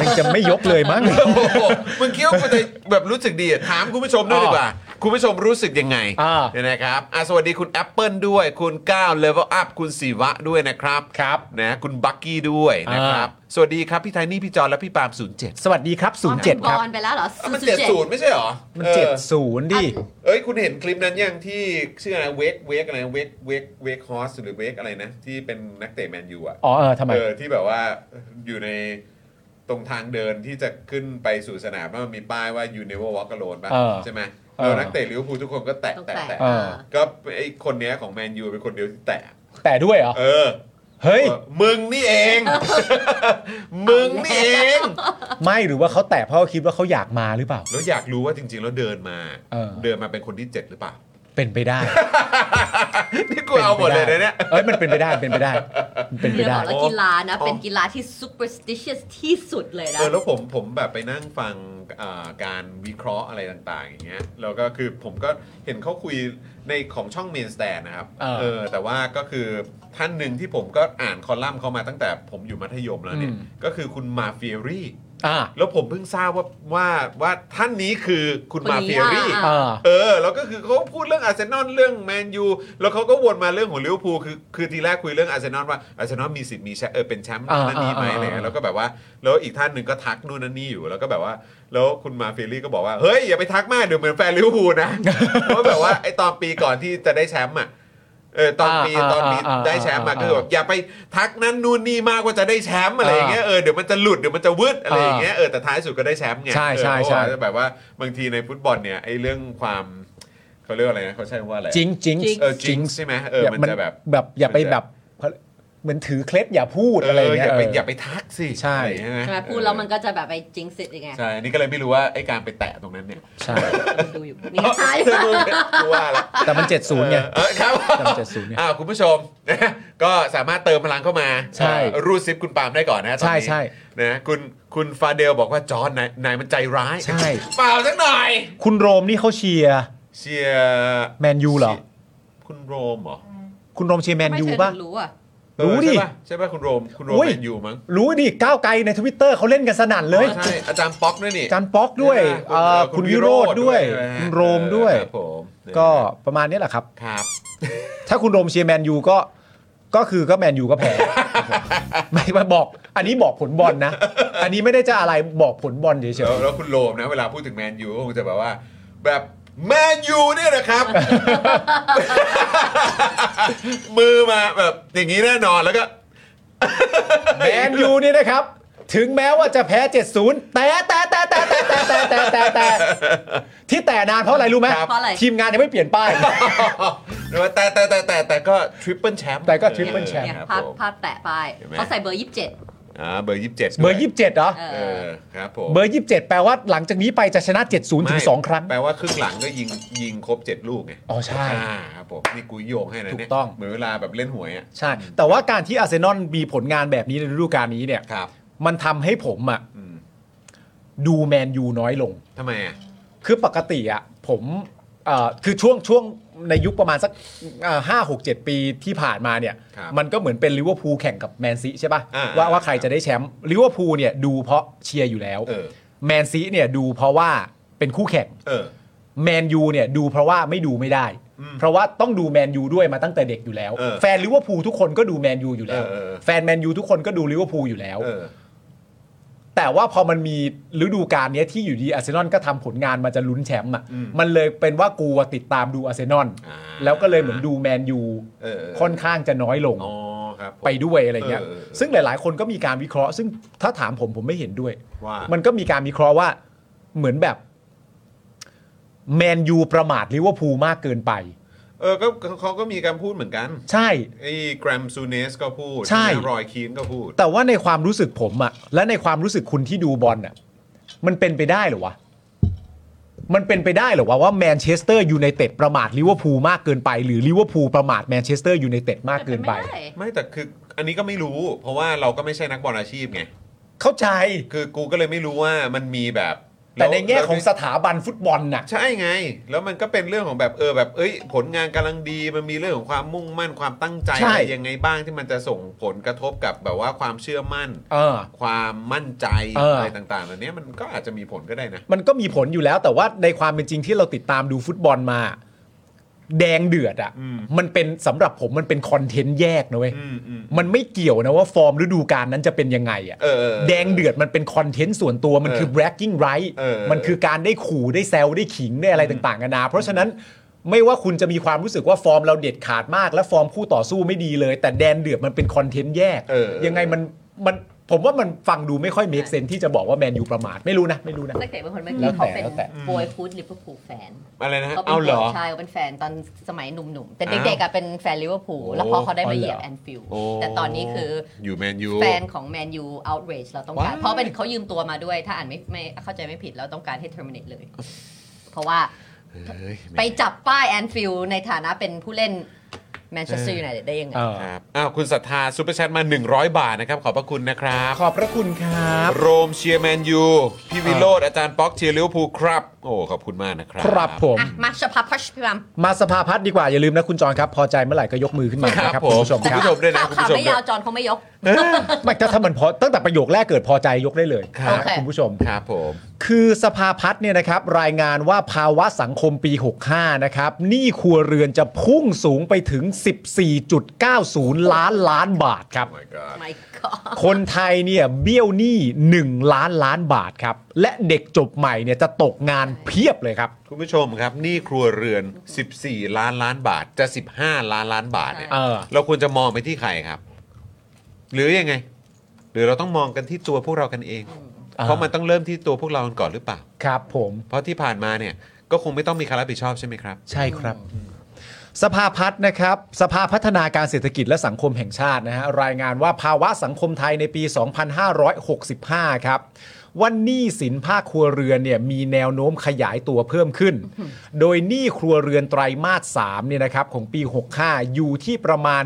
มันจะไม่ยกเลย มั้ง โอ้โหมึงคิดว่ากูจะแบบรู้สึกดีอะถามคุณผู้ชมด้วยดีกว่า คุณผู้ชมรู้สึกยังไง อ่า เนี่ยนะครับอ่ะสวัสดีคุณ Apple ด้วย คุณก้าวเลเวลอัพคุณศิวะด้วยนะครับ ครับ นะคุณบักกี้ด้วยนะครับ สวัสดีครับ พี่ไทนี่ พี่จอนและพี่ปาล์ม07 สวัสดีครับ 07 ครับ บอลไปแล้วเหรอ อ่ะมัน 07 70 ไม่ใช่เหรอ มัน ออ 70 ดิ เอ้ย คุณเห็นคลิปนั้นยังที่ชื่ออะไรเวกเวกอะไรเวกเวกเวกฮอสหรือเวกอะไรนะ ที่เป็นนักเตะแมนยูอ่ะ อ๋อ เออทำไม เออที่แบบว่าอยู่ในตรงทางเดินที่จะขึ้นไปสู่สนามแล้วมันมีป้ายว่า you never walk alone ป่ะ เออ ใช่ไหม เออ แล้วนักเตะลิเวอร์พูลทุกคนก็แตะ ต้อง แตะ แตะ แตะ เออ ก็ไอคนเนี้ยของแมนยูเป็นคนเดียวที่แตะ แต่ด้วยเหรอ เออ เฮ้ย มึงนี่เอง มึงนี่เอง ไม่หรือว่าเขาแตะเพราะเขาคิดว่าเขาอยากมาหรือเปล่า แล้วอยากรู้ว่าจริง ๆ แล้วเดินมา เออ เดินมาเป็นคนที่เจ็ดหรือเปล่า เป็นไปได้ นี่กูเอาหมดเลยนะเนี่ย เอ้ยมันเป็นไปได้เป็นไปได้มันเป็นไป เดี๋ยว ได้ บอกแล้วกีฬานะ อ๋อ เป็นกีฬาที่ superstitious ที่สุดเลยนะ เออแล้วผมผมแบบไปนั่งฟังอ่าการวิเคราะห์อะไรต่างๆ อย่างเงี้ยแล้วก็คือผมก็เห็นเขาคุยในของช่องเมนสแตนนะครับ เออ แต่ว่าก็คือท่านหนึ่งที่ผมก็อ่านคอลัมน์เขามาตั้งแต่ผมอยู่มัธยมแล้วเนี่ย อืม ก็คือคุณมาเฟียรี่ อ่า แล้วผมเพิ่งทราบว่าว่าว่าท่านนี้คือคุณ คนนี้ มาเฟียรี่ อ่ะ อ่า เออแล้วก็คือเขาพูดเรื่องอาร์เซนอลเรื่องแมนยูแล้วเขาก็วนมาเรื่องของลิเวอร์พูลคือคือทีแรกคุยเรื่องอาร์เซนอลว่าอาร์เซนอลมีสิทธิ์มีแชมป์เออเป็นแชมป์ อ่า นั่นนี่ไหม อ่า อะไรเงี้ย อ่า แล้วก็แบบว่าแล้วอีกท่านหนึ่งก็ทักนู่นนั่นนี่อยู่แล้วก็แบบว่า แล้วคุณมาเฟลลี่ก็บอกว่าเฮ้ยอย่าไปทักมากเดี๋ยวเหมือนแฟนลิเวอร์พูลนะ เพราะแบบว่าไอตอนปีก่อนที่จะได้แชมป์อ่ะเออตอนปี อ่า ตอนปี อ่าอ่า ได้แชมป์มา อ่า ก็คือแบบอย่าไปทักนั่นนู่นนี่มากว่าจะได้แชมป์อะไรอย่างเงี้ยเออเดี๋ยวมันจะหลุดเดี๋ยวมันจะวืดอะไรอย่างเงี้ยเออแต่ท้ายสุดก็ได้แชมป์ไง ใช่ใช่ เออ ใช่ เพราะว่า แบบว่าบางทีในฟุตบอลเนี่ยไอ้เรื่องความเขาเรียกว่าอะไรนะเขาใช้คำว่าอะไร จริงจริง เออจิงใช่ไหมเออมันจะแบบ แบบอย่าไป มันจะ แบบเหมือนถือเคล็ดอย่าพูด เอ อะไร ออ เงี้ย ย่าไป เออ อย่าไปทักสิ ใช่ อะไรอย่างเงี้ยนะ ใช่ไหมพูดแล้วมันก็จะแบบไปจิงสิทธิ์ยังไง ใช่อันนี้ก็เลยไม่รู้ว่าไอ้การไปแตะตรงนั้นเนี่ย ใช่ มัน ดูอยู่นี่ใช่ กูว่าละ แต่มัน 70ไง เออครับ จำ70เนี่ย อ่าคุณผู้ชม นะก็สามารถเติมพลังเข้ามา ใช่ เอ่อรูดซิปคุณปาล์มได้ก่อนนะตอนนี้ ใช่ใช่ นะคุณคุณฟาเดลบอกว่าจอร์นนายนายมันใจร้าย ใช่ เปล่าสักหน่อย คุณโรมนี่เขาเชียร์ เชียร์ แมนยูเหรอ คุณโรมเหรอ คุณโรมเชียร์แมนยู ไม่เธอ ป่ะ ถึงรู้อ่ะ เออ รู้ดิ ใช่ป่ะใช่ป่ะคุณโรมคุณโรม อุ้ย แมนยูมั้ง รู้ดิก้าวไกลในทวิตเตอร์เขาเล่นกันสนั่นเลย อ๋อใช่อาจารย์ป๊อกด้วยนี่ อาจานป๊อกด้วย เอ เอ่ อ อคุณวิโรธด้วย นะฮะ คุณโรมด้วย ครับผม ก็ประมาณนี้แหละครับ ครับ ถ้าคุณโรมเชียร์แมนยูก็ก็คือก็แมนยูก็แพ้ ไม่มาบอก อันนี้บอกผลบอลนะ อันนี้ไม่ได้จะอะไรบอกผลบอลเฉย แล้วแล้วคุณโรมนะเวลาพูดถึงแมนยูก็คงจะแบบว่า แบบแมนยูเนี่ย นะครับ มือมาแบบอย่างนี้แน่นอนแล้วก็ ๆแมนยูนี่นะครับ ถึงแม้ว่าจะแพ้ 70 แต่แต่แต่แต่แต่แต่แต่แต่แต่แต่ที่แต่นานเพราะอะไรรู้ไหม ครับเพราะอะไร ทีมงานยังไม่เปลี่ยนป้าย หรือว่าแต่แต่แต่แต่แต่ก็ทริปเปิลแชมป์ แต่ก็ Triple แชมป์ เนี่ย ครับ ภาพ ผม ภาพแตะป้าย เห็นไหม เขาใส่เบอร์ 27 อ่าเบอร์ยี่สิบเจ็ด เบอร์ 27เหรอ เอ เอ อ อครับผม เบอร์ 27 แปลว่าหลังจากนี้ไปจะชนะ 70 ถึง ไม่ 2 ครั้ง แปลว่าครึ่งหลังก็ยิงยิงครบเจ็ดลูกไง อ๋อใช่ อ่าครับผมนี่กูโยงให้นะเนี่ย ถูกต้อง เหมือนเวลาแบบเล่นหวยอ่ะ ใช่ แต่ว่าการที่อาร์เซนอลมีผลงานแบบนี้ในฤดูกาลนี้เนี่ย ครับ มันทำให้ผมอะ อืม ดูแมนยูน้อยลง ทำไมอ่ะ คือปกติอะผมเอ่อคือช่วงช่วงในยุคประมาณสักห้าหกเจ็ดปีที่ผ่านมาเนี่ย ครับ มันก็เหมือนเป็นลิเวอร์พูลแข่งกับแมนซีใช่ป่ะ อ่า ว่า อ่า ว่าใครจะได้แชมป์ลิเวอร์พูลเนี่ยดูเพราะเชียร์อยู่แล้ว เออ แมนซีเนี่ยดูเพราะว่าเป็นคู่แข่ง เออ แมนยูเนี่ยดูเพราะว่าไม่ดูไม่ได้ อืม เพราะว่าต้องดูแมนยูด้วยมาตั้งแต่เด็กอยู่แล้ว เออ แฟนลิเวอร์พูลทุกคนก็ดูแมนยูอยู่แล้ว เออเออ แฟนแมนยูทุกคนก็ดูลิเวอร์พูลอยู่แล้ว เออ แต่ว่าพอมันมีฤดูกาลเนี้ยที่อยู่ดีอาร์เซนอลก็ทำผลงานมันจะลุ้นแชมป์อ่ะ อืม มันเลยเป็นว่ากูอะติดตามดูอาร์เซนอล อ่า แล้วก็เลยเหมือนดูแมนยู เออ ค่อนข้างจะน้อยลง อ๋อครับผม ไปด้วยอะไรเงี้ย เออเออเออ ซึ่งหลาย ๆ คนก็มีการวิเคราะห์ ซึ่งถ้าถามผมผมไม่เห็นด้วย ว่ามั มันก็มีการวิเคราะห์ว่าเหมือนแบบแมนยูประมาทลิเวอร์พูลมากเกินไป เออก็เขาเขาก็มีการพูดเหมือนกัน ใช่ ไอ้แกรมซูเนสก็พูด ใช่ นะรอยคีนก็พูด แต่ว่าในความรู้สึกผมอะและในความรู้สึกคุณที่ดูบอลอะมันเป็นไปได้เหรอวะ มันเป็นไปได้เหรอวะว่าแมนเชสเตอร์ยูไนเต็ดประมาทลิเวอร์พูลมากเกินไป หรือลิเวอร์พูลประมาทแมนเชสเตอร์ยูไนเต็ดมากเกินไป ไม่แต่คืออันนี้ก็ไม่รู้ เพราะว่าเราก็ไม่ใช่นักบอลอาชีพไง เข้าใจ คือกูก็เลยไม่รู้ว่ามันมีแบบ แต่ ล้ว ในแง่ของสถาบันฟุตบอลน่ะ ใช่ไง แล้วมันก็เป็นเรื่องของแบบเออแบบเอ้ย ผลงานกำลังดีมันมีเรื่องของความมุ่งมั่นความตั้งใจ ใช่ อะไรยังไงบ้างที่มันจะส่งผลกระทบกับแบบว่าความเชื่อมั่น เออ ความมั่นใจ เอออ อะไรต่างๆเหล่านี้มันก็อาจจะมีผลก็ได้นะ มันก็มีผลอยู่แล้ว แต่ว่าในความเป็นจริงที่เราติดตามดูฟุตบอลมา แดงเดือดอะ อืม มันเป็นสำหรับผมมันเป็นคอนเทนต์แยกนะเว้ย อืมอืม มันไม่เกี่ยวนะว่าฟอร์มฤดูกาลนั้นจะเป็นยังไงอะ เออ แดงเดือดมันเป็นคอนเทนต์ส่วนตัวมันคือ เออ bragging right เออ มันคือการได้ขู่ได้แซวได้ขิงได้อะไรต่างๆกันานาเพราะฉะนั้นไม่ว่าคุณจะมีความรู้สึกว่าฟอร์มเราเด็ดขาดมาก และฟอร์มคู่ต่อสู้ไม่ดีเลย แต่แดนเดือดมันเป็นคอนเทนต์แยก เออ ยังไงมันมันผมว่ามันฟังดูไม่ค่อยเมคเซนที่จะบอกว่าแมนยูประมาทไม่รู้นะ ไม่รู้นะ นักเตะบางคนเมื่อ แล้ กี้ วเขาแต่เป็น แล้วแต่ บอยฟูดลิเวอร์พูลแฟน อะไรนะฮะ เขาเป็น เอาเหรอ บยชายเขาเป็นแฟนตอนสมัยหนุ่มๆ แต่เด็กๆอะเป็นแฟนลิเวอร์พูล โอ้ แล้วพอเขาได้มาเหยียบ อ๋อเหรอ แอนฟิลด์ โอ้ แต่ตอนนี้คือ อยู่แมนยู แฟนของแมนยู outrage เราต้องการ ว้าย เพ ราะเป็นเขายืมตัวมาด้วย ถ้าอ่านไม่ไม่เข้าใจไม่ผิดเราต้องการให้ terminate เลย เพราะว่า เฮ้ย ไปจับป้ายแอนฟิลในฐานะเป็นผู้เล่นแมนเช สเตอร์ยูไนเต็ดได้ยังไง เออ ครับอ้าวคุณศรัทธาซูเปอร์แชทมา 100 บาทนะครับ ขอบพระคุณนะครับ ขอบพระคุณครับ โรมเชียร์แมนยู พี่วิโรดอาจารย์ป๊อกเชียร์ลิเวอร์พูลครับ โอ้ ขอบคุณมากนะครับ ครับผม อ่ะ มาชพับพัชพิมพ์ มาสภาพัฒน์ดีกว่า อย่าลืมนะคุณจอนครับ พอใจเมื่อไหร่ก็ยกมือขึ้นมา ครับ นะครับ ผม คุณผู้ชมขคอณรับ ผู้ชมด้วยนะ ข่าวข่าว คุณผู้ชม ไม่ยาวจอนเขาไม่ยก ไม่ถ้าถ้ามันพอตั้งแต่ประโยคแรกเกิดพอใจยกได้เลย ครับ นะคุณผู้ชม ครับผม คือสภาพัฒน์เนี่ยนะครับรายงานว่าภาวะสังคมปี 65 นะครับหนี้ครัวเรือนจะพุ่งสูงไปถึง 14.90 ล้านล้านบาทครับ my god my god คนไทยเนี่ยเบี้ยวหนี้ 1 ล้านล้านบาทครับ และเด็กจบใหม่เนี่ยจะตกงานเพียบเลยครับ คุณผู้ชมครับหนี้ครัวเรือน 14 ล้านล้านบาทจะ 15 ล้านล้านบาทเนี่ย เออ เราควรจะมองไปที่ใครครับ หรือยังไง หรือเราต้องมองกันที่ตัวพวกเรากันเอง อ่า เพราะมันต้องเริ่มที่ตัวพวกเรากันก่อนหรือเปล่า ครับผม เพราะที่ผ่านมาเนี่ยก็คงไม่ต้องมีใครรับผิดชอบใช่ไหมครับ ใช่ครับ สภาพัฒน์นะครับ สภาพัฒนาการเศรษฐกิจและสังคมแห่งชาตินะฮะรายงานว่าภาวะสังคมไทยในปี 2565 ครับว่าหนี้สินภาคครัวเรือนเนี่ยมีแนวโน้มขยายตัวเพิ่มขึ้น โดยหนี้ครัวเรือนไตรมาส3เนี่ยนะครับของปี 65 อยู่ที่ประมาณ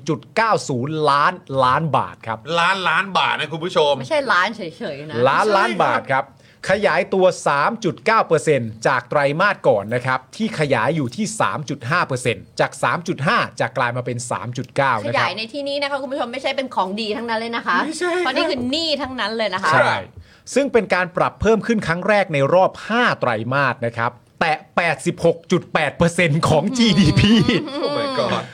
14.90 ล้านล้านบาทครับ ล้านล้านบาทนะคุณผู้ชม ไม่ใช่ล้านเฉยๆนะ ล้านล้านบาทครับ ขยายตัว 3.9%จากไตรมาสก่อนนะครับ ที่ขยายอยู่ที่ 3.5%จาก 3.5 จากกลายมาเป็น 3.9 ข นะค ยา รับ ยในที่นี้นะคะคุณผู้ชมไม่ใช่เป็นของดีทั้งนั้นเลยนะคะ ไม่ใช่ครับ เพราะนี่คือหนี้ทั้งนั้นเลยนะคะ ใช่ ซึ่งเป็นการปรับเพิ่มขึ้นครั้งแรกในรอบ 5 ไตรมาสนะครับ แต่ 86.8%ของ GDP โอ้ my god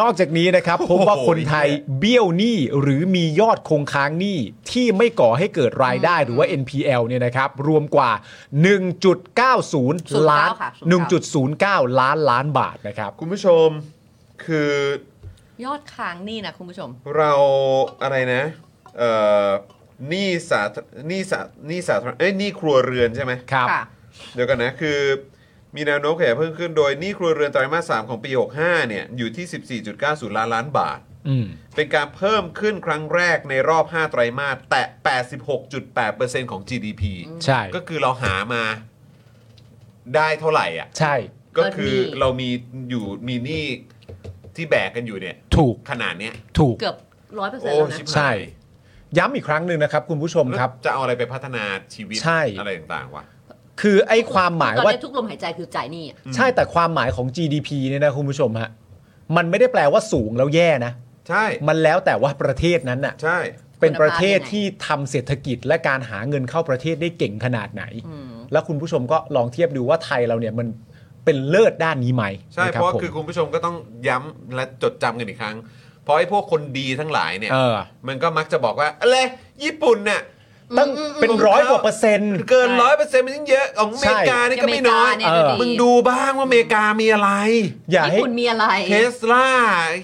นอกจากนี้นะครับ พบว่าคนไทยเบี้ยวหนี้หรือมียอดคงค้างหนี้ที่ไม่ก่อให้เกิดรายได้หรือว่า NPL เนี่ยนะครับ รวมกว่า 1.90 ล้าน ค่ะ 1.09 ล้านล้านบาทนะครับ คุณผู้ชมคือ ยอดค้างหนี้นะคุณผู้ชม เราอะไรนะ เอ่อหนี่สาธหนี่สาหนี่สาธารณเอ้ยหนี่ครัวเรือนใช่ไหม ครับ ค่ะ เดี๋ยวกันนะ คือ มีแนวโน้มขยายเพิ่มขึ้นโดยหนี้ครัวเรือนไตรมาส 3 ของปี 65 เนี่ย อยู่ที่ 14.90 ล้านล้านบาท อืม เป็นการเพิ่มขึ้นครั้งแรกในรอบ 5 ไตรมาส แตะ 86.8%ของ GDP ใช่ ก็คือเราหามาได้เท่าไหร่อ่ะ ใช่ ก็คือ ก็นี่ เรามีอยู่มีหนี้ที่แบกกันอยู่เนี่ย ถูก ขนาดเนี้ย ถูก เกือบร้อยเปอร์เซ็น โอ้ ต์แล้วนะ ชิบหาย ใช่ ย้ำอีกครั้งหนึ่งนะครับ คุณผู้ชมครับ แล้วจะเอาอะไรไปพัฒนาชีวิต ใช่ อะไรต่างๆวะ คือไอ้ความหมาย ตอน ว่า นี้ทุกลมหายใจคือจ่ายหนี้อะ ใช่แต่ความหมายของ GDP เนี่ยนะคุณผู้ชมฮะ มันไม่ได้แปลว่าสูงแล้วแย่นะ ใช่ มันแล้วแต่ว่าประเทศนั้นน่ะ ใช่ เป็นประเทศที่ทำเศรษฐกิจและการหาเงินเข้าประเทศได้เก่งขนาดไหน แล้วคุณผู้ชมก็ลองเทียบดูว่าไทยเราเนี่ยมันเป็นเลิศด้านนี้ไหม ใช่ น เพราะ ผม คือคุณผู้ชมก็ต้องย้ำและจดจำกันอีกครั้ง เพราะไอ้พวกคนดีทั้งหลายเนี่ย เออ มันก็มักจะบอกว่าอะไรญี่ปุ่นเนี่ย ตั้งเป็น อืม ร้อยกว่าเปอร์เซ็นต์ เกินร้อยเปอร์เซ็นต์มันยังเยอะของอเมริกานี่ก็ไม่น้อย เ เออ มึงดูบ้างว่าอเมริกามีอะไร อย่าให้ ญี่ปุ่นมีอะไร เทสลา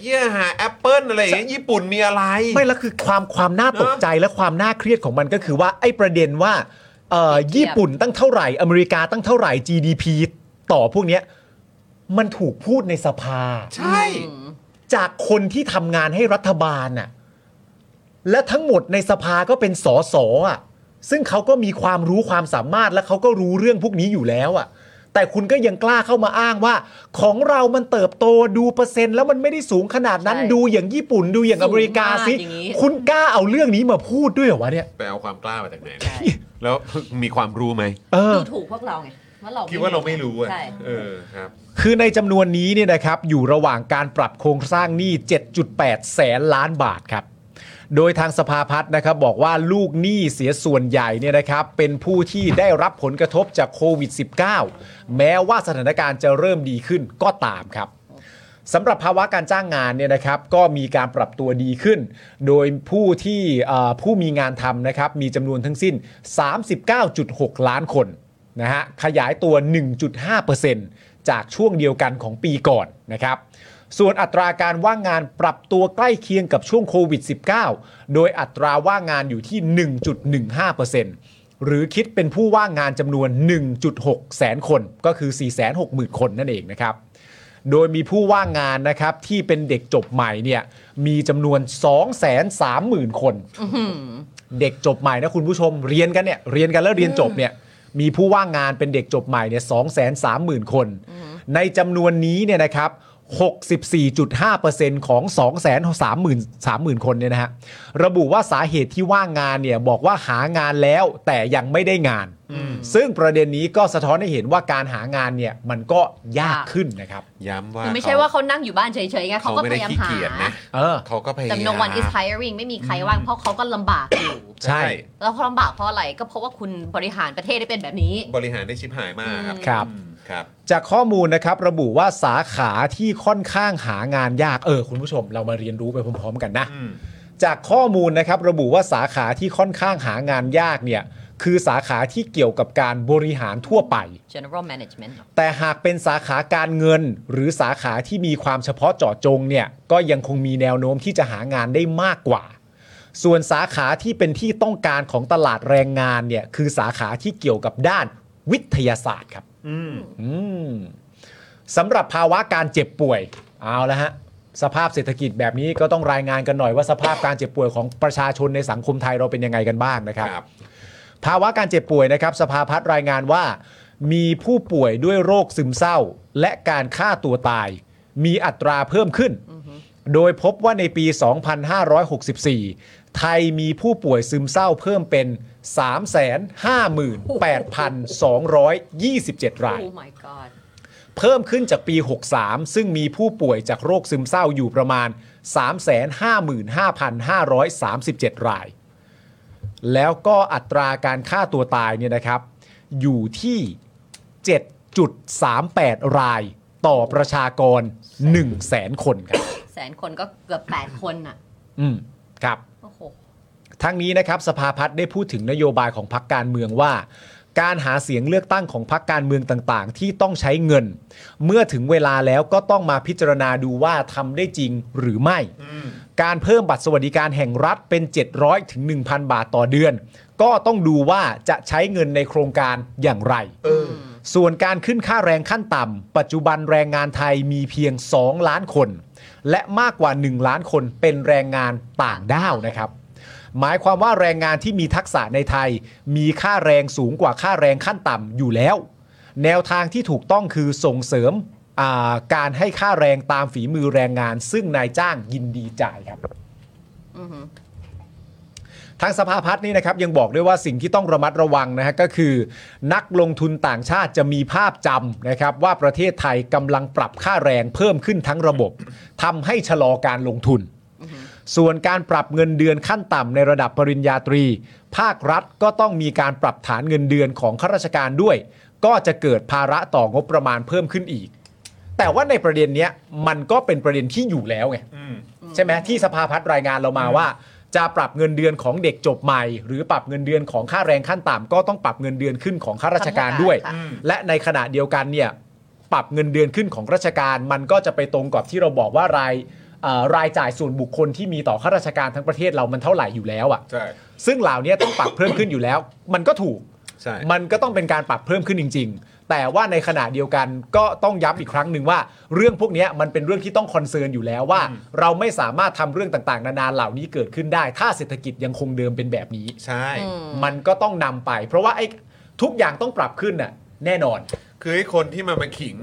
เฮียหาแอปเปิลอะไรอย่างเงี้ยญี่ปุ่นมีอะไร ไม่และคือความความน่าตกใจและความน่าเครียดของมันก็คือว่าไอ้ประเด็นว่าเอ่อ เทียบ ญี่ปุ่นตั้งเท่าไหร่อเมริกาตั้งเท่าไหร่ GDP ต่อพวกเนี้ยมันถูกพูดในสภา ใช่ อืม จากคนที่ทำงานให้รัฐบาลน่ะ และทั้งหมดในสภาก็เป็นสอสออ่ะ ซึ่งเขาก็มีความรู้ความสามารถและเขาก็รู้เรื่องพวกนี้อยู่แล้วอ่ะ แต่คุณก็ยังกล้าเข้ามาอ้างว่า ของเรามันเติบโตดูเปอร์เซ็นต์แล้วมันไม่ได้สูงขนาดนั้น ใช่ ดูอย่างญี่ปุ่นดูอย่างอเมริกา สูงมาก สิ อย่างนี้ คุณกล้าเอาเรื่องนี้มาพูดด้วยเหรอวะเนี่ย ไปเอาความกล้ามาจากไหนเนี่ยแล้วมีความรู้ไหม เออ ดูถูกพวกเราไงว่าเรา คิดว่าเราไม่รู้อ่ะ ใช่ เออครับ คือในจำนวนนี้เนี่ยนะครับอยู่ระหว่างการปรับโครงสร้างหนี้ 7.8 แสนล้านบาทครับ โดยทางสภาพัฒน์นะครับบอกว่าลูกหนี้เสียส่วนใหญ่เนี่ยนะครับเป็นผู้ที่ได้รับผลกระทบจากโควิด -19 แม้ว่าสถานการณ์จะเริ่มดีขึ้นก็ตามครับ สำหรับภาวะการจ้างงานเนี่ยนะครับก็มีการปรับตัวดีขึ้น โดยผู้ที่เอ่อผู้มีงานทำนะครับมีจำนวนทั้งสิ้น 39.6 ล้านคนนะฮะขยายตัว 1.5%จากช่วงเดียวกันของปีก่อนนะครับ ส่วนอัตราการว่างงานปรับตัวใกล้เคียงกับช่วงโควิด -19 โดยอัตราว่างงานอยู่ที่ 1.15%หรือคิดเป็นผู้ว่างงานจำนวน 1.6 แสนคน ก็คือ 460,000 คนนั่นเองนะครับ โดยมีผู้ว่างงานนะครับที่เป็นเด็กจบใหม่เนี่ยมีจำนวน 230,000 คน เด็กจบใหม่นะคุณผู้ชมเรียนกันเนี่ยเรียนกันแล้วเรียนจบเนี่ย มีผู้ว่างงานเป็นเด็กจบใหม่เนี่ย230,000 คน ในจำนวนนี้เนี่ยนะครับ 64.5%ของ 230,000 30,000 คนเนี่ยนะฮะระบุว่าสาเหตุที่ว่างงานเนี่ยบอกว่าหางานแล้วแต่ยังไม่ได้งาน ซึ่งประเด็นนี้ก็สะท้อนให้เห็นว่าการหางานเนี่ยมันก็ยากขึ้นนะครับ ย้ำว่า คือไม่ใช่ว่าเขานั่งอยู่บ้านเฉยๆไง เขา เขาก็ ไม่ พ ได้ ยายาม ขี้ หา เกียจนะ เออ เขาก็พยายา แต่ ม no one is hiring ไม่มีใครว่างเพราะเขาก็ลำบากอยู่ ใช่ แล้วเขาลำบากเพราะอะไรก็เพราะว่าคุณบริหารประเทศได้เป็นแบบนี้ บริหารได้ชิบหายมากครับ ครับ อืมครับ จากข้อมูลนะครับระบุว่าสาขาที่ค่อนข้างหางานยากเออคุณผู้ชมเรามาเรียนรู้ไปพร้อมๆ กันนะ อืม จากข้อมูลนะครับระบุว่าสาขาที่ค่อนข้างหางานยากเนี่ยคือสาขาที่เกี่ยวกับการบริหารทั่วไป general management แต่หากเป็นสาขาการเงิน หรือสาขาที่มีความเฉพาะเจาะจงเนี่ยก็ยังคงมีแนวโน้มที่จะหางานได้มากกว่า ส่วนสาขาที่เป็นที่ต้องการของตลาดแรงงานเนี่ยคือสาขาที่เกี่ยวกับด้านวิทยาศาสตร์ครับ อืม อืมสำหรับภาวะการเจ็บป่วยเอาละฮะสภาพเศรษฐกิจแบบนี้ก็ต้องรายงานกันหน่อยว่าสภาพการเจ็บป่วยของประชาชนในสังคมไทยเราเป็นยังไงกันบ้างนะครับ ครับ ภาวะการเจ็บป่วยนะครับสภาพัฒน์รายงานว่า มีผู้ป่วยด้วยโรคซึมเศร้า และการฆ่าตัวตาย มีอัตราเพิ่มขึ้น โดยพบว่าในปี 2564 ไทยมีผู้ป่วยซึมเศร้าเพิ่มเป็น 358,227 โอ้ ราย my god เพิ่มขึ้นจากปี 63 ซึ่งมีผู้ป่วยจากโรคซึมเศร้าอยู่ประมาณ 355,537 ราย แล้วก็อัตราการฆ่าตัวตายเนี่ยนะครับ อยู่ที่ 7.38 รายต่อประชากร 100,000 คนครับ แสนคนก็เกือบ 8 คนน่ะ อืมครับ โอ้โห ทั้งนี้นะครับสภาพัฒน์ได้พูดถึงนโยบายของพรรคการเมืองว่า การหาเสียงเลือกตั้งของพรรคการเมืองต่างๆ ที่ต้องใช้เงิน เมื่อถึงเวลาแล้วก็ต้องมาพิจารณาดูว่าทำได้จริงหรือไม่ การเพิ่มบัตรสวัสดิการแห่งรัฐเป็น 700ถึง1,000 บาทต่อเดือน ก็ต้องดูว่าจะใช้เงินในโครงการอย่างไร ส่วนการขึ้นค่าแรงขั้นต่ำปัจจุบันแรงงานไทยมีเพียง 2 ล้านคน และมากกว่า 1 ล้านคนเป็นแรงงานต่างด้าวนะครับ หมายความว่าแรงงานที่มีทักษะในไทย มีค่าแรงสูงกว่าค่าแรงขั้นต่ำอยู่แล้ว แนวทางที่ถูกต้องคือส่งเสริมอ่าการให้ค่าแรงตามฝีมือแรงงาน ซึ่งนายจ้างยินดีจ่ายครับ อือหือ ทางสภาพัฒน์นี่นะครับยังบอกด้วยว่าสิ่งที่ต้องระมัดระวังนะฮะก็คือ นักลงทุนต่างชาติจะมีภาพจำนะครับว่าประเทศไทยกำลังปรับค่าแรงเพิ่มขึ้นทั้งระบบทำให้ชะลอการลงทุน ส่วนการปรับเงินเดือนขั้นต่ำในระดับปริญญาตรี ภาครัฐก็ต้องมีการปรับฐานเงินเดือนของข้าราชการด้วย ก็จะเกิดภาระต่องบประมาณเพิ่มขึ้นอีก แต่ว่าในประเด็นเนี้ยมันก็เป็นประเด็นที่อยู่แล้วไง อืม ใช่ไหมที่สภาพัฒน์รายงานเรามาว่า จะปรับเงินเดือนของเด็กจบใหม่ หรือปรับเงินเดือนของค่าแรงขั้นต่ำก็ต้องปรับเงินเดือนขึ้นของข้าราชการด้วย ค่ะ และในขณะเดียวกันเนี่ยปรับเงินเดือนขึ้นของราชการ มันก็จะไปตรงกับที่เราบอกว่ารายเอ่อรายจ่ายส่วนบุคคลที่มีต่อข้าราชการทั้งประเทศเรามันเท่าไหร่อยู่แล้วอ่ะ ใช่ ซึ่งเหล่านี้ต้องปรับเพิ่มขึ้นอยู่แล้ว มันก็ถูก ใช่ มันก็ต้องเป็นการปรับเพิ่มขึ้นจริง ๆ แต่ว่าในขณะเดียวกันก็ต้องย้ำอีกครั้งหนึ่งว่า เรื่องพวกเนี้ยมันเป็นเรื่องที่ต้องคอนเซิร์นอยู่แล้วว่า เราไม่สามารถทำเรื่องต่างๆ นานาเหล่านี้เกิดขึ้นได้ ถ้าเศรษฐกิจยังคงเดิมเป็นแบบนี้ ใช่ อืม มันก็ต้องนำไป เพราะว่าไอ้ทุกอย่างต้องปรับขึ้นน่ะแน่นอน คือไอ้คนที่มันมาขิง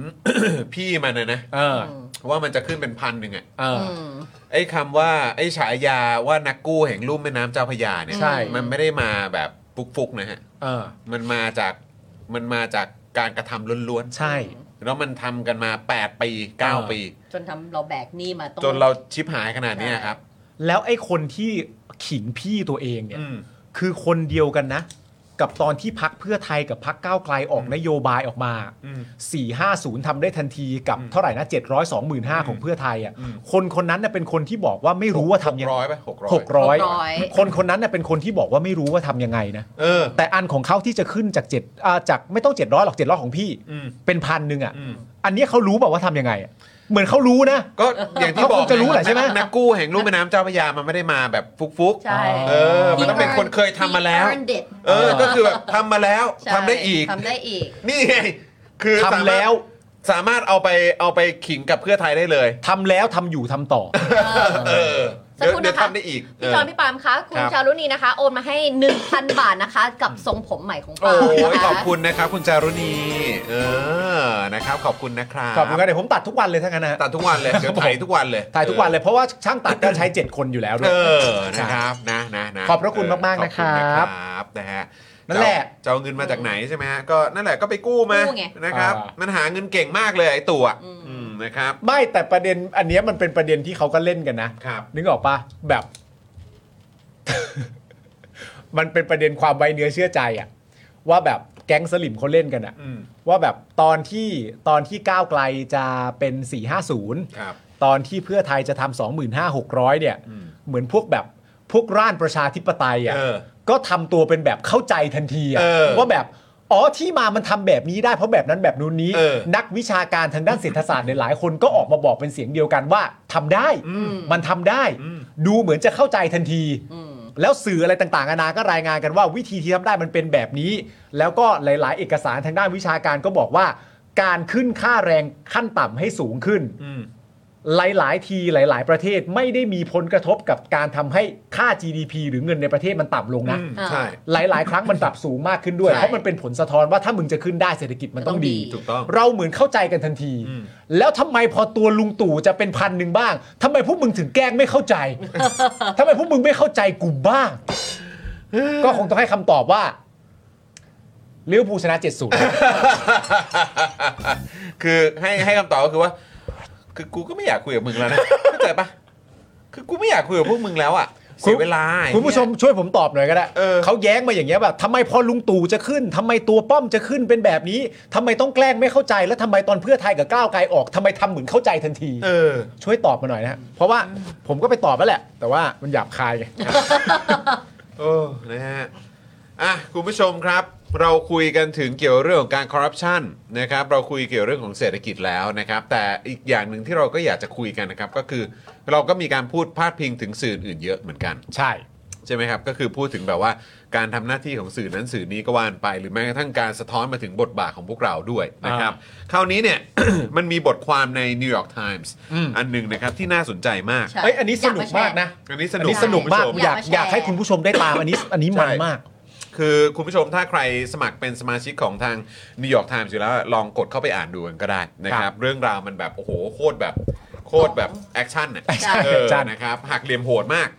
พี่มันนะนะ เออ ว่ามันจะขึ้นเป็นพันหนึ่งอ่ะ เออ ไอ้คำว่าไอ้ฉายาว่านักกู้แห่งลุ่มแม่น้ำเจ้าพระยาเนี่ย ใช่ มันไม่ได้มาแบบฟุกๆนะฮะ เออ มันมาจากมันมาจากการกระทำล้วน ใช่ ๆ แล้วมันทำกันมา 8 ปี 9 ปี จนทำเราแบกหนี้มาต้อง จนเราชิบหายขนาดเนี้ยครับ แล้วไอ้คนที่ขิงพี่ตัวเองเนี่ย อืม คือคนเดียวกันนะ กับตอนที่พักเพื่อไทยกับพักก้าวไกลออกนโยบายออกมา อืม 450ทำได้ทันทีกับเท่าไหร่นะ 725ของเพื่อไทยอ่ะ อืม คนคนนั้นน่ะเป็นคนที่บอกว่าไม่รู้ว่าทำยัง ร้อไงยป่ะหกร้อย หกร้อย หกร้อย คนคนนั้นน่ะเป็นคนที่บอกว่าไม่รู้ว่าทำยังไงนะ เออ แต่อันของเขาที่จะขึ้นจากเจ็ดอ่าจากไม่ต้อง 700หรอก700ของพี่ อืม เป็นพันหนึ่งอ่ะ อืม อันเนี้ยเขารู้บอกว่าทำยังไงอะเหมือนเขารู้นะ ก็อย่างที่ เขา บ ค อก งจะรู้แหละใช่ไหม นนักกู้แห่งลุ่มแม่น้ำเจ้าพระยามันไม่ได้มาแบบฟุก ใช่ เออมันต้องเป็นคนเคยทำมาแล้ว ที่ earned it ๆ เออ ก็คือแบบทำมาแล้ว ใช่ ทำได้อีก ทำได้ อีก นี่ไงคือ ทำแล้ว สามารถสามารถเอาไปเอาไปขิงกับเพื่อไทยได้เลย ทำแล้วทำอยู่ทำต่อ เออ สัก เดี๋ยว ครู่ เดี๋ยว นะคะ ทำได้อีก พี่ เออ จอนพี่ปาล์มคะคุณ ครับ จารุณีนะคะ โอนมาให้ 1,000 บาทนะคะ กับทรงผมใหม่ของปา โอ้ ล์ม โห นะขคะอบคุณนะครับ คุณจารุณีเออนะครับ ขอบคุณนะครับ ขอบคุณครับเดี๋ยวผมตัดทุกวันเลยทั้างนั้นนะฮะ ตัดทุกวันเลยเดี๋ยวถ่ายทุกวันเลย ถ่ายทุกวันเลยเพราะว่าช่างตัดก็ใช้ 7 คนอยู่แล้วด้ว เอย อนะครับนะนะนะ ขอบพระคุณมากๆ ขอณ นะครับ ครับนะฮะ นั่นแหละ จะเอาเงินมาจากไหนใช่ไหมฮะก็นั่นแหละก็ไปกู้มานะครับ อ่ามั มันหาเงินเก่งมากเลยไอ้ตัวอืมนะครับ ไม่แต่ประเด็นอันเนี้ยมันเป็นประเด็นที่เขาก็เล่นกันนะ ครับ นึกออกปะแบบ มันเป็นประเด็นความไว้เนื้อเชื่อใจอะว่าแบบแก๊งสลิมเขาเล่นกันอะ อืม ว่าแบบตอนที่ตอนที่ก้าวไกลจะเป็น 450 ครับ ตอนที่เพื่อไทยจะทำ25,600 เนี่ย อืม เหมือนพวกแบบพวกร่านประชาธิปไตยอะ เออ ก็ทำตัวเป็นแบบเข้าใจทันทีอะ เออ ว่าแบบ อ๋อที่มามันทำแบบนี้ได้เพราะแบบนั้นแบบนู้นนี้ เออ นักวิชาการทางด้านเศรษฐศาสตร์หลายๆคนก็ออกมาบอกเป็นเสียงเดียวกันว่าทำได้ อืม มันทำได้ ดูเหมือนจะเข้าใจทันที อืม แล้วสื่ออะไรต่างๆนานาก็รายงานกันว่าวิธีที่ทำได้มันเป็นแบบนี้ แล้วก็หลาย ๆ เอกสารทางด้านวิชาการก็บอกว่า การขึ้นค่าแรงขั้นต่ำให้สูงขึ้น อืม หลาย ๆ ทีหลาย ๆ ประเทศไม่ได้มีผลกระทบกับการทำให้ค่า GDP หรือเงินในประเทศมันต่ำลงนะ อืม อ่า ใช่ หลาย ๆ ครั้งมันปรับสูงมากขึ้นด้วย ใช่ เพราะมันเป็นผลสะท้อนว่าถ้ามึงจะขึ้นได้เศรษฐกิจมันต้องดี มันต้องดี ถูก ต้อง เราเหมือนเข้าใจกันทันที อืม แล้วทำไมพอตัวลุงตู่จะเป็นพันหนึ่งบ้างทำไมพวกมึงถึงแกล้งไม่เข้า ใจ ทำไมพวกมึงไม่เข้าใจกูบ้าง ก็คงต้องให้คำตอบว่าลิเวอร์พูลชนะ7 0 คือให้ให้คำตอบก็คือว่า คือกูก็ไม่อยากคุยกับมึง แล้วนะ เข้าใจปะคือกูไม่อยากคุยกับพวกมึงแล้วอ่ะเสียเวลาอย่างเงี้ย คุณผู้ชมช่วยผมตอบหน่อยก็ได้ เออ เขาแย้งมาอย่างเงี้ยแบบทำไมพอลุงตู่จะขึ้นทำไมตัวป้อมจะขึ้นเป็นแบบนี้ทำไมต้องแกล้งไม่เข้าใจ แล้วทำไมตอนเพื่อไทยกับก้าวไกลออกทำไมทำเหมือนเข้าใจทันที เออ ช่วยตอบมาหน่อยนะฮะเพราะว่าผมก็ไปตอบแล้วแหละ แต่ว่ามันหยาบคายไง โอ้นะฮะอ่ะคุณผู้ชมครับ เราคุยกันถึงเกี่ยวเรื่องของการคอร์รัปชันนะครับ เราคุยเกี่ยวเรื่องของเศรษฐกิจแล้วนะครับ แต่อีกอย่างหนึ่งที่เราก็อยากจะคุยกันนะครับ ก็คือเราก็มีการพูดพาดพิงถึงสื่ออื่นเยอะเหมือนกัน ใช่ ใช่ไหมครับ ก็คือพูดถึงแบบว่าการทำหน้าที่ของสื่อนั้นสื่อนี้ก็ว่านไป หรือแม้กระทั่งการสะท้อนมาถึงบทบาทของพวกเราด้วยนะครับ คราวนี้เนี่ย มันมีบทความใน New York Times อืม อันหนึ่งนะครับที่น่าสนใจมาก ใช่ เอ้ยอันนี้สนุกมากนะ อันนี้ส อัน นุก นี้สนุกมาก คุณผู้ช อยากอยากให้คุณผู้ชมได้ตามอันนี้อันนี้มัน ใช่ มาก คือคุณผู้ชมถ้าใครสมัครเป็นสมาชิกของทาง New York Times อยู่แล้วลองกดเข้าไปอ่านดูกันก็ได้นะค ค รั รับ บ เรื่องราวมันแบบ โอ้โห โคตรแบบโคตรแบบแอคชั่นน่ะ ใช่ เออ ใช่ นะครับหักเหลี่ยมโหดมาก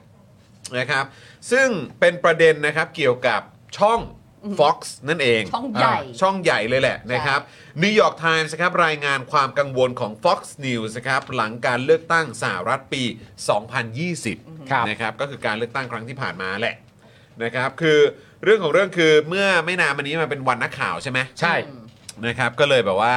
นะครับ ซึ่งเป็นประเด็นนะครับเกี่ยวกับช่อง Fox นั่นเอง ช่องใหญ่ า ช่องใหญ่เลยแหละนะครับนิวยอร์กไทมส์ครับรายงานความกังวลของ Fox News นะครับหลังการเลือกตั้งสหรัฐปี ครับ 2020นะครับก็คือการเลือกตั้งครั้งที่ผ่านมาแหละนะครับคือเรื่องของเรื่องคือเมื่อไม่นานมานี้มันเป็นวันนักข่าวใช่ไหม ใช่ นะครับก็เลยแบบว่า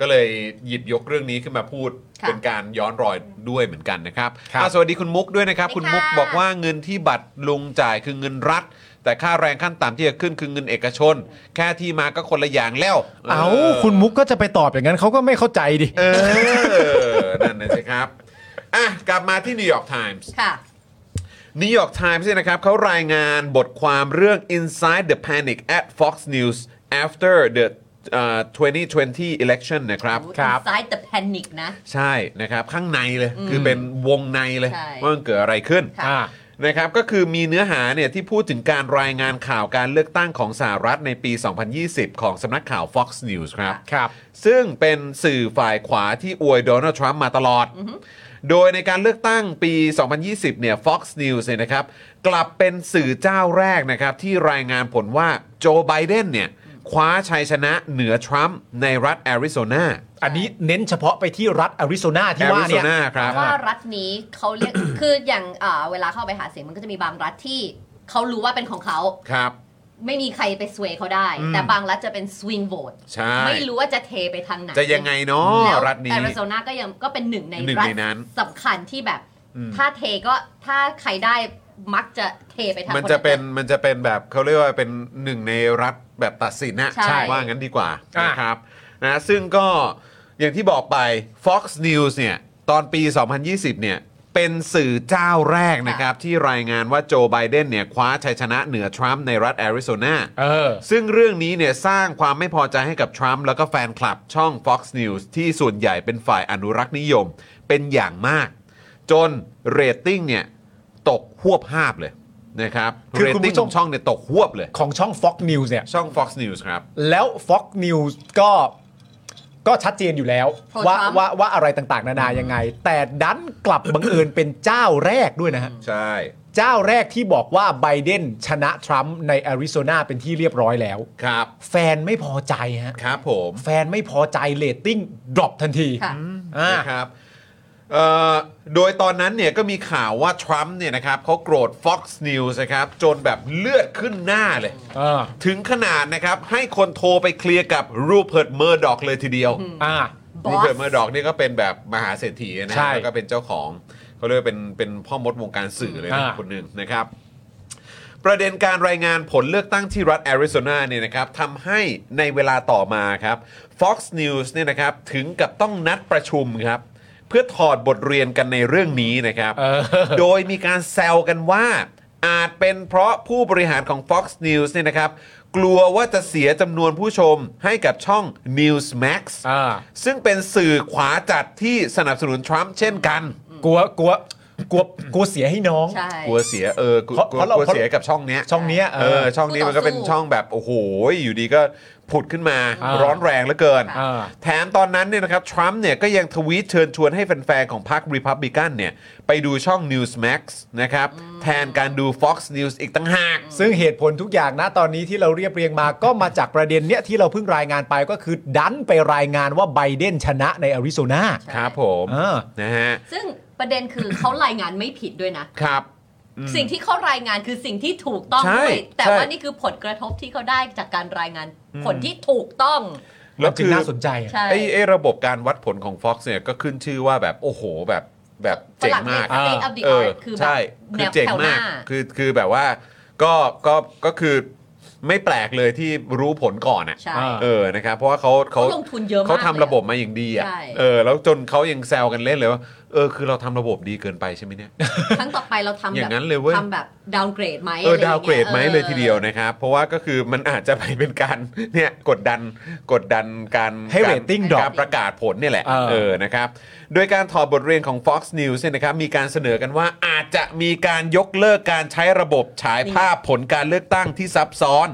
ก็เลยหยิบยกเรื่องนี้ขึ้นมาพูด ค่ะ เป็นการย้อนรอยด้วยเหมือนกันนะครับ ครับ อ่ะสวัสดีคุณมุกด้วยนะครับ สวัสดี คุณมุก ค่ะ บอกว่าเงินที่บัตรลุงจ่ายคือเงินรัฐ แต่ค่าแรงขั้นต่ำที่จะขึ้นคือเงินเอกชน แค่ที่มาก็คนละอย่างแล้ว เอาคุณมุกก็จะไปตอบอย่างนั้นเขาก็ไม่เข้าใจดิ เออ นั่นนะสิครับ อ่ะ กลับมาที่นิวยอร์กไทมส์ ค่ะ นิวยอร์กไทมส์เนี่ยนะครับเขารายงานบทความเรื่อง Inside the Panic at Fox News after the เอ่อ2020 election นะครับ ครับ สายแต่แพนิคนะ ใช่นะครับ ข้างในเลย คือเป็นวงในเลย ใช่ ว่ามันเกิดอะไรขึ้น ค่ะ อ่า นะครับก็คือมีเนื้อหาเนี่ยที่พูดถึงการรายงานข่าวการเลือกตั้งของสหรัฐในปี 2020 ของสำนักข่าว Fox News ครับ ครับ ซึ่งเป็นสื่อฝ่ายขวาที่อวยโดนัลด์ทรัมป์มาตลอด โดยในการเลือกตั้งปี 2020 เนี่ย Fox News เนี่ยนะครับกลับเป็นสื่อเจ้าแรกนะครับที่รายงานผลว่าโจไบเดนเนี่ยคว้าชัยชนะเหนือทรัมป์ในรัฐแอริโซนา อันนี้เน้นเฉพาะไปที่รัฐแอริโซนาที่ว่าเนี่ย Arizona ครับ ว่ารัฐนี้เขาเรียก คืออย่างเอ่อเวลาเข้าไปหาเสียงมันก็จะมีบางรัฐที่เขารู้ว่าเป็นของเขา ครับ ไม่มีใครไปสวยเขาได้ แต่บางรัฐจะเป็นสวิงโหวต ใช่ ไม่รู้ว่าจะเทไปทางไหน จะยังไงเนาะ แล้ว รัฐนี้ แอริโซนาก็ยังก็เป็นหนึ่งใน หนึ่ง รัฐ ในนั้น สำคัญที่แบบ อืม ถ้าเทก็ถ้าใครได้มักจะเทไปทาง มัน ค จะเป็นมันจะเป็นแบบเขาเรียกว่าเป็นหนึ่งในรัฐแบบตัดสินนะ ใช่ ว่างั้นดีกว่า อ่ะ นะครับนะซึ่งก็อย่างที่บอกไป Fox News เนี่ยตอนปี 2020 เนี่ยเป็นสื่อเจ้าแรกนะครับที่รายงานว่าโจไบเดนเนี่ยคว้าชัยชนะเหนือทรัมป์ในรัฐแอริโซนา เออ ซึ่งเรื่องนี้เนี่ยสร้างความไม่พอใจให้กับทรัมป์แล้วก็แฟนคลับช่อง Fox News ที่ส่วนใหญ่เป็นฝ่ายอนุรักษ์นิยมเป็นอย่างมาก จนเรตติ้งเนี่ย ตกหวบหาบเลยนะครับ คือ เรต คุณผู้ ติ้ง ช ขอมงช่องเนี่ยตกหวบเลย ของช่อง Fox News เนี่ย ช่อง Fox News ครับ แล้ว Fox News ก็ก็ชัดเจนอยู่แล้ว โพล ว่า ทรัมป์ ว่าว่าอะไรต่างๆ นานายังไง แต่ดันกลับบังเอิญเป็นเจ้าแรกด้วยนะฮะ ใช่ เจ้าแรกที่บอกว่าไบเดนชนะทรัมป์ในอาริโซนาเป็นที่เรียบร้อยแล้ว ครับ แฟนไม่พอใจฮะ ครับผม แฟนไม่พอใจเลตติ้งดรอปทันที ค่ะ อ่า นะครับเอ่อโดยตอนนั้นเนี่ยก็มีข่าวว่าทรัมป์เนี่ยนะครับเขาโกรธ Fox News นะครับ จนแบบเลือดขึ้นหน้าเลย อ่า ถึงขนาดนะครับ ให้คนโทรไปเคลียร์กับรูเ e ิร์ m เมอร์ดอกเลยทีเดียว อ่า บ รู อ เ e ิร์ ส m เมอร์ดอกนี่ก็เป็นแบบมหาเศรษฐีนะ ใช่ แล้วก็เป็นเจ้าของเขาเรียกว่าเป็นเป็นพ่อมดวงการสื่อเลยนะ อ่า คนหนึ่งนะครับ ประเด็นการรายงานผลเลือกตั้งที่รัฐแอริโซนาเนี่ยนะครับทำให้ในเวลาต่อมาครับ Fox News เนี่ยนะครับถึงกับต้องนัดประชุมครับ เพื่อถอดบทเรียนกันในเรื่องนี้นะครับ เออ โดยมีการแซวกันว่า อาจเป็นเพราะผู้บริหารของ Fox News เนี่ยนะครับ กลัวว่าจะเสียจำนวนผู้ชมให้กับช่อง Newsmax อ่า ซึ่งเป็นสื่อขวาจัดที่สนับสนุนทรัมป์เช่นกัน กลัวกลัวกลัวกลัวเสียให้น้อง ใช่ กลัวเสียเออกลัว เพราะ กลัว เพราะเรา กลัวเสียกับช่องเนี้ย ช่องเนี้ย เออช่องนี้มันก็เป็น คู่ต่อสู้ ช่องแบบโอ้โหอยู่ดีก็ผุดขึ้นมา อ่า ร้อนแรงเหลือเกิน ค่ะ อ่า แถมตอนนั้นเนี่ยนะครับทรัมป์เนี่ยก็ยังทวีตเชิญชวนให้แฟนๆ ของพรรครีพับลิกันเนี่ยไปดูช่อง Newsmax นะครับ แทนการดู Fox News อีกตั้งหาก ซึ่งเหตุผลทุกอย่างนะตอนนี้ที่เราเรียบเรียงมาก็มาจากประเด็นเนี้ยที่เราเพิ่งรายงานไปก็คือดันไปรายงานว่าไบเดนชนะในอาริโซนา ครับผม อ่า นะฮะ ซึ่งประเด็นคือ เขารายงานไม่ผิดด้วยนะ ครับ สิ่งที่เขารายงานคือสิ่งที่ถูกต้อง ใช่ ด้วย แต่ ใช่ ว่านี่คือผลกระทบที่เขาได้จากการรายงานผลที่ถูกต้อง มันจึงน่าสนใจอะ ใช่ ไอ้ไอ้ระบบการวัดผลของ Fox เนี่ยก็ขึ้นชื่อว่าแบบโอ้โหแบบแบบ ฝ เจ๋ง รั่ง มาก เรีย state of the เออ art คือแบบ ใช่ แน คือ ว เจ๋ง แถวห มา น้า กคือคือแบบว่าก็ก็ก็คือไม่แปลกเลยที่รู้ผลก่อนอ่ะ ใช่ อ่า เออนะครับ เพราะว่าเขาเขา เขาลงทุนเยอะมาก เขาทำระบบ เลย มาอย่างดีอ่ะ ใช่ เออแล้วจนเขายังแซวกันเล่นเลยว่าเออคือเราทำระบบดีเกินไปใช่ไหมเนี่ย อะครั้งต่อไปเราทำ อย่า แบบ งนั้นเลยเว้ย ทำแบบดาวเกรดไหม เออะไร ย่งงี้ย ดาวเกรดไหม ออ เลยทีเดียวนะครับ เพราะว่าก็คือมันอาจจะไปเป็นการ เนี่ยกดดันกดดันการ ให้ กา rating drop การประกาศผลเนี่ยแหละ เออ เออนะครับ โดยการถอดบทเรียนของ Fox News เนี่ยนะครับ มีการเสนอกันว่าอาจจะมีการยกเลิกการใช้ระบบฉายภาพผลการเลือกตั้งที่ซับซ้อน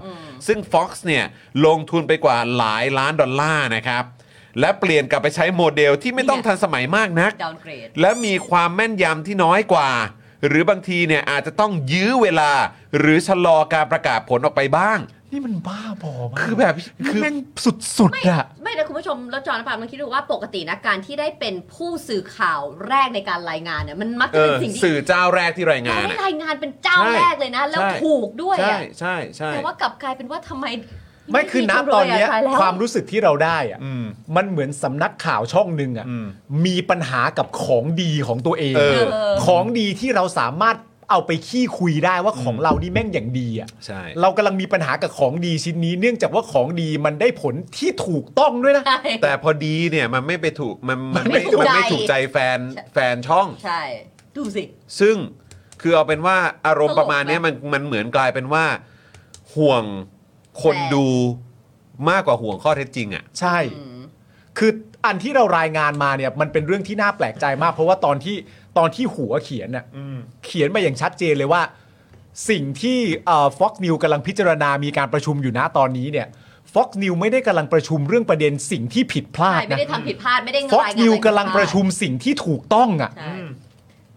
ซึ่ง Fox เนี่ยลงทุนไปกว่าหลายล้านดอลลาร์นะครับ และเปลี่ยนกลับไปใช้โมเดลที่ไม่ต้อง เนี่ย ทันสมัยมากนัก ดาวเกรด และมีความแม่นยำที่น้อยกว่า หรือบางทีเนี่ยอาจจะต้องยื้อเวลา หรือชะลอการประกาศผลออกไปบ้าง นี่มันบ้าบอมาก คือแบบคือ แม่งสุดๆอะ ไม่นะคุณผู้ชมแล้วจอห์นปาล์มลองคิดดูว่าปกตินะการที่ได้เป็นผู้สื่อข่าวแรกในการรายงานเนี่ยมันมัก เอ จะเป็น อ สิ่งที่ สื่อเจ้าแรกที่รายงาน ได้ อะ รายงานเป็นเจ้า ใช่ แรกเลยนะ แล้ว ใช่ ถูกด้วย ใช่ อะ ใช่ใช่ แต่ว่ากลับกลายเป็นว่าทำไม ไม่คือ ดี น้ำ จัง ตอน เลยะ เนี้ย ตยแล้ ความรู้สึกที่เราได้อะ อืม มันเหมือนสำนักข่าวช่องหนึ่งอะ อืม มีปัญหากับของดีของตัวเอง เออ ของดีที่เราสามารถเอาไปขี้คุยได้ว่าของเรานี่แม่งอย่างดีอะ ใช่ เรากำลังมีปัญหากับของดีชิ้นนี้ เนื่องจากว่าของดีมันได้ผลที่ถูกต้องด้วยนะ ใช่ แต่พอดีเนี่ยมันไม่ไปถูกมันมันไม่ มันมันไม่ถูกไม่ ใจ ถูกใจแฟนแฟนช่อง ใช่ ดูสิ ซึ่งคือเอาเป็นว่าอารมณ์ปตลกนะระมาณเนี้ยมันมันเหมือนกลายเป็นว่า ห่วงคน แฟน ดูมากกว่าห่วงข้อเท็จจริงอ่ะ ใช่ คืออันที่เรารายงานมาเนี่ยมันเป็นเรื่องที่น่าแปลกใจมาก เพราะว่าตอนที่ตอนที่หัวเขียนน่ะเขียนมาอย่างชัดเจนเลยว่า สิ่งที่ฟ็อกนิวกำลังพิจารณามีการประชุมอยู่นะตอนนี้เนี่ยฟ็อกนิวไม่ได้กำลังประชุมเรื่องประเด็นสิ่งที่ผิดพลา ใช่ ด ไม่ นะ ได้ทำผิดพลาดไม่ได้ ฟ็อก รายงาน นิว อไผิดพาก ำลังประชุมสิ่งที่ถูกต้องอ่ะ ใช่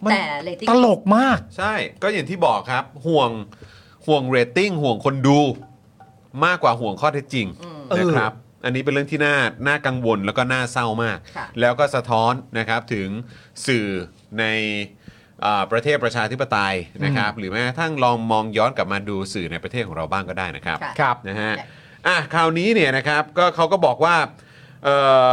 มัน แต่เรตติ้ง ตลกมาก ใช่ ก็อย่างที่บอกครับ ห่วงห่วงเรตติ้งห่วงคนดูมากกว่าห่วงข้อเท็จจริง เออ นะครับ อันนี้เป็นเรื่องที่น่าน่ากังวลแล้วก็น่าเศร้ามาก ค่ะ แล้วก็สะท้อนนะครับถึงสื่อในอ่าประเทศประชาธิปไตยนะครับ หรือแม้กระทั่งลองมองย้อนกลับมาดูสื่อในประเทศของเราบ้างก็ได้นะครับ ค่ะ ครับ นะฮะ ใช่ อ่ะ คราวนี้เนี่ยนะครับ ก็เขาก็บอกว่าเอ่อ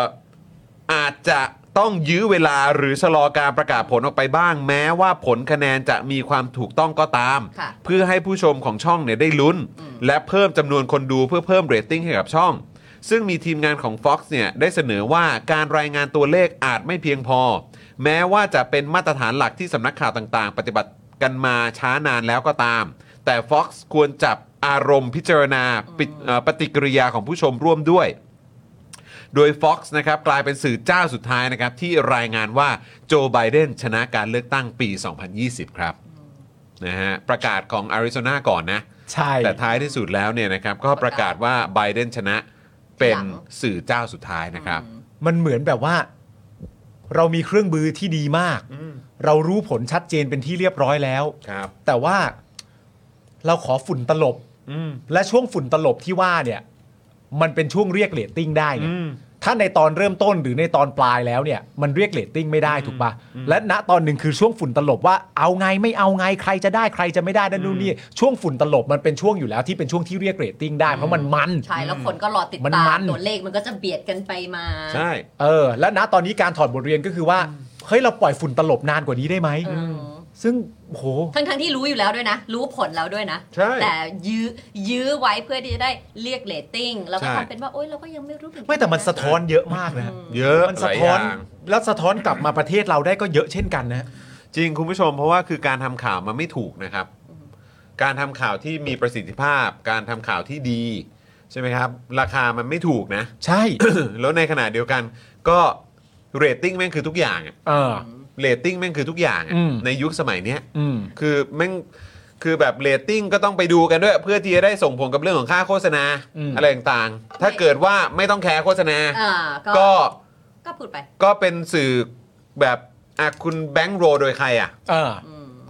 อาจจะต้องยื้อเวลาหรือชะลอการประกาศผลออกไปบ้าง แม้ว่าผลคะแนนจะมีความถูกต้องก็ตาม ค่ะ เพื่อให้ผู้ชมของช่องเนี่ยได้ลุ้น และเพิ่มจำนวนคนดูเพื่อเพิ่มเรตติ้งให้กับช่อง ซึ่งมีทีมงานของ Fox เนี่ยได้เสนอว่าการรายงานตัวเลขอาจไม่เพียงพอ แม้ว่าจะเป็นมาตรฐานหลักที่สำนักข่าวต่างๆ ปฏิบัติกันมาช้านานแล้วก็ตาม แต่ Fox ควรจับอารมณ์พิจารณาปิดเอ่อปฏิกิริยาของผู้ชมร่วมด้วย โดย Fox นะครับกลายเป็นสื่อเจ้าสุดท้ายนะครับที่รายงานว่าโจไบเดนชนะการเลือกตั้งปี 2020 ครับ นะฮะประกาศของอาริโซนาก่อนนะ ใช่ แต่ท้ายที่สุดแล้วเนี่ยนะครับก็ประกาศว่าไบเดนชนะเป็นสื่อเจ้าสุดท้ายนะครับ มันเหมือนแบบว่า เรามีเครื่องมือที่ดีมาก เรารู้ผลชัดเจนเป็นที่เรียบร้อยแล้ว ครับ แต่ว่าเราขอฝุ่นตลบ อืม และช่วงฝุ่นตลบที่ว่าเนี่ย มันเป็นช่วงเรียกเลตติ้งได้ไง อืม ถ้าในตอนเริ่มต้นหรือในตอนปลายแล้วเนี่ย มันเรียกเลตติ้งไม่ได้ถูกปะและณตอนหนึ่งคือช่วงฝุ่นตลบว่าเอาไงไม่เอาไงใครจะได้ใครจะไม่ได้ดันนู่นนี่ช่วงฝุ่นตลบมันเป็นช่วงอยู่แล้วที่เป็นช่วงที่เรียกเรตติ้งได้เพราะมันมัน ใช่แล้วคนก็รอติด มัน ตา มั ม น ตัวเลขมันก็จะเบียดกันไปมา ใช่ เออและณตอนนี้การถอดบทเรียนก็คือว่าเฮ้ยเราปล่อยฝุ่นตลบนานกว่านี้ได้ไหม เออ ซึ่งโห ทั้งทั้งๆที่รู้อยู่แล้วด้วยนะ รู้ผลแล้วด้วยนะ ใช่ แต่ยื้อยื้อไว้เพื่อที่จะได้เรียกเรตติ้งแล้วก็ ใช่ ทำเป็นว่าโอ๊ยเราก็ยังไม่รู้เหอกั ไม่แต่มันสะท้อนเยอะมากนะฮะ เยอะ มัน ห สะ ลายอ ท้อน ย่าง แล้วสะท้อนกลับมาประเทศเราได้ก็เยอะเช่นกันนะ จริงคุณผู้ชมเพราะว่าคือการทำข่าวมันไม่ถูกนะครับ การทำข่าวที่มีประสิทธิภาพ การทำข่าวที่ดี ใช่ไหมครับ ราคามันไม่ถูกนะ ใช่ แล้วในขณะเดียวกันก็เรตติ้งแม่งคือทุกอย่างอะ เออ เรตติ้งแม่งคือทุกอย่างอะ อืม ในยุคสมัยเนี้ย อืม คือแม่งคือแบบเรตติ้งก็ต้องไปดูกันด้วย เพื่อที่จะได้ส่งผลกับเรื่องของค่าโฆษณา อืม อะไรต่างๆ ถ้าเกิดว่าไม่ต้องแคร์โฆษณา อ่าก็ ก็ ก็พูดไป ก็เป็นสื่อแบบอ่ะคุณแบงค์โรลโดยใครอ่ะ เออ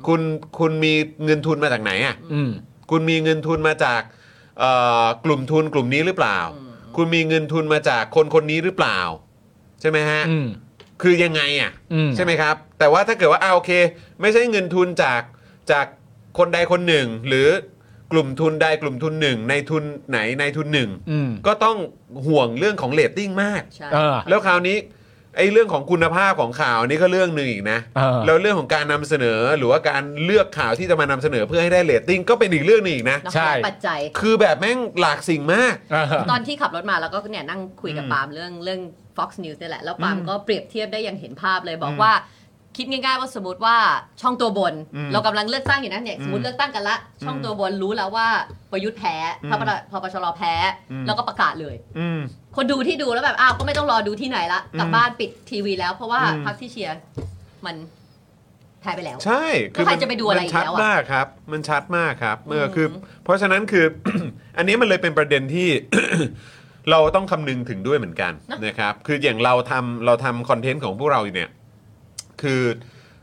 คุณคุณมีเงินทุนมาจากไหนอ่ะ อืม คุณมีเงินทุนมาจากเอ่อกลุ่มทุนกลุ่มนี้หรือเปล่า คุณมีเงินทุนมาจากคนคนนี้หรือเปล่า ใช่ไหมฮะ อืม คือยังไงอ่ะ อืม ใช่ไหมครับ แต่ว่าถ้าเกิดว่าเอาโอเค ไม่ใช่เงินทุนจากจากคนใดคนหนึ่ง หรือกลุ่มทุนใดกลุ่มทุนหนึ่งในทุนไหนในทุนหนึ่ง อืม ก็ต้องห่วงเรื่องของเลตติ้งมาก ใช่ เออ แล้วคราวนี้ไอ้เรื่องของคุณภาพของข่าวนี่ก็เรื่องหนึ่งอีกนะ เออ แล้วเรื่องของการนำเสนอหรือว่าการเลือกข่าวที่จะมานำเสนอเพื่อให้ได้เลตติ้งก็เป็นอีกเรื่องหนึงอีกนะ แล้ว ใช่ ปัจจัย คือแบบแม่งหลากสิ่งมาก เออ ตอนที่ขับรถมาแล้วก็เนี่ยนั่งคุยกับ อืม ปาล์มเรื่องเรื่อง Fox News เนี่ยแหละ แล้วปาล์ม อืม ก็เปรียบเทียบได้อย่างเห็นภาพเลยบอ อื ก ม ว่า คิดง่ายๆว่าสมมติว่าช่องตัวบน อืม เรากำลังเลือกตั้งอยู่นะเนี่ย อืม สมมติเลือกตั้งกันละ ช่องตัวบนรู้แล้วว่าประยุทธ์แพ้ อืม พอประพอปชรแพ้ อืม แล้วก็ประกาศเลย อืม คนดูที่ดูแล้วแบบอ้าวก็ไม่ต้องรอดูที่ไหนละกลับ อืม บ้านปิดทีวีแล้วเพราะว่า อืม พรรคที่เชียร์มันแพ้ไปแล้ว ใช่ แล้วใครจะไปดูอะไร มั อีก ชัด แล้วอะ มากครับ มันชัดมากครับเอออ ม คือ เพราะฉะนั้นคือ อันนี้มันเลยเป็นประเด็นที่ เราต้องคำนึงถึงด้วยเหมือนกันนะครับ คืออย่างเราทำเราทำคอนเทนต์ของพวกเราอยู่เนี่ย คือ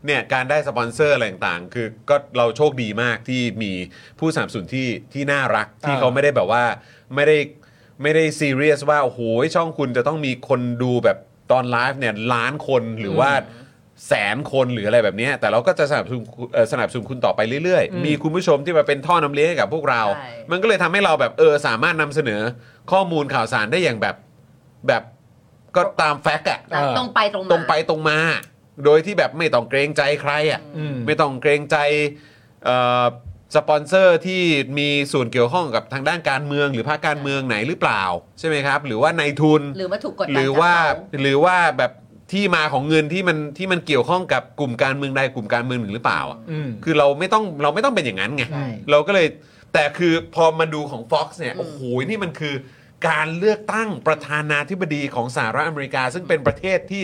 เนี่ยการได้สปอนเซอร์อะไรต่างๆ คือก็เราโชคดีมากที่มีผู้สนับสนุนที่ที่น่ารัก ที่ อ่า เขาไม่ได้แบบว่าไม่ได้ไม่ได้ซีเรียสว่า โอ้โหช่องคุณจะต้องมีคนดูแบบตอนไลฟ์เนี่ยล้านคนหรือว่าแสนคนหรืออะไรแบบเนี้ยแต่เราก็จะสนับสนุนเอ่อสนับสนุนคุณต่อไปเรื่อยๆ มีคุณผู้ชมที่มาเป็นท่อน้ำเลี้ยงให้กับพวกเรา ใช่ มันก็เลยทำให้เราแบบเออสามารถนำเสนอข้อมูลข่าวสารได้อย่างแบบแบบก็ตามแฟกต์อะ เออ ตรงไปตรงมา ตรงไปตรงมา โดยที่แบบไม่ต้องเกรงใจใครอ่ะ อืม ไม่ต้องเกรงใจเอ่อสปอนเซอร์ที่มีส่วนเกี่ยวข้องกับทางด้านการเมืองหรือภาคการเมืองไหนหรือเปล่า ใช่ไหมครับ หรือว่าในทุน หรือว่าถูกกดดัน หรือว่า จากเข หรือว่าแบบที่มาของเงินที่มันที่มันเกี่ยวข้องกับกลุ่มการเมืองใดกลุ่มการเมืองหนึ่งหรือเปล่าอะ อืม คือเราไม่ต้องเราไม่ต้องเป็นอย่างนั้นไง ใช่ เราก็เลยแต่คือพอมาดูของ Fox เนี่ยโอ้โหนี่มันคือการเลือกตั้งประธานาธิบดีของสหรัฐอเมริกา ซึ่งเป็นประเทศที่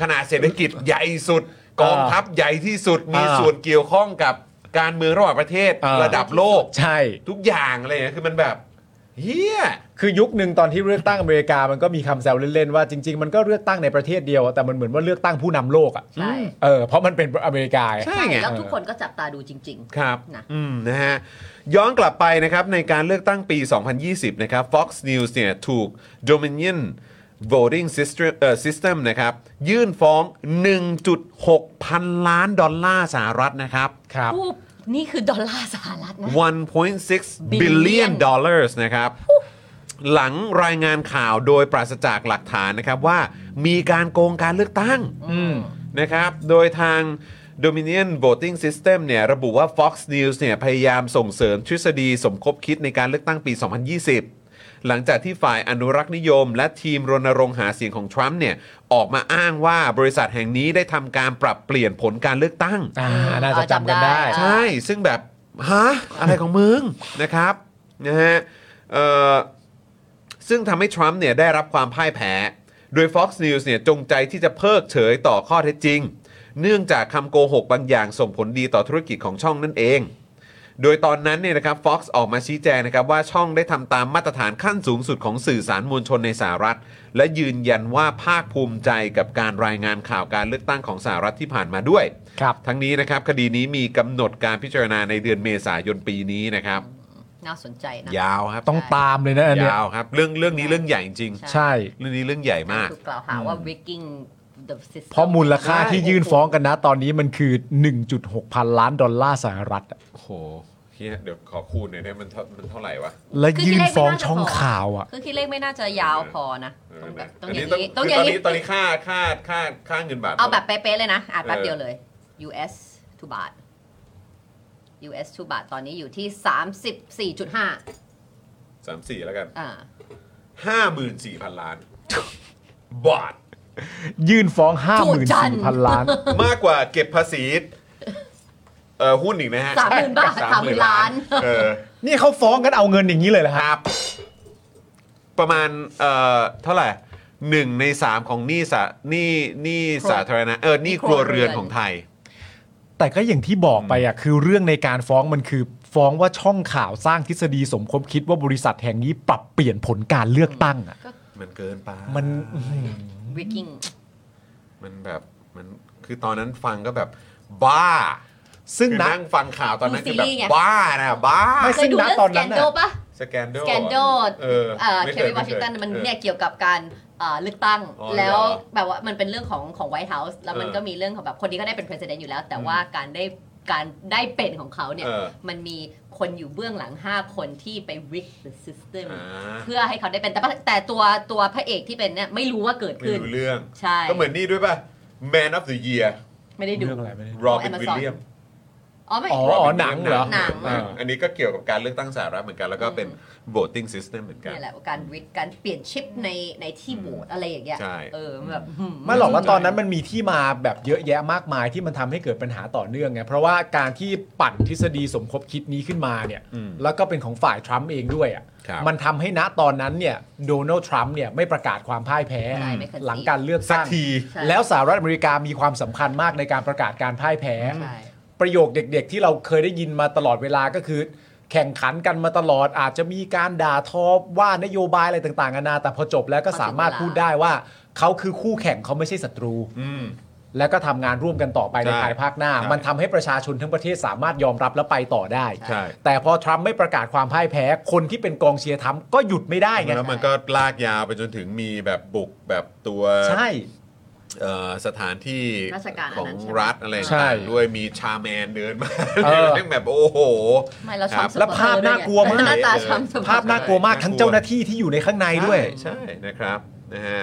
ขนาดเศรษฐกิจใหญ่สุด กองทัพใหญ่ที่สุดมีส่วนเกี่ยวข้องกับการเมืองระหว่างประเทศ อ่า ระดับโลก ใช่ ทุกอย่างอะไรอย่างเงี้ยคือมันแบบเฮีย คือยุคหนึ่งตอนที่เลือกตั้งอเมริกามันก็มีคำแซวเล่นๆว่าจริง ๆ มันก็เลือกตั้งในประเทศเดียวอะแต่มันเหมือนว่าเลือกตั้งผู้นำโลกอ่ะ ใช่ เออเพราะมันเป็นอเมริกาไง ใช่ ใช่ ไง แล้วทุกคนก็จับตาดูจริง ครับ นะ อืมนะฮะย้อนกลับไปนะครับในการเลือกตั้งปี 2020 นะครับ Fox News เนี่ยถูก Dominion Voting System, เอ่อ System นะครับ ยื่นฟ้อง 1.6 พันล้านดอลลาร์สหรัฐนะครับ ครับ รูปนี่คือดอลลาร์สหรัฐนะ 1.6 billion Billion dollars นะครับ หลังรายงานข่าวโดยปราศจากหลักฐานนะครับว่ามีการโกงการเลือกตั้ง อืม นะครับ โดยทาง Dominion Voting System เนี่ยระบุว่า Fox News เนี่ยพยายามส่งเสริมทฤษฎีสมคบคิดในการเลือกตั้งปี 2020 หลังจากที่ฝ่ายอนุรักษ์นิยม และทีมรณรงค์หาเสียงของทรัมป์เนี่ยออกมาอ้างว่าบริษัทแห่งนี้ได้ทำการปรับเปลี่ยนผลการเลือกตั้ง อ่า น่าจะจำกันได้ อ่า ใช่ ซึ่งแบบ ฮะ อะไรของมึง นะครับ นะฮะเอ่อซึ่งทำให้ทรัมป์เนี่ยได้รับความพ่ายแพ้ โดย Fox News เนี่ยจงใจที่จะเพิกเฉยต่อข้อเท็จจริง เนื่องจากคำโกหกบางอย่างส่งผลดีต่อธุรกิจของช่องนั่นเอง โดยตอนนั้นเนี่ยนะครับ Fox ออกมาชี้แจงนะครับว่าช่องได้ทำตามมาตรฐานขั้นสูงสุดของสื่อสารมวลชนในสหรัฐ และยืนยันว่าภาคภูมิใจกับการรายงานข่าวการเลือกตั้งของสหรัฐที่ผ่านมาด้วย ครับ ทั้งนี้นะครับคดีนี้มีกำหนดการพิจารณาในเดือนเมษายนปีนี้นะครับ น่าสนใจนะ ยาวครับ ต้องตามเลยนะอันเนี้ย ยาวครับ เรื่องเรื่องนี้เรื่องใหญ่จริง ใช่ ใช่ เรื่องนี้เรื่องใหญ่มาก ถูกกล่าวหาว่า breaking the system เพราะมูลค่า ใช่ ที่ยื่นฟ้องกันนะ ตอนนี้มันคือ 1.6 พันล้านดอลลาร์สหรัฐอะ โอ้โหเฮียเดี๋ยวขอคูณหน่อยได้มันเท่ามันเท่าไหร่วะ และยื่นฟ้องช่องข่าวอ่ะ คือคิดเลขไม่น่าจะยาวพอนะต้องแบบต้องอย่างนี้ ต้ ต้ อ องงอย่อา ย่าง ง นี้ นี้ ตอนนี้ค่าค่าค่าค่าเงินบาท เอาแบบเป๊ะๆเลยนะ อ่านแป๊บ เออ เดียวเลย US 2บาท US 2บาทตอนนี้อยู่ที่ 34.5 สามสี่แล้วกัน อ่า ห้าหมื่นสี่พันล้าน บาท ยื่นฟ้อง 54,000 ล้าน มากกว่าเก็บภาษีเอ่อหุ้นอีกนะฮะ สามหมื่นบาทสามหมื่นล้าน เออ นี่เขาฟ้องกันเอาเงินอย่างนี้เลยเหรอ ค ฮะ รับ ประมาณเอ่อเท่าไหร่หนึ่งในสามของหนี้สาหนี้หนี้สาธารณะเออหนี้ครัวเรือนของไทย แต่ก็อย่างที่บอกไปอ่ะคือเรื่องในการฟ้องมันคือ ฟ้องว่าช่องข่าวสร้างทฤษฎีสมคบคิดว่าบริษัทแห่งนี้ปรับเปลี่ยนผลการเลือกตั้งอ่ะ มันเกินไป มันอื้อหือ breaking มันแบบมันคือตอนนั้นฟังก็แบบบ้า ซึ่ง คือ นะ นั่งฟังข่าวตอนนั้น ดู คือซีรี แบบ ส์ไง บ้านะบ้า ไม่ เคยดูเรื่อง ซึ่งณตอนนั้นน่ะ scandal ปะ สแกนโด scandal เออ เอ่อ ไม่ เค เคย วินวอชิงตัน ไม่เคย มัน เออ เนี่ยเกี่ยวกับการเอ่อเลือกตั้ง อ๋อ แล้ว เหรอ แบบว่ามันเป็นเรื่องของของไวท์เฮาส์แล้วมัน เออ ก็มีเรื่องของแบบคนนี้ก็ได้เป็น president อยู่แล้ว แต่ว่าการได้การได้เป็นของเขาเนี่ย เออ มันมีคนอยู่เบื้องหลัง 5 คนที่ไป rig the system อ่า เพื่อให้เขาได้เป็นแต่ปะแต่ตัวตัวพระเอกที่เป็นเนี่ยไม่รู้ว่าเกิด ไม่ ขึ้น รู้เรื่อง ใช่ ก็เหมือนนี่ด้วยป่ะ Man of the Year ไม่ได้ดู เรื่องอะไรไม่ได้ r o b i n Amazon William อ๋อไม่ อ๋ออ๋อหนังเหรอ หนัง อ่า อันนี้ก็เกี่ยวกับการเลือกตั้งสหรัฐเหมือนกัน แล้วก็เป็น voting system เหมือนกัน เนี่ยแหละการ rig การเปลี่ยนชิปในในที่โหวตอะไรอย่างเงี้ย ใช่ เออแบบ ไม่หรอกว่าตอนนั้นมันมีที่มาแบบเยอะแยะมากมายที่มันทำให้เกิดปัญหาต่อเนื่องไงเพราะว่าการที่ปั่นทฤษฎีสมคบคิดนี้ขึ้นมาเนี่ย อืม แล้วก็เป็นของฝ่ายทรัมป์เองด้วยอ่ะ ครับ มันทำให้ณตอนนั้นเนี่ยโดนัลด์ทรัมป์เนี่ยไม่ประกาศความพ่ายแพ้ ใช่ไม่เคย หลังการเลือก สัก ตั้ง ที ใช่ แล้วสหรัฐอเมริกามีความสำคัญมากในการประกาศการพ่ายแพ้ ใช่ ประโยคเด็กๆ ที่เราเคยได้ยินมาตลอดเวลาก็คือ แข่งขันกันมาตลอดอาจจะมีการด่าทอว่านโยบายอะไรต่างๆนานาแต่พอจบแล้วก็สามารถพูดได้ว่า เขาคือคู่แข่งเขาไม่ใช่ศัตรู อืม แล้วก็ทำงานร่วมกันต่อไปใน ใช่ ภายภาคหน้า ใช่ มันทำให้ประชาชนทั้งประเทศสามารถยอมรับและไปต่อได้ ใช่ แต่พอทรัมป์ไม่ประกาศความพ่ายแพ้ คนที่เป็นกองเชียร์ทรัมป์ก็หยุดไม่ได้ไง แล้วมันก็ลากยาวไปจนถึงมีแบบบุกแบบตัว ใช่ เอ่อสถานที่ ราชการอั ข น อง นั้นใช่ไหม รัฐอะไร ใช่ ต่างๆด้วยมีชาแมนเดินมา เออ เรื่องแบบโอ้โห ไม่เรา ค ช รั อ บบ และภาพน่ากลัวมาก หน้าตาชำสม ภาพน่ากลัวมากทั้งเจ้าหน้าที่ที่อยู่ในข้างในด้วย ใช่ใช่นะครับนะฮะ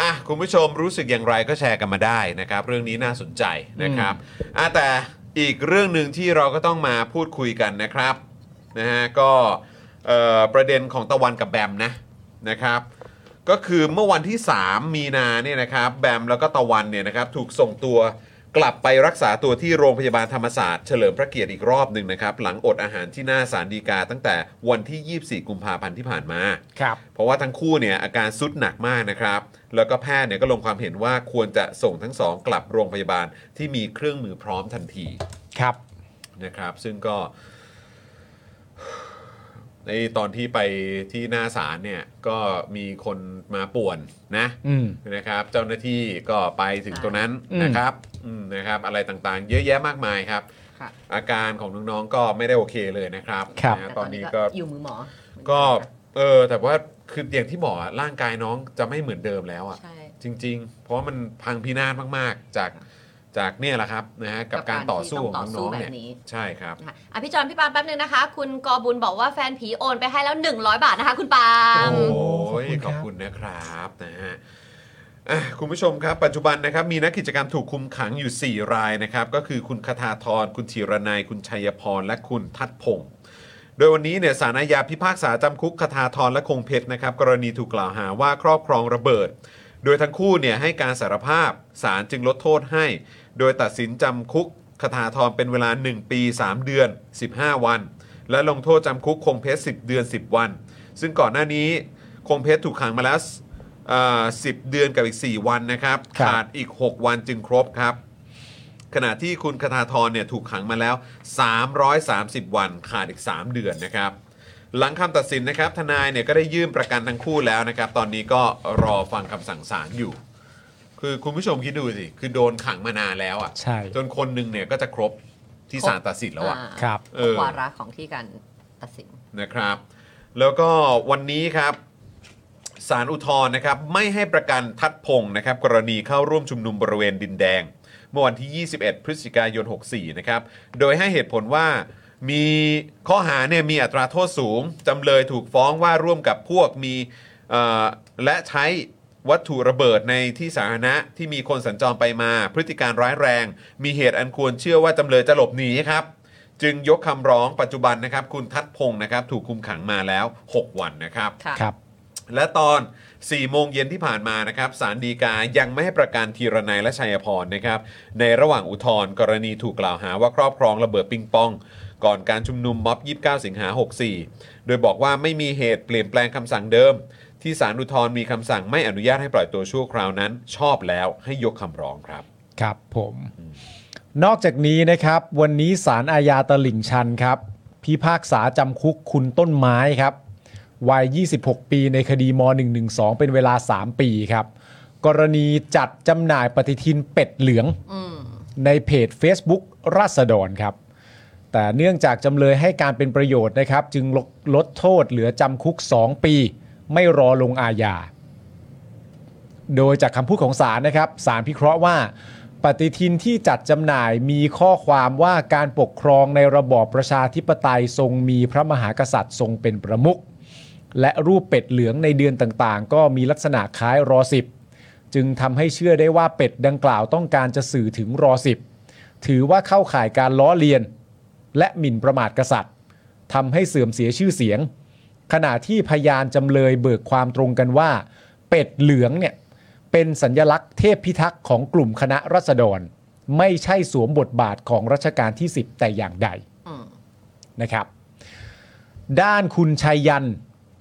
อ่ะคุณผู้ชมรู้สึกอย่างไรก็แชร์กันมาได้นะครับ เรื่องนี้น่าสนใจนะครับอ่ะแต่อีกเรื่องหนึ่งที่เราก็ต้องมาพูดคุยกันนะครับนะฮะก็เอ่อประเด็นของตะวันกับแบมนะนะครับ ก็คือเมื่อวันที่ 3 มีนาเนี่ยนะครับแบมแล้วก็ตะวันเนี่ยนะครับถูกส่งตัวกลับไปรักษาตัวที่โรงพยาบาลธรรมศาสตร์เฉลิมพระเกียรติอีกรอบหนึ่งนะครับ หลังอดอาหารที่หน้าสารดีกาตั้งแต่วันที่ 24 กุมภาพันธ์ที่ผ่านมา ครับ เพราะว่าทั้งคู่เนี่ยอาการสุดหนักมากนะครับ แล้วก็แพทย์เนี่ยก็ลงความเห็นว่าควรจะส่งทั้งสองกลับโรงพยาบาลที่มีเครื่องมือพร้อมทันที ครับ นะครับ ซึ่งก็ในตอนที่ไปที่หน้าศาลเนี่ยก็มีคนมาป่วนนะ อืม นะครับ เจ้าหน้าที่ก็ไปถึงตรงนั้นนะครับอืมนะครับ อะไรต่างๆ เยอะแยะมากมายครับ ค่ะ อาการของน้องๆก็ไม่ได้โอเคเลยนะครับ ครับ นะ แต่ ต ต อ อน น นี้ นี้ ก็ ก็อยู่มือหมอ ก็เออแต่ว่าคืออย่างที่บอกอะร่างกายน้องจะไม่เหมือนเดิมแล้วอ่ะ ใช่ จริง ๆ เพราะว่ามันพังพินาศมากๆ จากจากเนี่ยแหละครับนะฮะกับ กับ กา การ ร ต่อสู้ ที่ ข ต้ อ อง ง น้องๆ ต่อสู้ เนี่ย แบบนี้ ใช่ครับ นะคะอ่ะพี่จอนพี่ปาล์มแป๊บนึงนะคะ คุณกอบุญบอกว่าแฟนผีโอนไปให้แล้ว 100 บาทนะคะ คุณปาล์ม โอ้โหข ข อ อ บบ คุ คุณ ณ นะครับนะฮะอ่ะคุณผู้ชมครับ ปัจจุบันนะครับมีนักกิจกรรมถูกคุมขังอยู่ 4 รายนะครับ ก็คือคุณคทาธรคุณธีรนาย คุณชัยพร และคุณทัดพงศ์โดยวันนี้เนี่ยสารอาญาพิพากษาจำคุกคทาธรและคงเพชรนะครับ กรณีถูกกล่าวหาว่าครอบครองระเบิด โดยทั้งคู่เนี่ยให้การสารภาพศาลจึงลดโทษให้ โดยตัดสินจำคุกคทาธรเป็นเวลา 1 ปี 3 เดือน 15 วัน และลงโทษจำคุกคงเพชร 10 เดือน 10 วัน ซึ่งก่อนหน้านี้คงเพชรถูกขังมาแล้วเอ่อ10 เดือนกับอีก 4 วันนะครับ ครับ ขาดอีก 6 วันจึงครบครับ ขณะที่คุณคทาธรเนี่ยถูกขังมาแล้ว 330 วันขาดอีก 3 เดือนนะครับ หลังคำตัดสินนะครับ ทนายเนี่ยก็ได้ยื่นประกันทั้งคู่แล้วนะครับ ตอนนี้ก็รอฟังคำสั่งศาลอยู่ คือคุณผู้ชมคิดดูสิ คือโดนขังมานานแล้วอะ ใช่ จนคนหนึ่งเนี่ยก็จะครบที่ศาลตัดสินแล้วอะ อ่า ครับ เออ วาระของที่การตัดสิน นะครับ แล้วก็วันนี้ครับสารอุทธรณ์นะครับ ไม่ให้ประกันทัดพงศ์นะครับ กรณีเข้าร่วมชุมนุมบริเวณดินแดง เมื่อวันที่ 21 พฤศจิกายน 64 นะครับ โดยให้เหตุผลว่ามีข้อหาเนี่ยมีอัตราโทษสูง จำเลยถูกฟ้องว่าร่วมกับพวกมีเอ่อและใช้วัตถุระเบิดในที่สาธารณะที่มีคนสัญจรไปมา พฤติการร้ายแรง มีเหตุอันควรเชื่อว่าจำเลยจะหลบหนีครับ จึงยกคำร้องปัจจุบันนะครับ คุณทัดพงศ์นะครับ ถูกคุมขังมาแล้ว 6 วันนะครับ ค่ะ ครับ และตอน 4 โมงเย็นที่ผ่านมานะครับสารดีกายังไม่ให้ประกันธีรนัยและชัยพรนะครับ ในระหว่างอุทธรณ์กรณีถูกกล่าวหาว่าครอบครองระเบิดปิงปอง ก่อนการชุมนุมม็อบ 29 สิงหา 64 โดยบอกว่าไม่มีเหตุเปลี่ยนแปลงคำสั่งเดิม ที่สารอุทธรณ์มีคำสั่งไม่อนุญาตให้ปล่อยตัวชั่วคราวนั้น ชอบแล้วให้ยกคำร้องครับ ครับผม นอกจากนี้นะครับ วันนี้ศาลอาญาตลิ่งชันครับ พิพากษาจำคุกคุณต้นไม้ครับวัย 26 ปีในคดีม 112 เป็นเวลา 3 ปีครับ กรณีจัดจำหน่ายปฏิทินเป็ดเหลือง อืม ในเพจ Facebook ราษฎรครับ แต่เนื่องจากจำเลยให้การเป็นประโยชน์นะครับ จึงลดลดโทษเหลือจำคุก 2 ปี ไม่รอลงอาญา โดยจากคำพูดของศาลนะครับศาลพิเคราะห์ว่า ปฏิทินที่จัดจำหน่ายมีข้อความว่าการปกครองในระบอบประชาธิปไตยทรงมีพระมหากษัตริย์ทรงเป็นประมุขและรูปเป็ดเหลืองในเดือนต่างๆ ก็มีลักษณะคล้ายรอสิบ จึงทำให้เชื่อได้ว่าเป็ดดังกล่าวต้องการจะสื่อถึงรอสิบถือว่าเข้าข่ายการล้อเลียน และหมิ่นประมาทกษัตริย์ทำให้เสื่อมเสียชื่อเสียง ขณะที่พยานจำเลยเบิกความตรงกันว่า เป็ดเหลืองเนี่ยเป็นสัญลักษณ์เทพพิทักษ์ของกลุ่มคณะรัษฎร ไม่ใช่สวมบทบาทของรัชกาลที่ 10 แต่อย่างใด อืม นะครับ ด้านคุณชัยยัน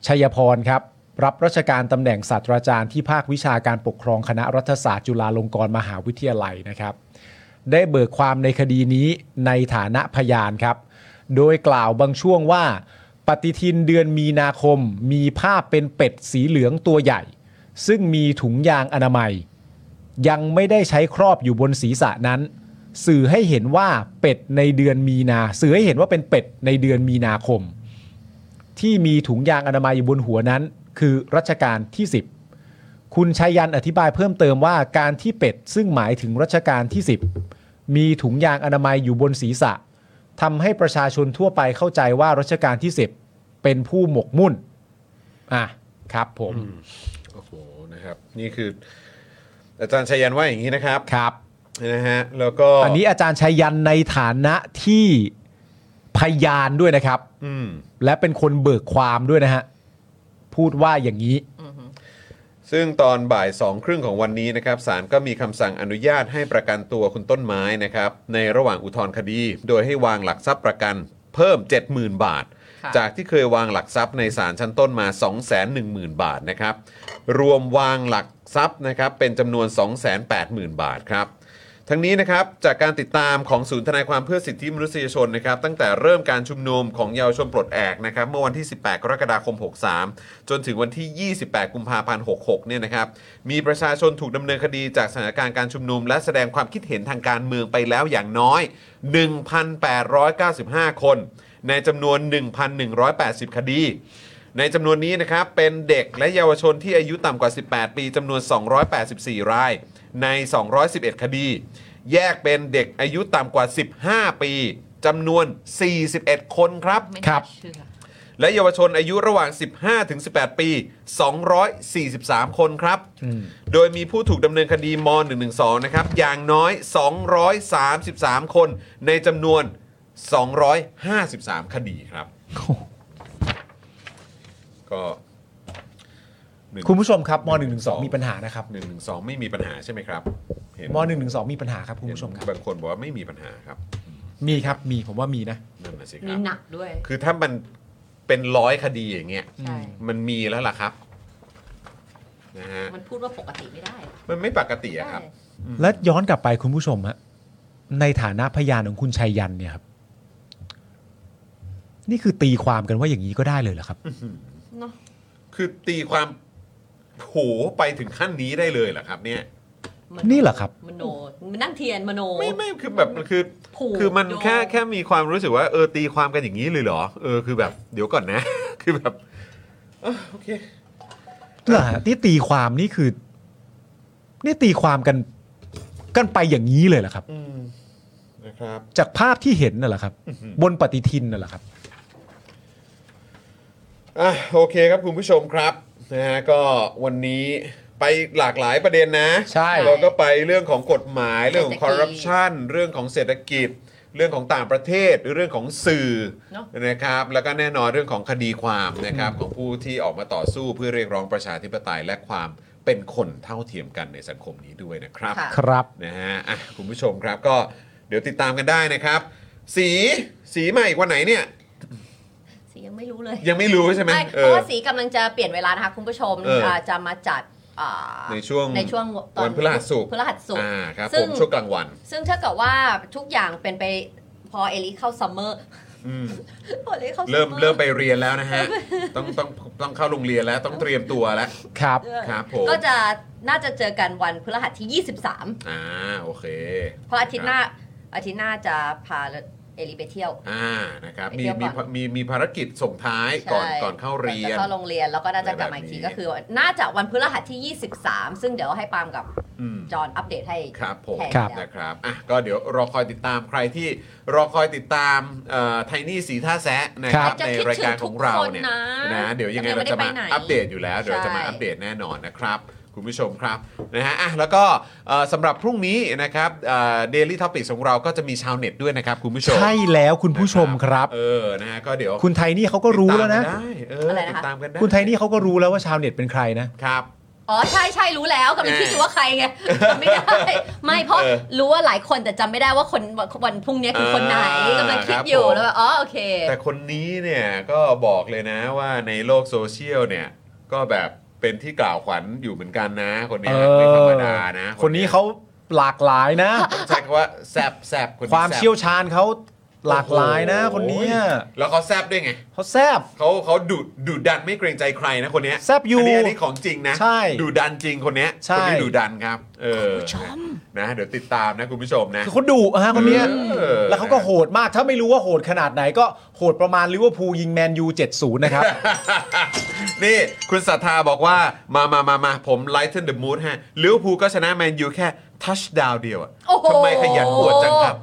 ชัยพรครับ รับราชการตำแหน่งศาสตราจารย์ที่ภาควิชาการปกครองคณะรัฐศาสตร์จุฬาลงกรณ์มหาวิทยาลัยนะครับ ได้เบิกความในคดีนี้ในฐานะพยานครับ โดยกล่าวบางช่วงว่า ปฏิทินเดือนมีนาคม มีภาพเป็นเป็ดสีเหลืองตัวใหญ่ ซึ่งมีถุงยางอนามัย ยังไม่ได้ใช้ครอบอยู่บนศีรษะนั้น สื่อให้เห็นว่าเป็ดในเดือนมีนา สื่อให้เห็นว่าเป็นเป็ดในเดือนมีนาคม ที่มีถุงยางอนามัยอยู่บนหัวนั้น คือรัชกาลที่ 10 คุณชัยยันอธิบายเพิ่มเติมว่าการที่เป็ดซึ่งหมายถึงรัชกาลที่ 10 มีถุงยางอนามัยอยู่บนศีรษะทำให้ประชาชนทั่วไปเข้าใจว่ารัชกาลที่ 10 เป็นผู้หมกมุ่น อ่ะครับผม โอ้โหนะครับนี่คือ อาจารย์ชัยยันว่าอย่างนี้นะครับ ครับ นะฮะแล้วก็ อันนี้อาจารย์ชัยยันในฐานะที่พยานด้วยนะครับ อืม และเป็นคนเบิกความด้วยนะฮะพูดว่าอย่างนี้ ซึ่งตอนบ่ายสองครึ่งของวันนี้นะครับศาลก็มีคำสั่งอนุญาตให้ประกันตัวคุณต้นไม้นะครับ ในระหว่างอุทธรณ์คดี โดยให้วางหลักทรัพย์ประกันเพิ่ม 70,000 บาท ค่ะ จากที่เคยวางหลักทรัพย์ในศาลชั้นต้นมา 210,000 บาทนะครับ รวมวางหลักทรัพย์นะครับเป็นจำนวน 280,000 บาทครับ ทั้งนี้นะครับจากการติดตามของศูนย์ทนายความเพื่อสิทธิมนุษยชนนะครับตั้งแต่เริ่มการชุมนุมของเยาวชนปลดแอกนะครับเมื่อวันที่ 18 กรกฎาคม 63 จนถึงวันที่ 28 กุมภาพันธ์ 66 เนี่ยนะครับมีประชาชนถูกดำเนินคดีจากสถานการณ์การชุมนุม และแสดงความคิดเห็นทางการเมืองไปแล้วอย่างน้อย 1,895 คน ในจำนวน 1,180 คดี ในจำนวนนี้นะครับ เป็นเด็กและเยาวชนที่อายุต่ำกว่า 18 ปีจำนวน 284 ราย ใน 211 คดี แยกเป็นเด็กอายุต่ำกว่า 15 ปีจำนวน 41 คนครับ ไม่ ครั น่า บ เชื่อ และเยาวชนอายุระหว่าง 15 ถึง 18 ปี 243 คนครับ โดยมีผู้ถูกดำเนินคดีม .112 นะครับ อย่างน้อย 233 คน ในจำนวน 253 คดีครับ ก็หนึ่ง คุณผู้ชมครับม .112 มีปัญหานะครับ หนึ่งหนึ่งสองไม่มีปัญหาใช่ไหมครับเห็น ม .112 มีปัญหาครับคุณผู้ชมครับ บางคนบอกว่าไม่มีปัญหาครับ มีครับมีผมว่ามีนะ นั่นน่ะสิค มี รับ หนักด้วย คือถ้ามันเป็นร้อยคดีอย่างเงี้ย ใช่ มันมีแล้วล่ะครับนะฮะ มันพูดว่าปกติไม่ได้ มันไม่ปกติอะครับ และย้อนกลับไปคุณผู้ชมฮะ ในฐานะพยานของคุณชัยยันเนี่ยครับ นี่คือตีความกันว่าอย่างนี้ก็ได้เลยเหรอครับ เนอะ คือตีความโหไปถึงขั้นนี้ได้เลยเหรอครับเนี่ย ม นี่เหรอครับ มโนมันนั่งเทียนมโน ไม่ไม่คือแบบมันคือ ผูก คือมัน โยง แค่แค่มีความรู้สึกว่าเออตีความกันอย่างนี้เลยเหรอเออคือแบบเดี๋ยวก่อนนะ คือแบบเออโอเค เหรอฮะนี่ตีความนี่คือ นี่ตีความกัน กันไปอย่างนี้เลยเหรอครับ อืมนะครับ จากภาพที่เห็นน่ะเหรอครับ อื้อหือ บนปฏิทินน่ะเหรอครับ อ่ะโอเคครับคุณผู้ชมครับนะฮะก็วันนี้ไปหลากหลายประเด็นนะ ใช่ เราก็ไปเรื่องของกฎหมายเรื่องของ เศ ค ร อ ษฐกิจ ร์รัปชันเรื่องของเศรษฐกิจ เรื่องของต่างประเทศเรื่องของสื่อ เนอะ นะครับแล้วก็แน่นอนเรื่องของคดีความนะครับของผู้ที่ออกมาต่อสู้เพื่อเรียกร้องประชาธิปไตยและความเป็นคนเท่าเทียมกันในสังคมนี้ด้วยนะครับ ค่ะ ครับ นะฮะอ่ะคุณผู้ชมครับก็เดี๋ยวติดตามกันได้นะครับ สีสีใหม่วันไหนเนี่ย สียังไม่รู้เลย ยังไม่รู้ใช่ไหม ไม่ เอ เพราะ อ ว่าสีกำลังจะเปลี่ยนเวลานะคะคุณผู้ชม เอออ่ าจะมาจัดอ่า ในช่วง ในช่วงตอ วันพฤหัสศุกร์ พฤหัสศุกร์ อ่าครับ ซึ่ ผ ง มช่วงกลางวัน ซึ่งถ้าเกิดว่าทุกอย่างเป็นไปพอเอลิเข้าซัมเมอร์ อืม พอเอลิเข้าซัมเมอร์ เริ่มเริ่มไปเรียนแล้วนะฮะ ต้องต้องต้องเข้าโรงเรียนแล้วต้องเตรียมตัวแล้ว ครับ เออ ครับผม ก็จะน่าจะเจอกันวันพฤหัสที่ 23 อ่าโอเค เพราะอาทิตย์หน้าอาทิตย์หน้าจะพาเอลิไปเที่ยว อ่านะครับมี ไปเที่ มี ยวก่อน มีมีภารกิจส่งท้ายก่อน ใช่ ก่อนเข้าเรีย ก่อน จะเข้าโรงเรียนแล้วก็น่าจะกลับมาอีกที แบบนี้ ก็คือ น่าจะวันพฤหัสที่ 23 ซึ่งเดี๋ยวให้ปาล์มกับ อืม จอห์นอัปเดตให้ ครับผม ครับ นะครับอ่ะก็เดี๋ยวรอคอยติดตามใครที่รอคอยติดตามไทนี่สีท่าแซะนะค ครั รับบ ในรายการของเราเนี่ย จะคิดถึงทุกคนนะ เดี๋ยวยังไง แต่ยัง เรา ไม่จะได้มา ไปไหน อัปเดตอยู่แล้วเดี๋ยวเราจะมา ใช่ อัปเดตแน่นอนนะครับ คุณผู้ชมครับนะฮะอ่ะแล้วก็เอ่อสำหรับพรุ่งนี้นะครับเดลี่ท็อปิกของเราก็จะมีชาวเน็ตด้วยนะครับคุณผู้ชม ใช่แล้วคุณผู้ชมครับ เออนะฮะก็เดี๋ยว คุณไทยนี่เขาก็รู้แล้วนะ ติดตามกัได้เออ อะไรนะคะ ติดตามกันได้ คุณไทยนี่เขาก็รู้แล้วว่าชาวเน็ตเป็นใครนะ ครับ อ๋อใช่ใช่รู้แล้วกำลังคิดอยู่ว่าใครไงจำไม่ ได้ไม่เพราะ เออ รู้ว่าหลายคนแต่จำไม่ได้ว่าคนวันพรุ่งนี้คือคนไหน อ่าก ำลังคิ ครัดบ อยู่ ผม แล้วแบบอ๋อโอเค แต่คนนี้เนี่ยก็บอกเลยนะว่าในโลกโซเชียลเนี่ย ก็แบบเป็นที่กล่าวขวัญอยู่เหมือนกันนะ คนเนี้ย เออ ไม่ธรรมดานะ คนนี้เขาหลากหลายนะ ต้องใช้คำว่าแซบแซบนนี้ ความ แซ่บ เชี่ยวชาญเขาหลากหลายนะ โอ้โ คนเนี้ย แล้วเขาแซบด้วยไง เขาแซบ เขาเขาดุดุดันไม่เกรงใจใครนะคนเนี้ย แซ่บอยู่ นนี้อันนี้ของจริงนะ ใช่ ดุดันจริงคนเนี้ย ใช่ คนนี้ดุดันครับ เออนะเดี๋ยวติดตามนะคุณผู้ชมนะ คือเขาดุฮะคนเนี้ย เออ แล้วเขาก็โหดมากถ้าไม่รู้ว่าโหดขนาดไหนก็โหดประมาณลิเวอร์พูลยิงแมนยู70 นะครับ นี่คุณศรัทธาบอกว่ามามามามาผม lighten the mood ฮะลิเวอร์พูลก็ชนะแมนยูแค่ทัชดาวเดียวอะ โอ้โห ทำไมขยันปวดจังครับ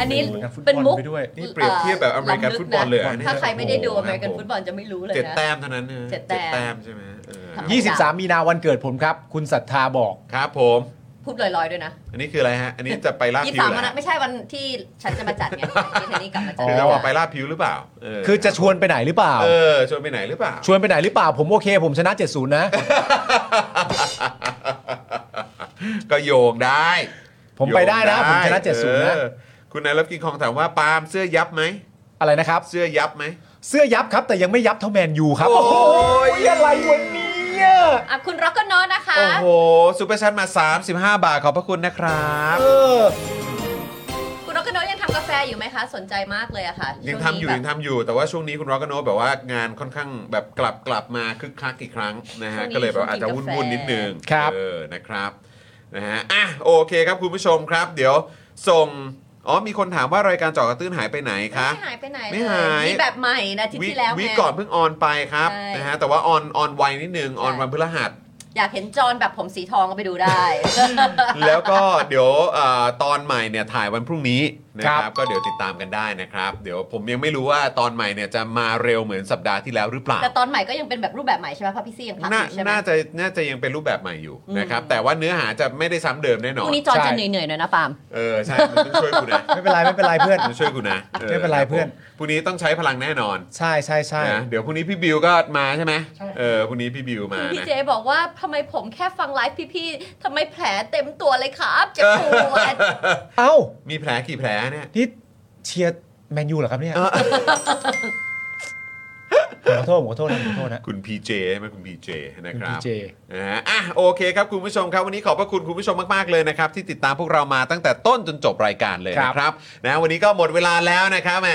อันนี้ โอ้โห เป็นมุก ฟุตบอลไปด้วย นี่เปรียบเทียบแบบอเมริกันฟุตบอลเลยอะ ถ้าใครไม่ได้ดู โอ้ อ โห เมริกัน ครับผม ฟุตบอลจะไม่รู้เลย เจ็ด นะ แต้มเท่านั้นนะ เจ็ดแต้ม แต้มใช่ไหมเออ ครับ 23 มีนาวันเกิดผมครับ คุณศรัทธาบอก ครับผม พูดลอยๆด้วยนะ อันนี้คืออะไรฮะ อันนี้จะไปลาด ยี่ ผิ สาว ม เหร วัน อ นะไม่ใช่วันที่ฉันจะมาจัด ไงที่เทนนี่กลับมาจัด คือจะว่าไปลาดผิวหรือเปล่าเ คือจะชวนไปไหนหรือเปล่า เออชวนไปไหนหรือเปล่า ชวนไปไหนหรือเปล่า ผมโอเค ผมชนะ 70 นะ ก็โยงได้ ผมไปได้นะ โยง ผมชนะ70นะ เออคุณนายรับกินของถามว่าปาล์มเสื้อยับไหม อะไรนะครับ เสื้อยับไหม เสื้อยับครับ แต่ยังไม่ยับเท่าแมนยูครับ โอ้โห ยอะไรวันนี้ อ่ะคุณร็อกก็นอนนะคะ โอ้โหซูเปอร์ชันมา 35 บาท ขอบพระคุณนะครับ เออ คุณร็อกก็นอนยังทำกาแฟอยู่ไหมคะ สนใจมากเลยอะค่ะ ยัง ช่ว ทำอยู่ นี้ ยัง แบบ ทำอยู่แต่ว่าช่วงนี้คุณร็อกกโนแบบว่างานค่อนข้างแบบกลับกลับมาคึกคักอีกครั้งนะฮะ ช่วงนี้ ก็เลยแบบอาจจะ ช่วงกิ วุ่น นกาวุ่นนิดแฟนึง ครับ เออนะครับนะฮะอ่ะโอเคครับคุณผู้ชมครับ เดี๋ยวส่งอ๋อมีคนถามว่ารายการเจอกระตื้นหายไปไหนคะ ไม่หายไปไหนเลย ไม่หาย มีแบบใหม่นะอาทิตย์ที่แล้ว ค ไง ก่อนเพิ่งออนไปครับ ใช่ นะฮะแต่ว่าออนออนไวนิดนึงออน ใช่ วันพฤหัส อยากเห็นจอนแบบผมสีทองก็ไปดูได้ แล้วก็เดี๋ยวเอ่อตอนใหม่เนี่ยถ่ายวันพรุ่งนี้นะค ครั รับบ ก็เดี๋ยวติดตามกันได้นะครับ เดี๋ยวผมยังไม่รู้ว่าตอนใหม่เนี่ยจะมาเร็วเหมือนสัปดาห์ที่แล้วหรือเปล่า แต่ตอนใหม่ก็ยังเป็นแบบรูปแบบใหม่ใช่ไหมเพราะพี่ซี่ยังพักอ น่า ยู่ใช่ไหม น่าจะน่าจะยังเป็นรูปแบบใหม่อยู่ อืม นะครับแต่ว่าเนื้อหาจะไม่ได้ซ้ำเดิมแน่นอพนรุ่งนี้จอน ใช่ จะเหนื่อยๆหน่อยนะปาล์ม เออใช่มันต้องช่วยกูนะ ไม่เป็นไรไม่เป็นไรเพื่อน มันช่วยกูนะออ ไม่เป็นไร คบ เพื่อน ผมพรุ่งนี้ต้องใช้พลังแน่นอน ใช่ใช่ใช่ นะเดี๋ยวพรุ่งนี้พี่บิวก็มาใช่ไหมเออพรุ่งนี้พี่บิวมา พี่ นะ เจบอกว่าทำไมผมแค่ฟังไลฟ์พี่ๆทำไมแผลเต็มตัวเลยครับเจ็บปว ด เอ้า มีแผลกี่แผลเนี่ย นี่เชียร์แมนยูเหรอครับเนี่ย ผมขอโทษผมขอโทษนะผมขอโทษนะ คุณ PJ ใช่ไหมคุณ PJ นะครับ คุณ PJ นะฮะอ่ะโอเคครับคุณผู้ชมครับ วันนี้ขอบพระคุณคุณผู้ชมมาก ๆ เลยนะครับ ที่ติดตามพวกเรามาตั้งแต่ต้นจนจบรายการเลย ครับ นะครับนะวันนี้ก็หมดเวลาแล้วนะครับแหม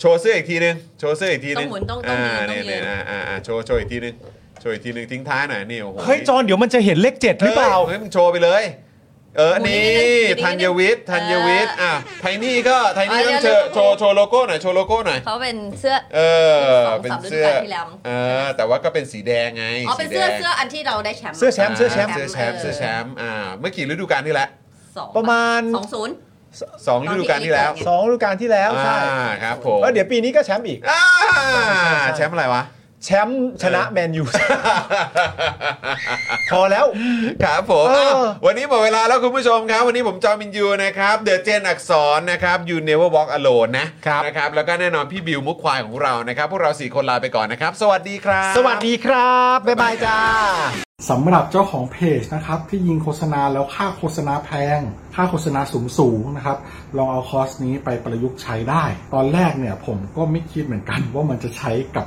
โชว์เสื้ออีกทีนึงโชว์เสื้ออีกทีนึง ต้องหมุนต้องต้องยืนต้องยืน เนี่ยเนี่ยอ่าอ่าโชว์โชว์อีกทีนึงโชว์อีกทีนึงทิ้งท้ายหน่อยนี่โอ้โห เฮ้ยจอนเดี๋ยวมันจะเห็นเลขเจ็ดหรือเปล่า ฮ้ยมึงโชว์ไปเลย เออ โอ้โห นี่ นี่นี่ ธัญวิทย์ธัญวิทย์ อ่ะไทนี่ก็ไทนี่ เออ ต้องเชเดี๋ยว อ เดี๋ยว โชว์โชว์โลโก้หน่อย โชว์โลโก้หน่อย เขาเป็นเสื้อ เออ สอง เป็น สาม เสื้อ ฤดูกาลที่แล้วมั้ง เออ แต่ว่าก็เป็นสีแดงไง อ๋อเป็นเสื้อเสื้ออันที่เราได้แชมป์ เสื้อแชมป์ เสื้อแชมป์ เสื้อแชมป์ อ่า เมื่อกี่ฤดูกาลที่แล้ว สอง ประมาณ สองศูนย์ สองฤดูกาลที่แล้ว ตนที่ สองฤดูกาลที่แล้วใช่ อ่าครับผม แล้วเดี๋ยวปีนี้ก็แชมป์อีก อ่า ใช่ใช่ แชมป์อะไรวะ แชมป์ชนะแมนยู พอแล้ว ครับผม เออ เอ้าวันนี้หมดเวลาแล้วคุณผู้ชมครับ วันนี้ผมจอมินยูนะครับ เดอะเจนอักษรนะครับ you never walk alone นะครับ นะครับ แล้วก็แน่นอนพี่บิวมุกควายของเรานะครับ พวกเราสี่คนลาไปก่อนนะครับ สวัสดีครับ สวัสดีครับ บ๊ายบายจ้า สำหรับเจ้าของเพจนะครับ ที่ยิงโฆษณาแล้วค่าโฆษณาแพง ค่าโฆษณาสูงสูงๆนะครับ ลองเอาคอร์สนี้ไปประยุกต์ใช้ได้ ตอนแรกเนี่ยผมก็ไม่คิดเหมือนกัน ว่ามันจะใช้กับ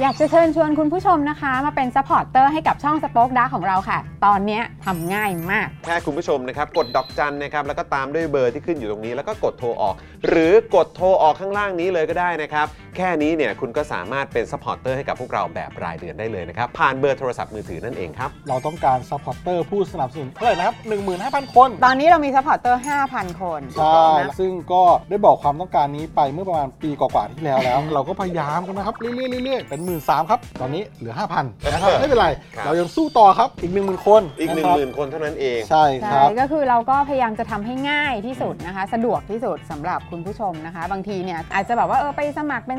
อยากจะเชิญชวนคุณผู้ชมนะคะ มาเป็นซัพพอร์ตเตอร์ให้กับช่องสป็อคดาของเราค่ะ ตอนเนี้ยทำง่ายมาก แค่คุณผู้ชมนะครับ กดดอกจันนะครับ แล้วก็ตามด้วยเบอร์ที่ขึ้นอยู่ตรงนี้ แล้วก็กดโทรออก หรือกดโทรออกข้างล่างนี้เลยก็ได้นะครับ แค่นี้เนี่ยคุณก็สามารถเป็นซัพพอร์ตเตอร์ให้กับพวกเราแบบรายเดือนได้เลยนะครับ ผ่านเบอร์โทรศัพท์มือถือนั่นเองครับ เราต้องการซัพพอร์ตเตอร์ผู้สนับสนุนเท่าไหร่นะครับ 15,000 คน ตอนนี้เรามีซัพพอร์ตเตอร์5,000 คน ใช่ นะ ซึ่งก็ได้บอกความต้องการนี้ไปเมื่อประมาณปีกว่าๆที่แล้วแล้ว เราก็พยายามกันนะครับ เรื่อยๆเรื่อยๆเป็น 1 3ื่นครับ ตอนนี้เหลือ 5,000นะครับไม่เป็นไร ครับ เรายังสู้ต่อครับอีก 10,000 คน อีก1 ะครับ 0,000คนเท่านั้นเอง ใช่ค ใช่ รับ ก็คือเราก็พยายามจะทำให้ง่ายที่สุดนะคะ สะดวกที่สุดสำหรับคุณผู้ชมนะคะ บางทีเนี่ยอาจจะแบบว่าเออไปสมัครเป็น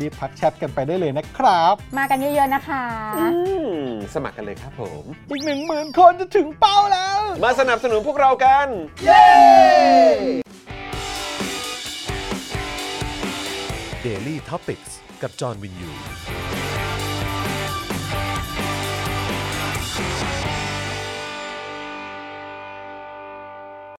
รีบทักแชทกันไปได้เลยนะครับ มากันเยอะๆนะคะ อืมสมัครกันเลยครับผม อีก 1 0,000 คนจะถึงเป้าแล้ว มาสนับสนุนพวกเรากัน เย้ Daily t o p i c กกับจอห์นวินยู